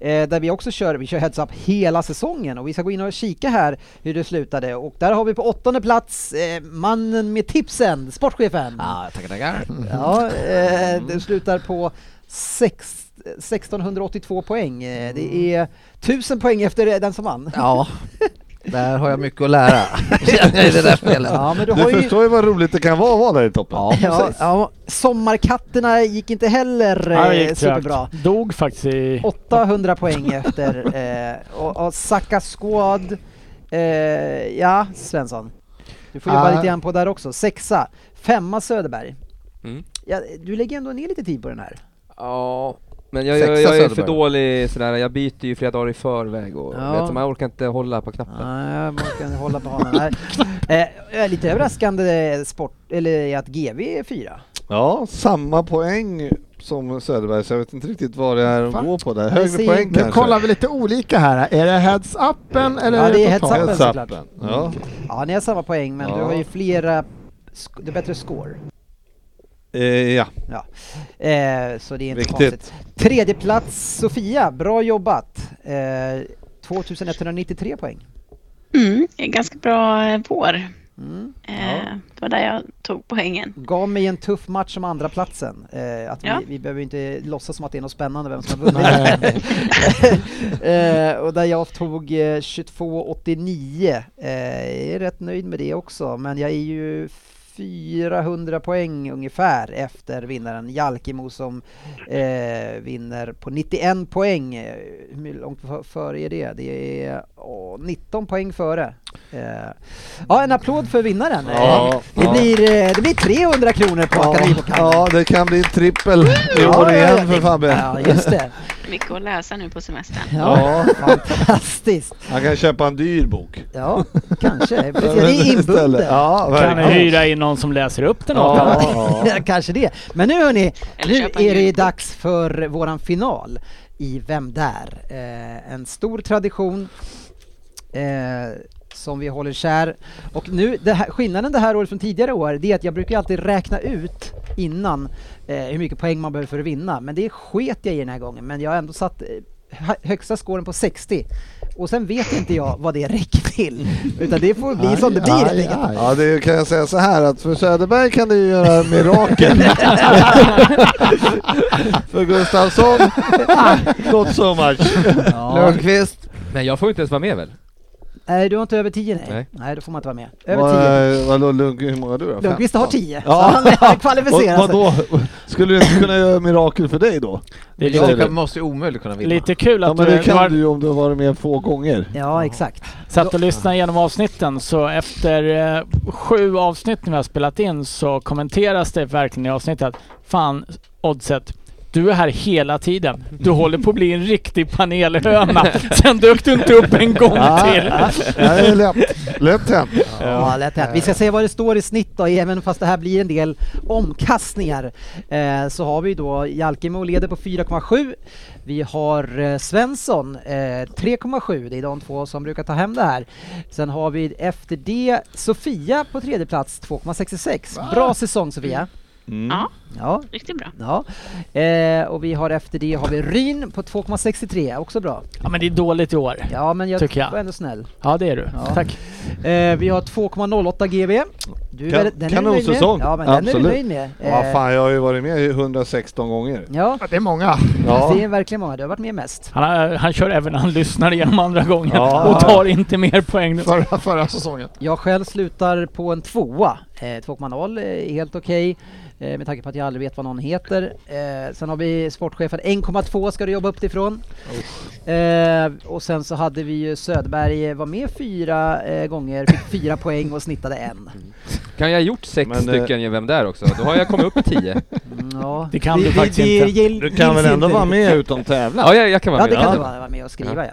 eh, där vi också kör, vi kör heads up hela säsongen och vi ska gå in och kika här hur det slutade och där har vi på åttonde plats eh, mannen med tipsen, sportchefen. Ja, tackar, tackar. Ja, eh, det slutar på sex, 1682 poäng. Eh, Det är 1000 poäng efter den som vann. Ja. Där har jag mycket att lära. Känner jag i det där spelet. Ja, men du du har ju- förstår ju vad roligt det kan vara att vara där i toppen. Ja, ja, sommarkatterna gick inte heller Ja, det gick eh, trögt. superbra. Dog faktiskt i... 800 poäng efter eh, och, och Saka Squad. Eh, ja, Svensson. Du får jobba Ah. lite grann på där också. Sexa. Femma Söderberg. Mm. Ja, du lägger ändå ner lite tid på den här. Ja, men jag, Sexa jag, jag är för Söderberg. dålig sådär, jag byter ju flera dagar i förväg och Ja. vet, du, man orkar inte hålla på knappen. Nej, man kan hålla på honom här. Eh, jag är lite överraskande eh, sport, eller är att GV är fyra. Ja, samma poäng som Söderberg, så jag vet inte riktigt vad det är att gå på där. Det ser- Högre poäng Nu kanske. kollar vi lite olika här. Är det heads-upen eller Ja, det är totalt? heads-upen såklart. Mm, Ja. Ja, ni har samma poäng men du Ja. har ju flera, sk- du har bättre score. Eh, ja. Ja. Eh, så det är inte Viktigt. konstigt. Tredje plats Sofia, bra jobbat! Eh, 2193 poäng. Mm, det är ganska bra eh, vår. Mm. Eh, Ja. Det var där jag tog poängen. Gav mig en tuff match som andra platsen. Eh, att Ja. vi, vi behöver inte låtsas som att det är något spännande vem som har vunnit. eh, och där jag tog eh, 22,89. Eh, jag är rätt nöjd med det också, men jag är ju 400 poäng ungefär efter vinnaren Jalkimo som eh, vinner på 91 poäng. Eh, Hur långt f- före är det? Det är åh, 19 poäng före. Eh, ja, en applåd för vinnaren. Ja, Eh, det, ja. Blir, eh, det blir 300 kronor på Akademipokalen. ja, det kan bli en trippel i Ja, år ja, ja, igen för det- Fabbe. ja, just det. Mycket att läsa nu på semestern. Ja. Fantastiskt. Han kan köpa en dyr bok. Ja, kanske. Precis, det är inbundet. Ja, kan verkligen. hyra in någon som läser upp den åt alla. Ja, ja. Kanske det. Men nu hörni, Eller nu köpa en är det julbok. dags för våran final i Vem där? Eh, en stor tradition eh, som vi håller kär. Och nu, det här, skillnaden det här året från tidigare år, det är att jag brukar ju alltid räkna ut innan eh, hur mycket poäng man behöver för att vinna. Men det sket jag i den här gången, men jag har ändå satt eh, hö- högsta scoren på 60. Och sen vet inte jag vad det räcker till, utan det får bli som det blir helt enkelt. Ja, det kan jag säga så här att för Söderberg kan det ju göra mirakel. för Gustafsson, not so much. Lundqvist. Men jag får inte ens vara med väl? Nej, du har inte över 10 nej. nej. Nej. då får man inte vara med. Vad- eh, Över 10. Vadå Lundqvist, hur många har du då? Lundqvist har 15. 10, så han är Och, kvalificerad. vadå? Skulle du inte kunna göra mirakel för dig då? Det är Säger lite- du. måste ju omöjligt kunna vinna. Lite kul att ja, men du det kan var- du ju om du har varit med få gånger. Ja, exakt. Satt och lyssnade igenom avsnitten så efter eh, sju avsnitt vi har spelat in så kommenteras det verkligen i avsnittet att Fan Oddset, du är här hela tiden. Du håller på att bli en riktig panelhöna. Sen dök du inte upp en gång till. lätt hänt. Ja, lätt hänt. Vi ska se vad det står i snitt då, även fast det här blir en del omkastningar. Eh, så har vi då Jalkemo leder på 4,7. Vi har eh, Svensson eh, 3,7. Det är de två som brukar ta hem det här. Sen har vi efter det Sofia på tredje plats 2,66. Bra säsong Sofia. Mm. Ja, Ja. riktigt bra. Ja. Eh, och vi har efter det har vi Ryn på 2,63, också bra. Ja men det är dåligt i år. Ja men jag, Tycker jag. var ändå snäll. Ja det är du. Ja. Tack. Eh, vi har 2,08 GB. Du är Kan- väldigt- den är du nöjd med. Kanonsäsong! Ja men den är du nöjd med. Ja, Eh, fan, jag har ju varit med 116 gånger. Ja. Det är många. Ja. Det är verkligen många, du har varit med mest. Han, har- han kör även när han lyssnar igenom andra gången Ja. och tar inte mer poäng. Förra, förra säsongen. Jag själv slutar på en tvåa. Eh, 2,0 är helt okej. eh, Med tanke på att jag aldrig vet vad någon heter. Eh, sen har vi sportchefen 1,2 ska du jobba upp ifrån. Eh, och sen så hade vi ju Söderberg eh, var med fyra eh, gånger, fick fyra poäng och snittade en. Kan jag ha gjort sex Men, eh, stycken i Vem där också? Då har jag kommit upp i tio. Mm, Ja. Det kan Vi- du vi- faktiskt vi inte. gill- Du kan väl gills ändå inte vara riktigt. med utom tävlan? Ja, jag, jag kan vara Ja, med. det kan du vara vara med och skriva ja.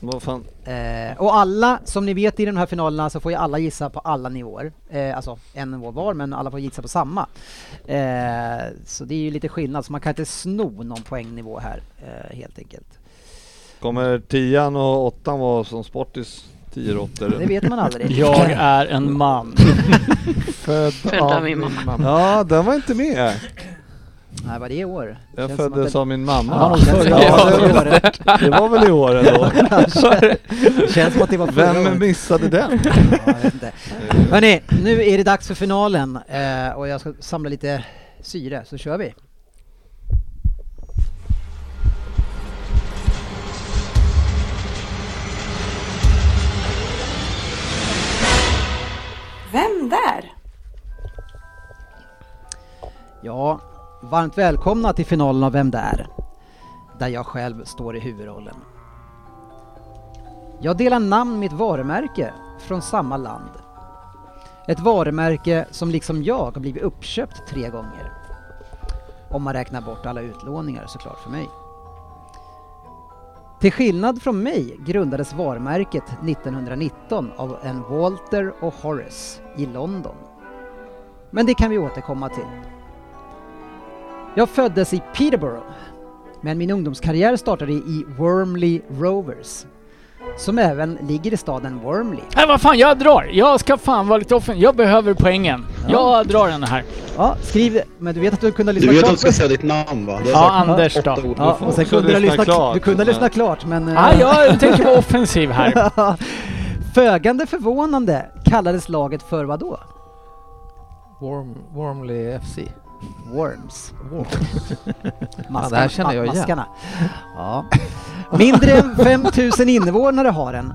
Vad fan? Eh, och alla, som ni vet i de här finalerna så får ju alla gissa på alla nivåer. Eh, alltså en nivå var, men alla får gissa på samma. Eh, så det är ju lite skillnad, så man kan inte sno någon poängnivå här eh, helt enkelt. Kommer tian och åttan vara som Sportis tio råttor? Det vet man aldrig. Jag är en man. Född, Född av min mamma. Ja, den var inte med. Nej, vad det är i år. Jag Känns som att föddes den- av min mamma. Ja, det känns som att Ja, det det, var var, förra året. det var väl i år ändå? Kanske. Känns som att det var förra Vem året. missade den? Ja, jag vet inte. Hörni, nu är det dags för finalen eh, och jag ska samla lite syre, så kör vi. Ja, varmt välkomna till finalen av Vem där? Där jag själv står i huvudrollen. Jag delar namn med ett varumärke från samma land. Ett varumärke som liksom jag har blivit uppköpt tre gånger. Om man räknar bort alla utlåningar såklart för mig. Till skillnad från mig grundades varumärket 1919 av en Walter och Horace i London. Men det kan vi återkomma till. Jag föddes i Peterborough, men min ungdomskarriär startade i Wormley Rovers, som även ligger i staden Wormley. Nej Äh, vad fan, jag drar! Jag ska fan vara lite offen. Jag behöver poängen. Jag drar den här. Ja, skriv, men du vet att du kunde Du lyssna vet klart att du ska först? säga ditt namn va? Det är Ja, sagt Anders åtta då. ord. Ja, och sen kunde du, lyssna, du kunde lyssna klart men... eh, Ja, jag tänker vara offensiv här. Fögande förvånande kallades laget för vad då? Warm, warmly FC. Worms. Ja, det här känner jag igen. maskarna. Ja. Mindre än 5000 invånare har den.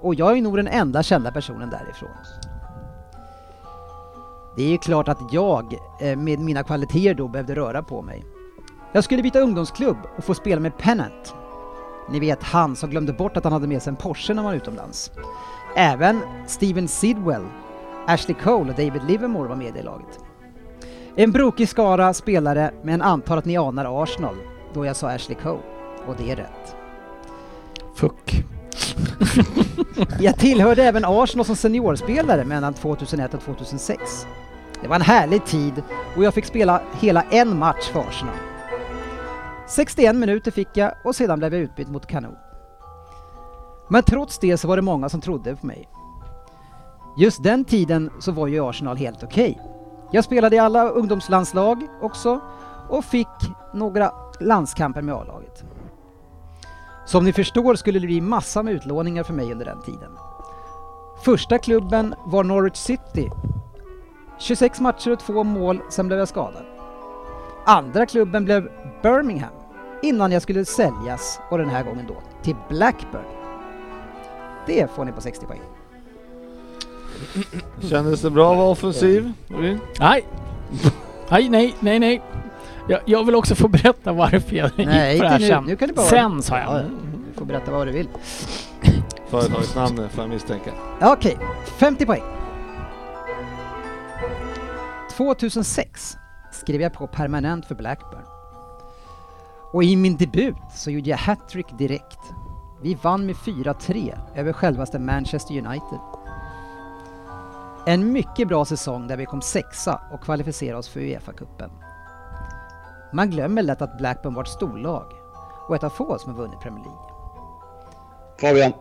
Och jag är nog den enda kända personen därifrån. Det är ju klart att jag eh, med mina kvaliteter då behövde röra på mig. Jag skulle byta ungdomsklubb och få spela med Pennant. Ni vet han som glömde bort att han hade med sig en Porsche när man var utomlands. Även Steven Sidwell, Ashley Cole och David Livermore var med i laget. En brokig skara spelare, men antar att ni anar Arsenal, då jag sa Ashley Cole. Och det är rätt. Fuck. Jag tillhörde även Arsenal som seniorspelare mellan 2001 och 2006. Det var en härlig tid och jag fick spela hela en match för Arsenal. 61 minuter fick jag och sedan blev jag utbytt mot Kanu. Men trots det så var det många som trodde på mig. Just den tiden så var ju Arsenal helt okej. Jag spelade i alla ungdomslandslag också och fick några landskamper med A-laget. Som ni förstår skulle det bli massa med utlåningar för mig under den tiden. Första klubben var Norwich City. 26 matcher och två mål, sen blev jag skadad. Andra klubben blev Birmingham innan jag skulle säljas, och den här gången då till Blackburn. Det får ni på 60 poäng. Kändes det bra att vara offensiv? Orin? Nej. Nej, nej, nej, nej. Jag, jag vill också få berätta varför jag Nej, gick på det här inte nu. sen. Nu kan du bara- Sen sa jag. Ja, Du får berätta vad du vill. Företagets namn får jag misstänka. Ja, Okej, 50 poäng. 2006 skrev jag på permanent för Blackburn. Och i min debut så gjorde jag hattrick direkt. Vi vann med 4-3 över självaste Manchester United. En mycket bra säsong där vi kom sexa och kvalificerade oss för Uefa-cupen. Man glömmer lätt att Blackburn var ett storlag och ett av få som har vunnit Premier League. Fabian,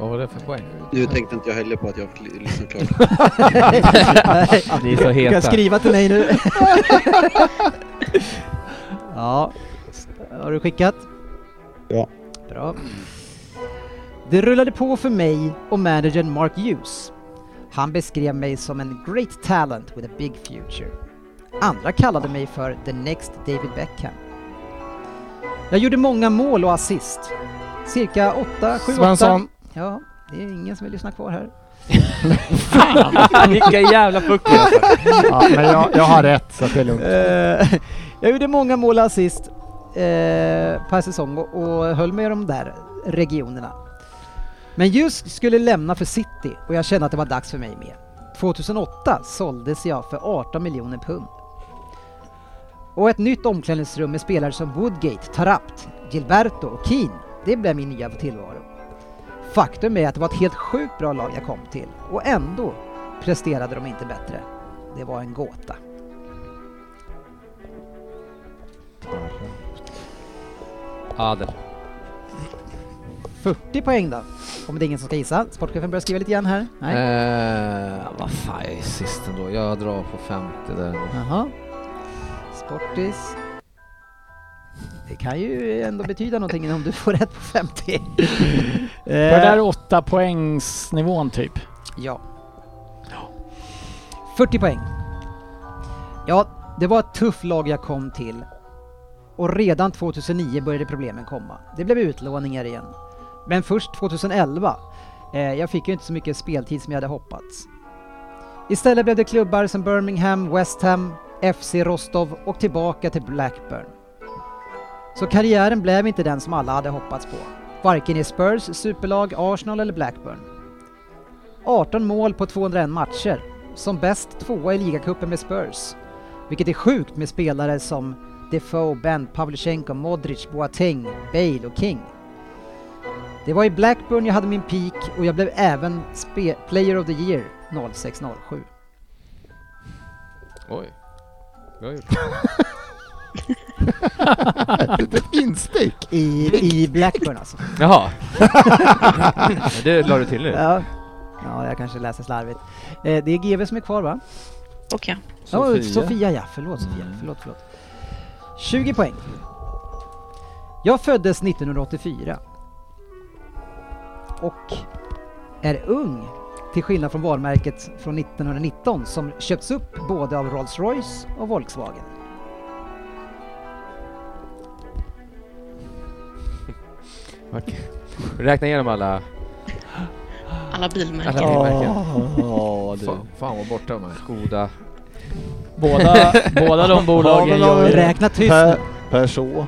Vad var det för poäng? nu tänkte inte jag heller på att jag fick lyssna klart. Ni är så heta. Du kan skriva till mig nu. ja, har du skickat? Ja. Bra. Det rullade på för mig och managern Mark Hughes. Han beskrev mig som en great talent with a big future. Andra kallade mig för the next David Beckham. Jag gjorde många mål och assist. Cirka åtta, sju, Svensson. åtta. Ja, det är ingen som vill lyssna kvar här. Vilka jävla puckar alltså. Ja, men jag, jag har rätt så att det är lugnt. Eh, jag gjorde många mål och assist eh, per säsong och, och höll med de där regionerna. Men just skulle lämna för City och jag kände att det var dags för mig med. 2008 såldes jag för 18 miljoner pund. Och ett nytt omklädningsrum med spelare som Woodgate, Tarapt, Gilberto och Keane, det blev min nya tillvaro. Faktum är att det var ett helt sjukt bra lag jag kom till och ändå presterade de inte bättre. Det var en gåta. Adel. 40 poäng då. Om det är ingen som ska gissa. Sportchefen börjar skriva lite grann här. Nej. Eh, vad fan, jag är sist ändå. Jag drar på 50 där. ändå. Jaha. Sportis. Det kan ju ändå betyda någonting om du får rätt på 50. Var det där åtta poängsnivån typ? Ja. 40 poäng. Ja, det var ett tufft lag jag kom till. Och redan 2009 började problemen komma. Det blev utlåningar igen. Men först 2011. Eh, jag fick ju inte så mycket speltid som jag hade hoppats. Istället blev det klubbar som Birmingham, West Ham, FC Rostov och tillbaka till Blackburn. Så karriären blev inte den som alla hade hoppats på. Varken i Spurs, superlag, Arsenal eller Blackburn. 18 mål på 201 matcher. Som bäst tvåa i ligacupen med Spurs. Vilket är sjukt med spelare som Defoe, Bent, Pavlychenko, Modric, Boateng, Bale och King. Det var i Blackburn jag hade min peak och jag blev även spe- Player of the Year 0607. Oj. Bra gjort. Ett instick! I, I Blackburn alltså. Jaha. Det la du till nu. Ja, ja jag kanske läser slarvigt. Eh, det är GV som är kvar va? Och ja. Sofia. Sofia. Sofia ja, förlåt Sofia. Förlåt, förlåt. 20 poäng. Jag föddes 1984. Och är ung till skillnad från varumärket från 1919 som köpts upp både av Rolls-Royce och Volkswagen. Okej. Räkna igenom alla... Alla bilmärken. Alla bilmärken. Åh, du. Fan, fan vad borta de är. Skoda. Båda- båda de bolagen Ja, men- gör- Räkna tyst nu. Per- Peugeot.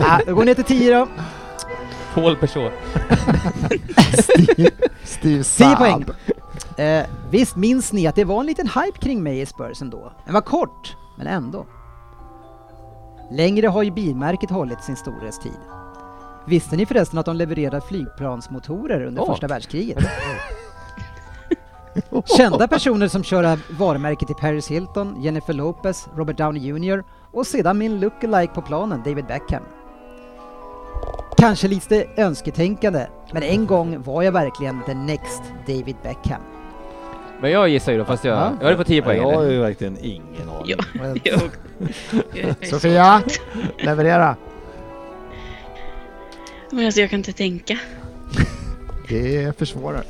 ah, då går ner till 10 då. Paul Peugeot. Steve, Steve 10 Saab. poäng. Eh, visst minns ni att det var en liten hype kring mig i Spurs ändå? Den var kort, men ändå. Längre har ju bilmärket hållit sin storhetstid. Visste ni förresten att de levererade flygplansmotorer under Åh. första världskriget? Kända personer som kör varumärket till Paris Hilton, Jennifer Lopez, Robert Downey Jr och sedan min lookalike på planen, David Beckham. Kanske lite önsketänkande, men en gång var jag verkligen the next David Beckham. Men jag gissar ju då, fast jag... Ja. Jag hade fått 10 poäng Jag har eller? ju verkligen ingen aning. Sofia, leverera. Men alltså jag kan inte tänka. Det försvårar.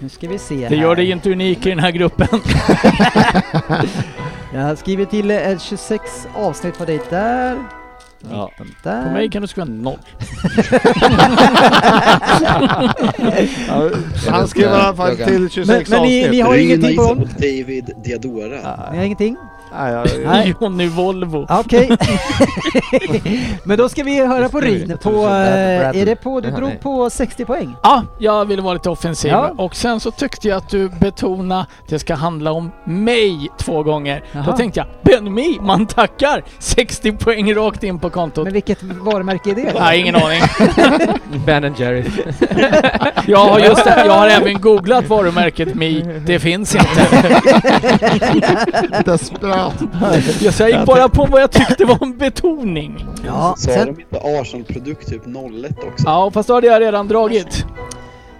Nu ska vi se Det här. gör dig ju inte unik i den här gruppen. Jag har skrivit till eh, 26 avsnitt för dig där. Ja. där. På mig kan du skriva noll. Han skrev i alla fall till 26 Men- men ni- ni har avsnitt. ingenting på gång? David Diadora. Ni har ingenting? liksom. Nej, Johnny Volvo. Okej. Men då ska vi höra på Ryn. På, eh, är det på, du Jaha, drog nej. på 60 poäng? Ja, jag ville vara lite offensiv. Ja. Och sen så tyckte jag att du betonade att det ska handla om mig två gånger. Då Jaha. tänkte jag, Ben Me, man tackar! 60 poäng rakt in på kontot. Men vilket varumärke är det? Nej, ingen aning. Ben and Jerry. Jag har, just, jag har även googlat varumärket Me. Det finns inte. Desperat. Jag så jag gick bara på vad jag tyckte var en betoning. Ja, Sa sen- de inte Arsenal-produkt typ 01 också? Ja, fast då hade jag redan dragit.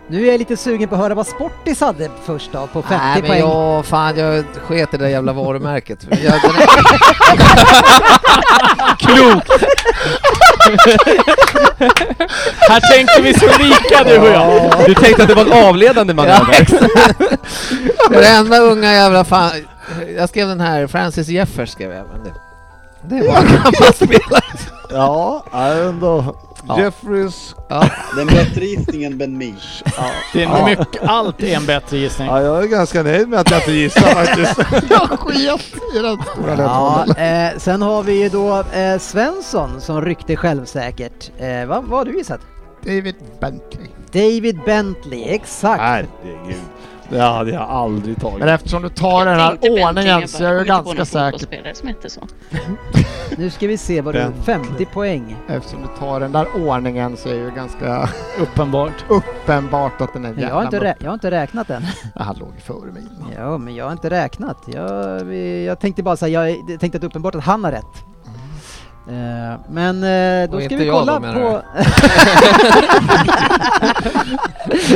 Nu är jag lite sugen på att höra vad Sportis hade först då, på 50 Nej men poäng. jag, fan jag sket i det där jävla varumärket. Jag, Klokt! Här tänkte vi så lika du och jag. Du tänkte att det var en avledande man Ja, hade. Varenda unga jävla fan... Jag skrev den här, Francis Jeffers skrev jag. Men det, det var en gammal spelare. Ja, ändå. Ja. Jeffries. Ja. Den bättre gissningen Ben Mish. Det är mycket, allt är en bättre gissning. Ja, jag är ganska nöjd med att jag inte gissade faktiskt. Jag sket i den stora Ja, ledtråden. eh, sen har vi ju då eh, Svensson som ryckte självsäkert. Eh, vad, vad har du gissat? David Bentley. David Bentley, exakt. Herregud. Det hade jag aldrig tagit. Men eftersom du tar den här Typ ordningen så är jag ganska säker. fotbollsspelare som hette så. Nu ska vi se vad du... Bentley. 50 poäng. Eftersom du tar den där ordningen så är det ju ganska Uppenbart. uppenbart att den är Men Jag har, inte jävla rä- jag har inte räknat den. Ja, Han låg ju före mig. innan. Ja, men jag har inte räknat. Jag, vi- jag tänkte bara säga, jag det- tänkte att det är uppenbart att han har rätt. Eh, men eh, då Och ska inte vi jag kolla då, menar på...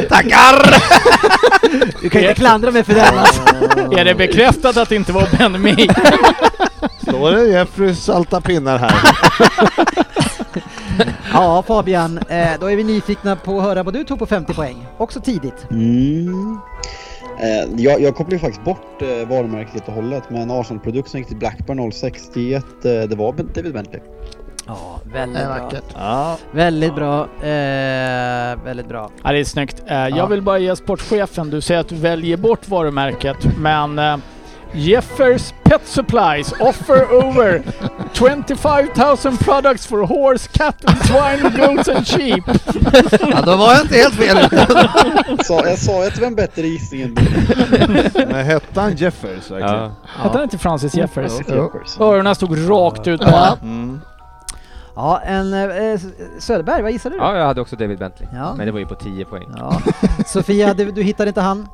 Tackar! Du kan ju inte klandra mig för den alltså. Är det bekräftat att det inte var Ben Me? Står det Jeffries salta pinnar här? Ja Fabian, eh, då är vi nyfikna på att höra vad du tog på 50 poäng. Också tidigt. Mm. Eh, jag, jag kopplade ju faktiskt bort eh, varumärket helt och hållet, men Arsenal-produkt som gick till Blackburn 06, det, eh, det var Ben- David Bentley. Ja, väldigt Det är bra. vackert. Väldigt bra. Eh, väldigt bra. Ja, det är snyggt. Eh, Jag Ja. vill bara ge sportchefen, du säger att du väljer bort varumärket, men eh, Jeffers Pet Supplies offer over 25,000 products for horse, cat, swine, goats and sheep. Ja, då var jag inte helt fel Sa- Jag sa att det var en bättre gissning än Men hette han Jeffers verkligen? Ja. Hette han inte Francis Jeffers? Ja, Mm. Jeffers. Öronen stod rakt ut bara. Ja, en eh, eh, Söderberg, vad gissade du? Ja, jag hade också David Bentley. Ja. Men det var ju på 10 poäng. Ja. Sofia, du, du hittade inte han?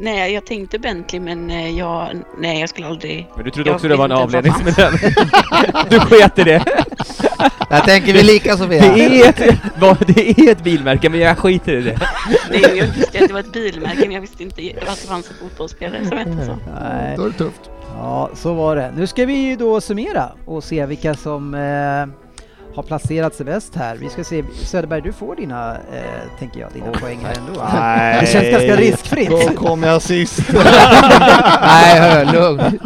Nej, jag tänkte Bentley men eh, jag, nej, jag skulle aldrig... Men du trodde jag också det var en vet inte vad fan. avledningsmanöver. Du sket i det. Där tänker vi lika, Sofia. Det är ett, vad- det är ett bilmärke, men jag skiter i det. Nej, jag visste att det var ett bilmärke men jag visste inte att det fanns en fotbollsspelare som hette så. Nej. Då är det tufft. Ja, så var det. Nu ska vi ju då summera och se vilka som eh, har placerat sig bäst här. Vi ska se, Söderberg du får dina, eh, tänker jag, dina poäng här ändå. Det känns ganska riskfritt. Då kom jag sist. nej, hör, lugn.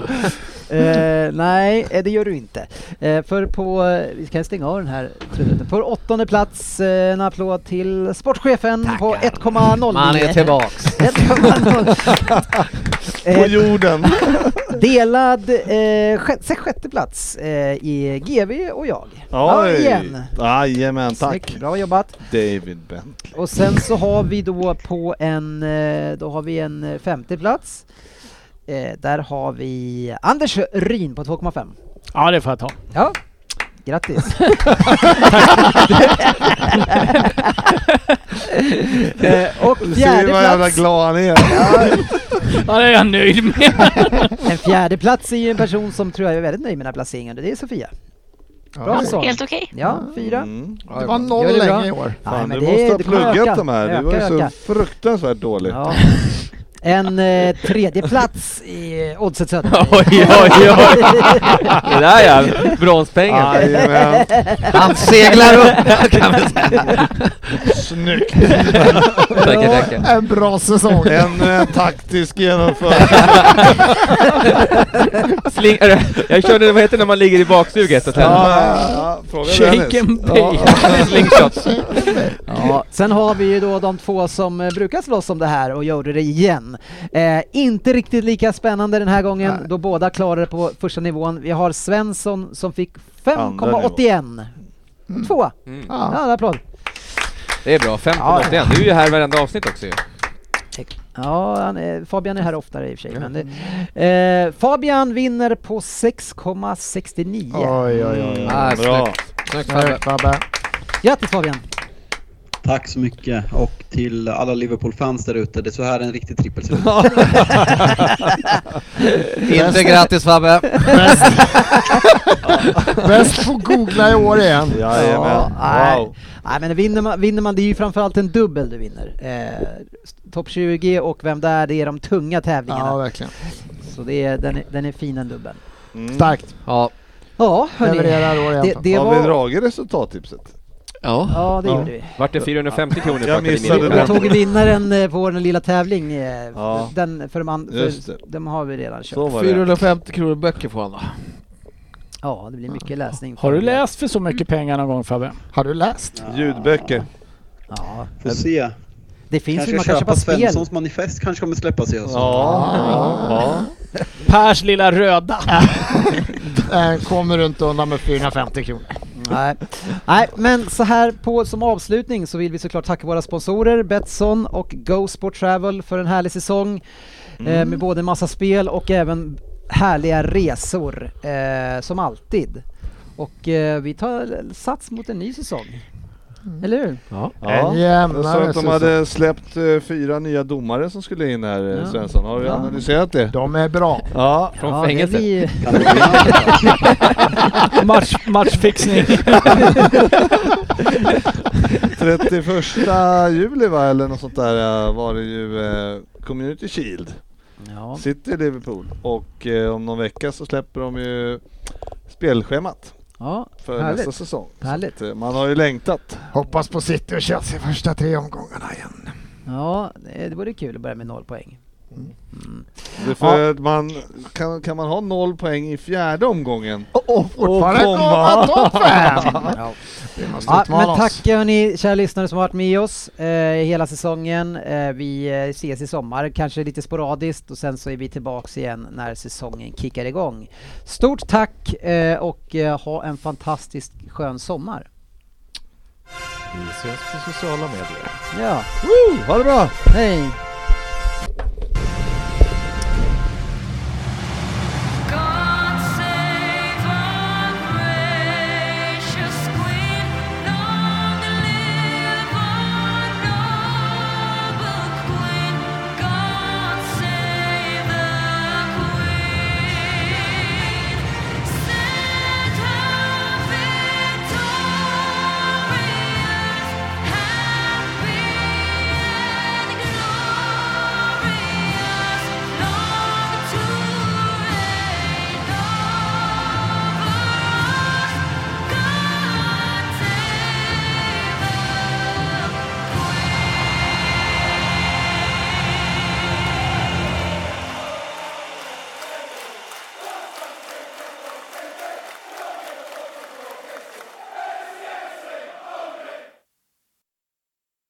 Eh, nej, eh, det gör du inte. Eh, för på, eh, vi kan stänga av den här trudelutten. På åttonde plats, eh, en applåd till sportchefen på 1,0. Man är tillbaks. 1,0. På jorden. Eh, Delad eh, sjätte, sjätte plats eh, i GV och jag. Ja, Oj. igen. Jajamän, tack. Snyggt, bra jobbat. David Bentley. Och sen så har vi då på en, eh, då har vi en eh, femte plats. Eh, där har vi Anders Ryn på 2,5. Ja, det får jag ta. Ja, grattis! eh, och Du fjärde plats. ser ju vad jävla glad han är. Ja, det är jag nöjd med. en fjärde plats är ju en person som tror jag är väldigt nöjd med den här placeringen och det är Sofia. Bra Ja. säsong. Helt okej. Ja, fyra. Det var noll Gör det bra. länge i år. Ja, Fan, men du det- måste ha det kommer pluggat öka. de här. Öka, Du var ju öka. så fruktansvärt dålig. Ja. En eh, tredje plats i eh, Oddset Söderberg. Oj, oj, oj. Det där ja, bronspengen. Jajamän. Han seglar upp, kan man säga. Snyggt! Tackar, tackar. En bra säsong. Ännu en eh, taktisk genomförd. Sling, äh, jag körde, vad heter det när man ligger i baksuget? Och Ja, ja, Shake and bake. Slingshot. Ja, sen har vi ju då de två som eh, brukar slåss om det här och gjorde det igen. Eh, inte riktigt lika spännande den här gången då båda klarade på första nivån. Vi har Svensson som fick 5,81. Två. Mm. Ja, en applåd. Det är bra, 5,81. Du är ju här varenda avsnitt också ju. Ja, han är, Fabian är här oftare i och för sig. Men det, eh, Fabian vinner på 6,69. Oj, oj, oj. Ah, Bra. Snyggt Fabbe. Snyggt Fabbe. Grattis Fabian! Tack så mycket och till alla Liverpool-fans där ute. Det är så här en riktig trippel ser ut. Inte grattis Fabbe. Bäst får googla i år igen. Jajamän. nej. Wow. Nej, men vinner man, vinner man, det är ju framförallt en dubbel du vinner. Eh, s- Topp 20 och Vem där, det är de tunga tävlingarna. Ja, verkligen. Så det är, den, är, den är fin den dubbeln. Mm. Mm. Starkt. Ja. Ja, hörni. Levererar år Det, igen. det Har vi var... dragit resultattipset? Ja. Ja, det Ja. gjorde vi. Vart det 450 kronor på Jag missade akademin? Vi den. tog vinnaren eh, på vår lilla tävling. eh, Ja. Den, för de, an- Just det. för de har vi redan kört. Så var det. 450 kronor böcker får han då. Ja, det blir mycket läsning. Har du läst för så mycket pengar någon gång Fabbe? Har du läst? Ljudböcker. Ja, Får se. det finns Kanske ju, man kan köpa köpa spel. Svenssons manifest kanske kommer släppas i höst. Ja, ja, ja. Pers lilla röda. Eh, Kommer du inte undan med 450 kronor. Nej. Nej, men så här på, som avslutning så vill vi såklart tacka våra sponsorer Betsson och Go Sport Travel för en härlig säsong eh, med både massa spel och även härliga resor eh, som alltid. Och eh, vi tar sats mot en ny säsong. Eller hur? Ja. Ja. En Jag sa jämnare att de säsong. hade släppt eh, fyra nya domare som skulle in här, eh, Ja. Svensson. Har du Ja. analyserat det? De är bra. Ja. Från Ja, det fängelset. blir- Kan det bli annat? Match, matchfixning. 31 juli va, eller något sånt där eh, var det ju eh, Community Shield. Ja. Sitter i Liverpool och eh, om någon vecka så släpper de ju spelschemat ja, för nästa härligt. säsong. Härligt. Så, eh, Man har ju längtat. Hoppas på City och Chelsea första tre omgångarna igen. Ja, eh, det vore kul att börja med noll poäng. Mm. Det är för att man, kan, kan man ha noll poäng i fjärde omgången? Och fortfarande komma- komma topp fem! Ja. Det måste Ja, utmana men oss. tack hörni, kära lyssnare som har varit med oss eh, hela säsongen. Eh, vi eh, ses i sommar, kanske lite sporadiskt och sen så är vi tillbaks igen när säsongen kickar igång. Stort tack eh, och eh, ha en fantastisk skön sommar. Vi ses på sociala medier. Ja. ha det bra! Hej!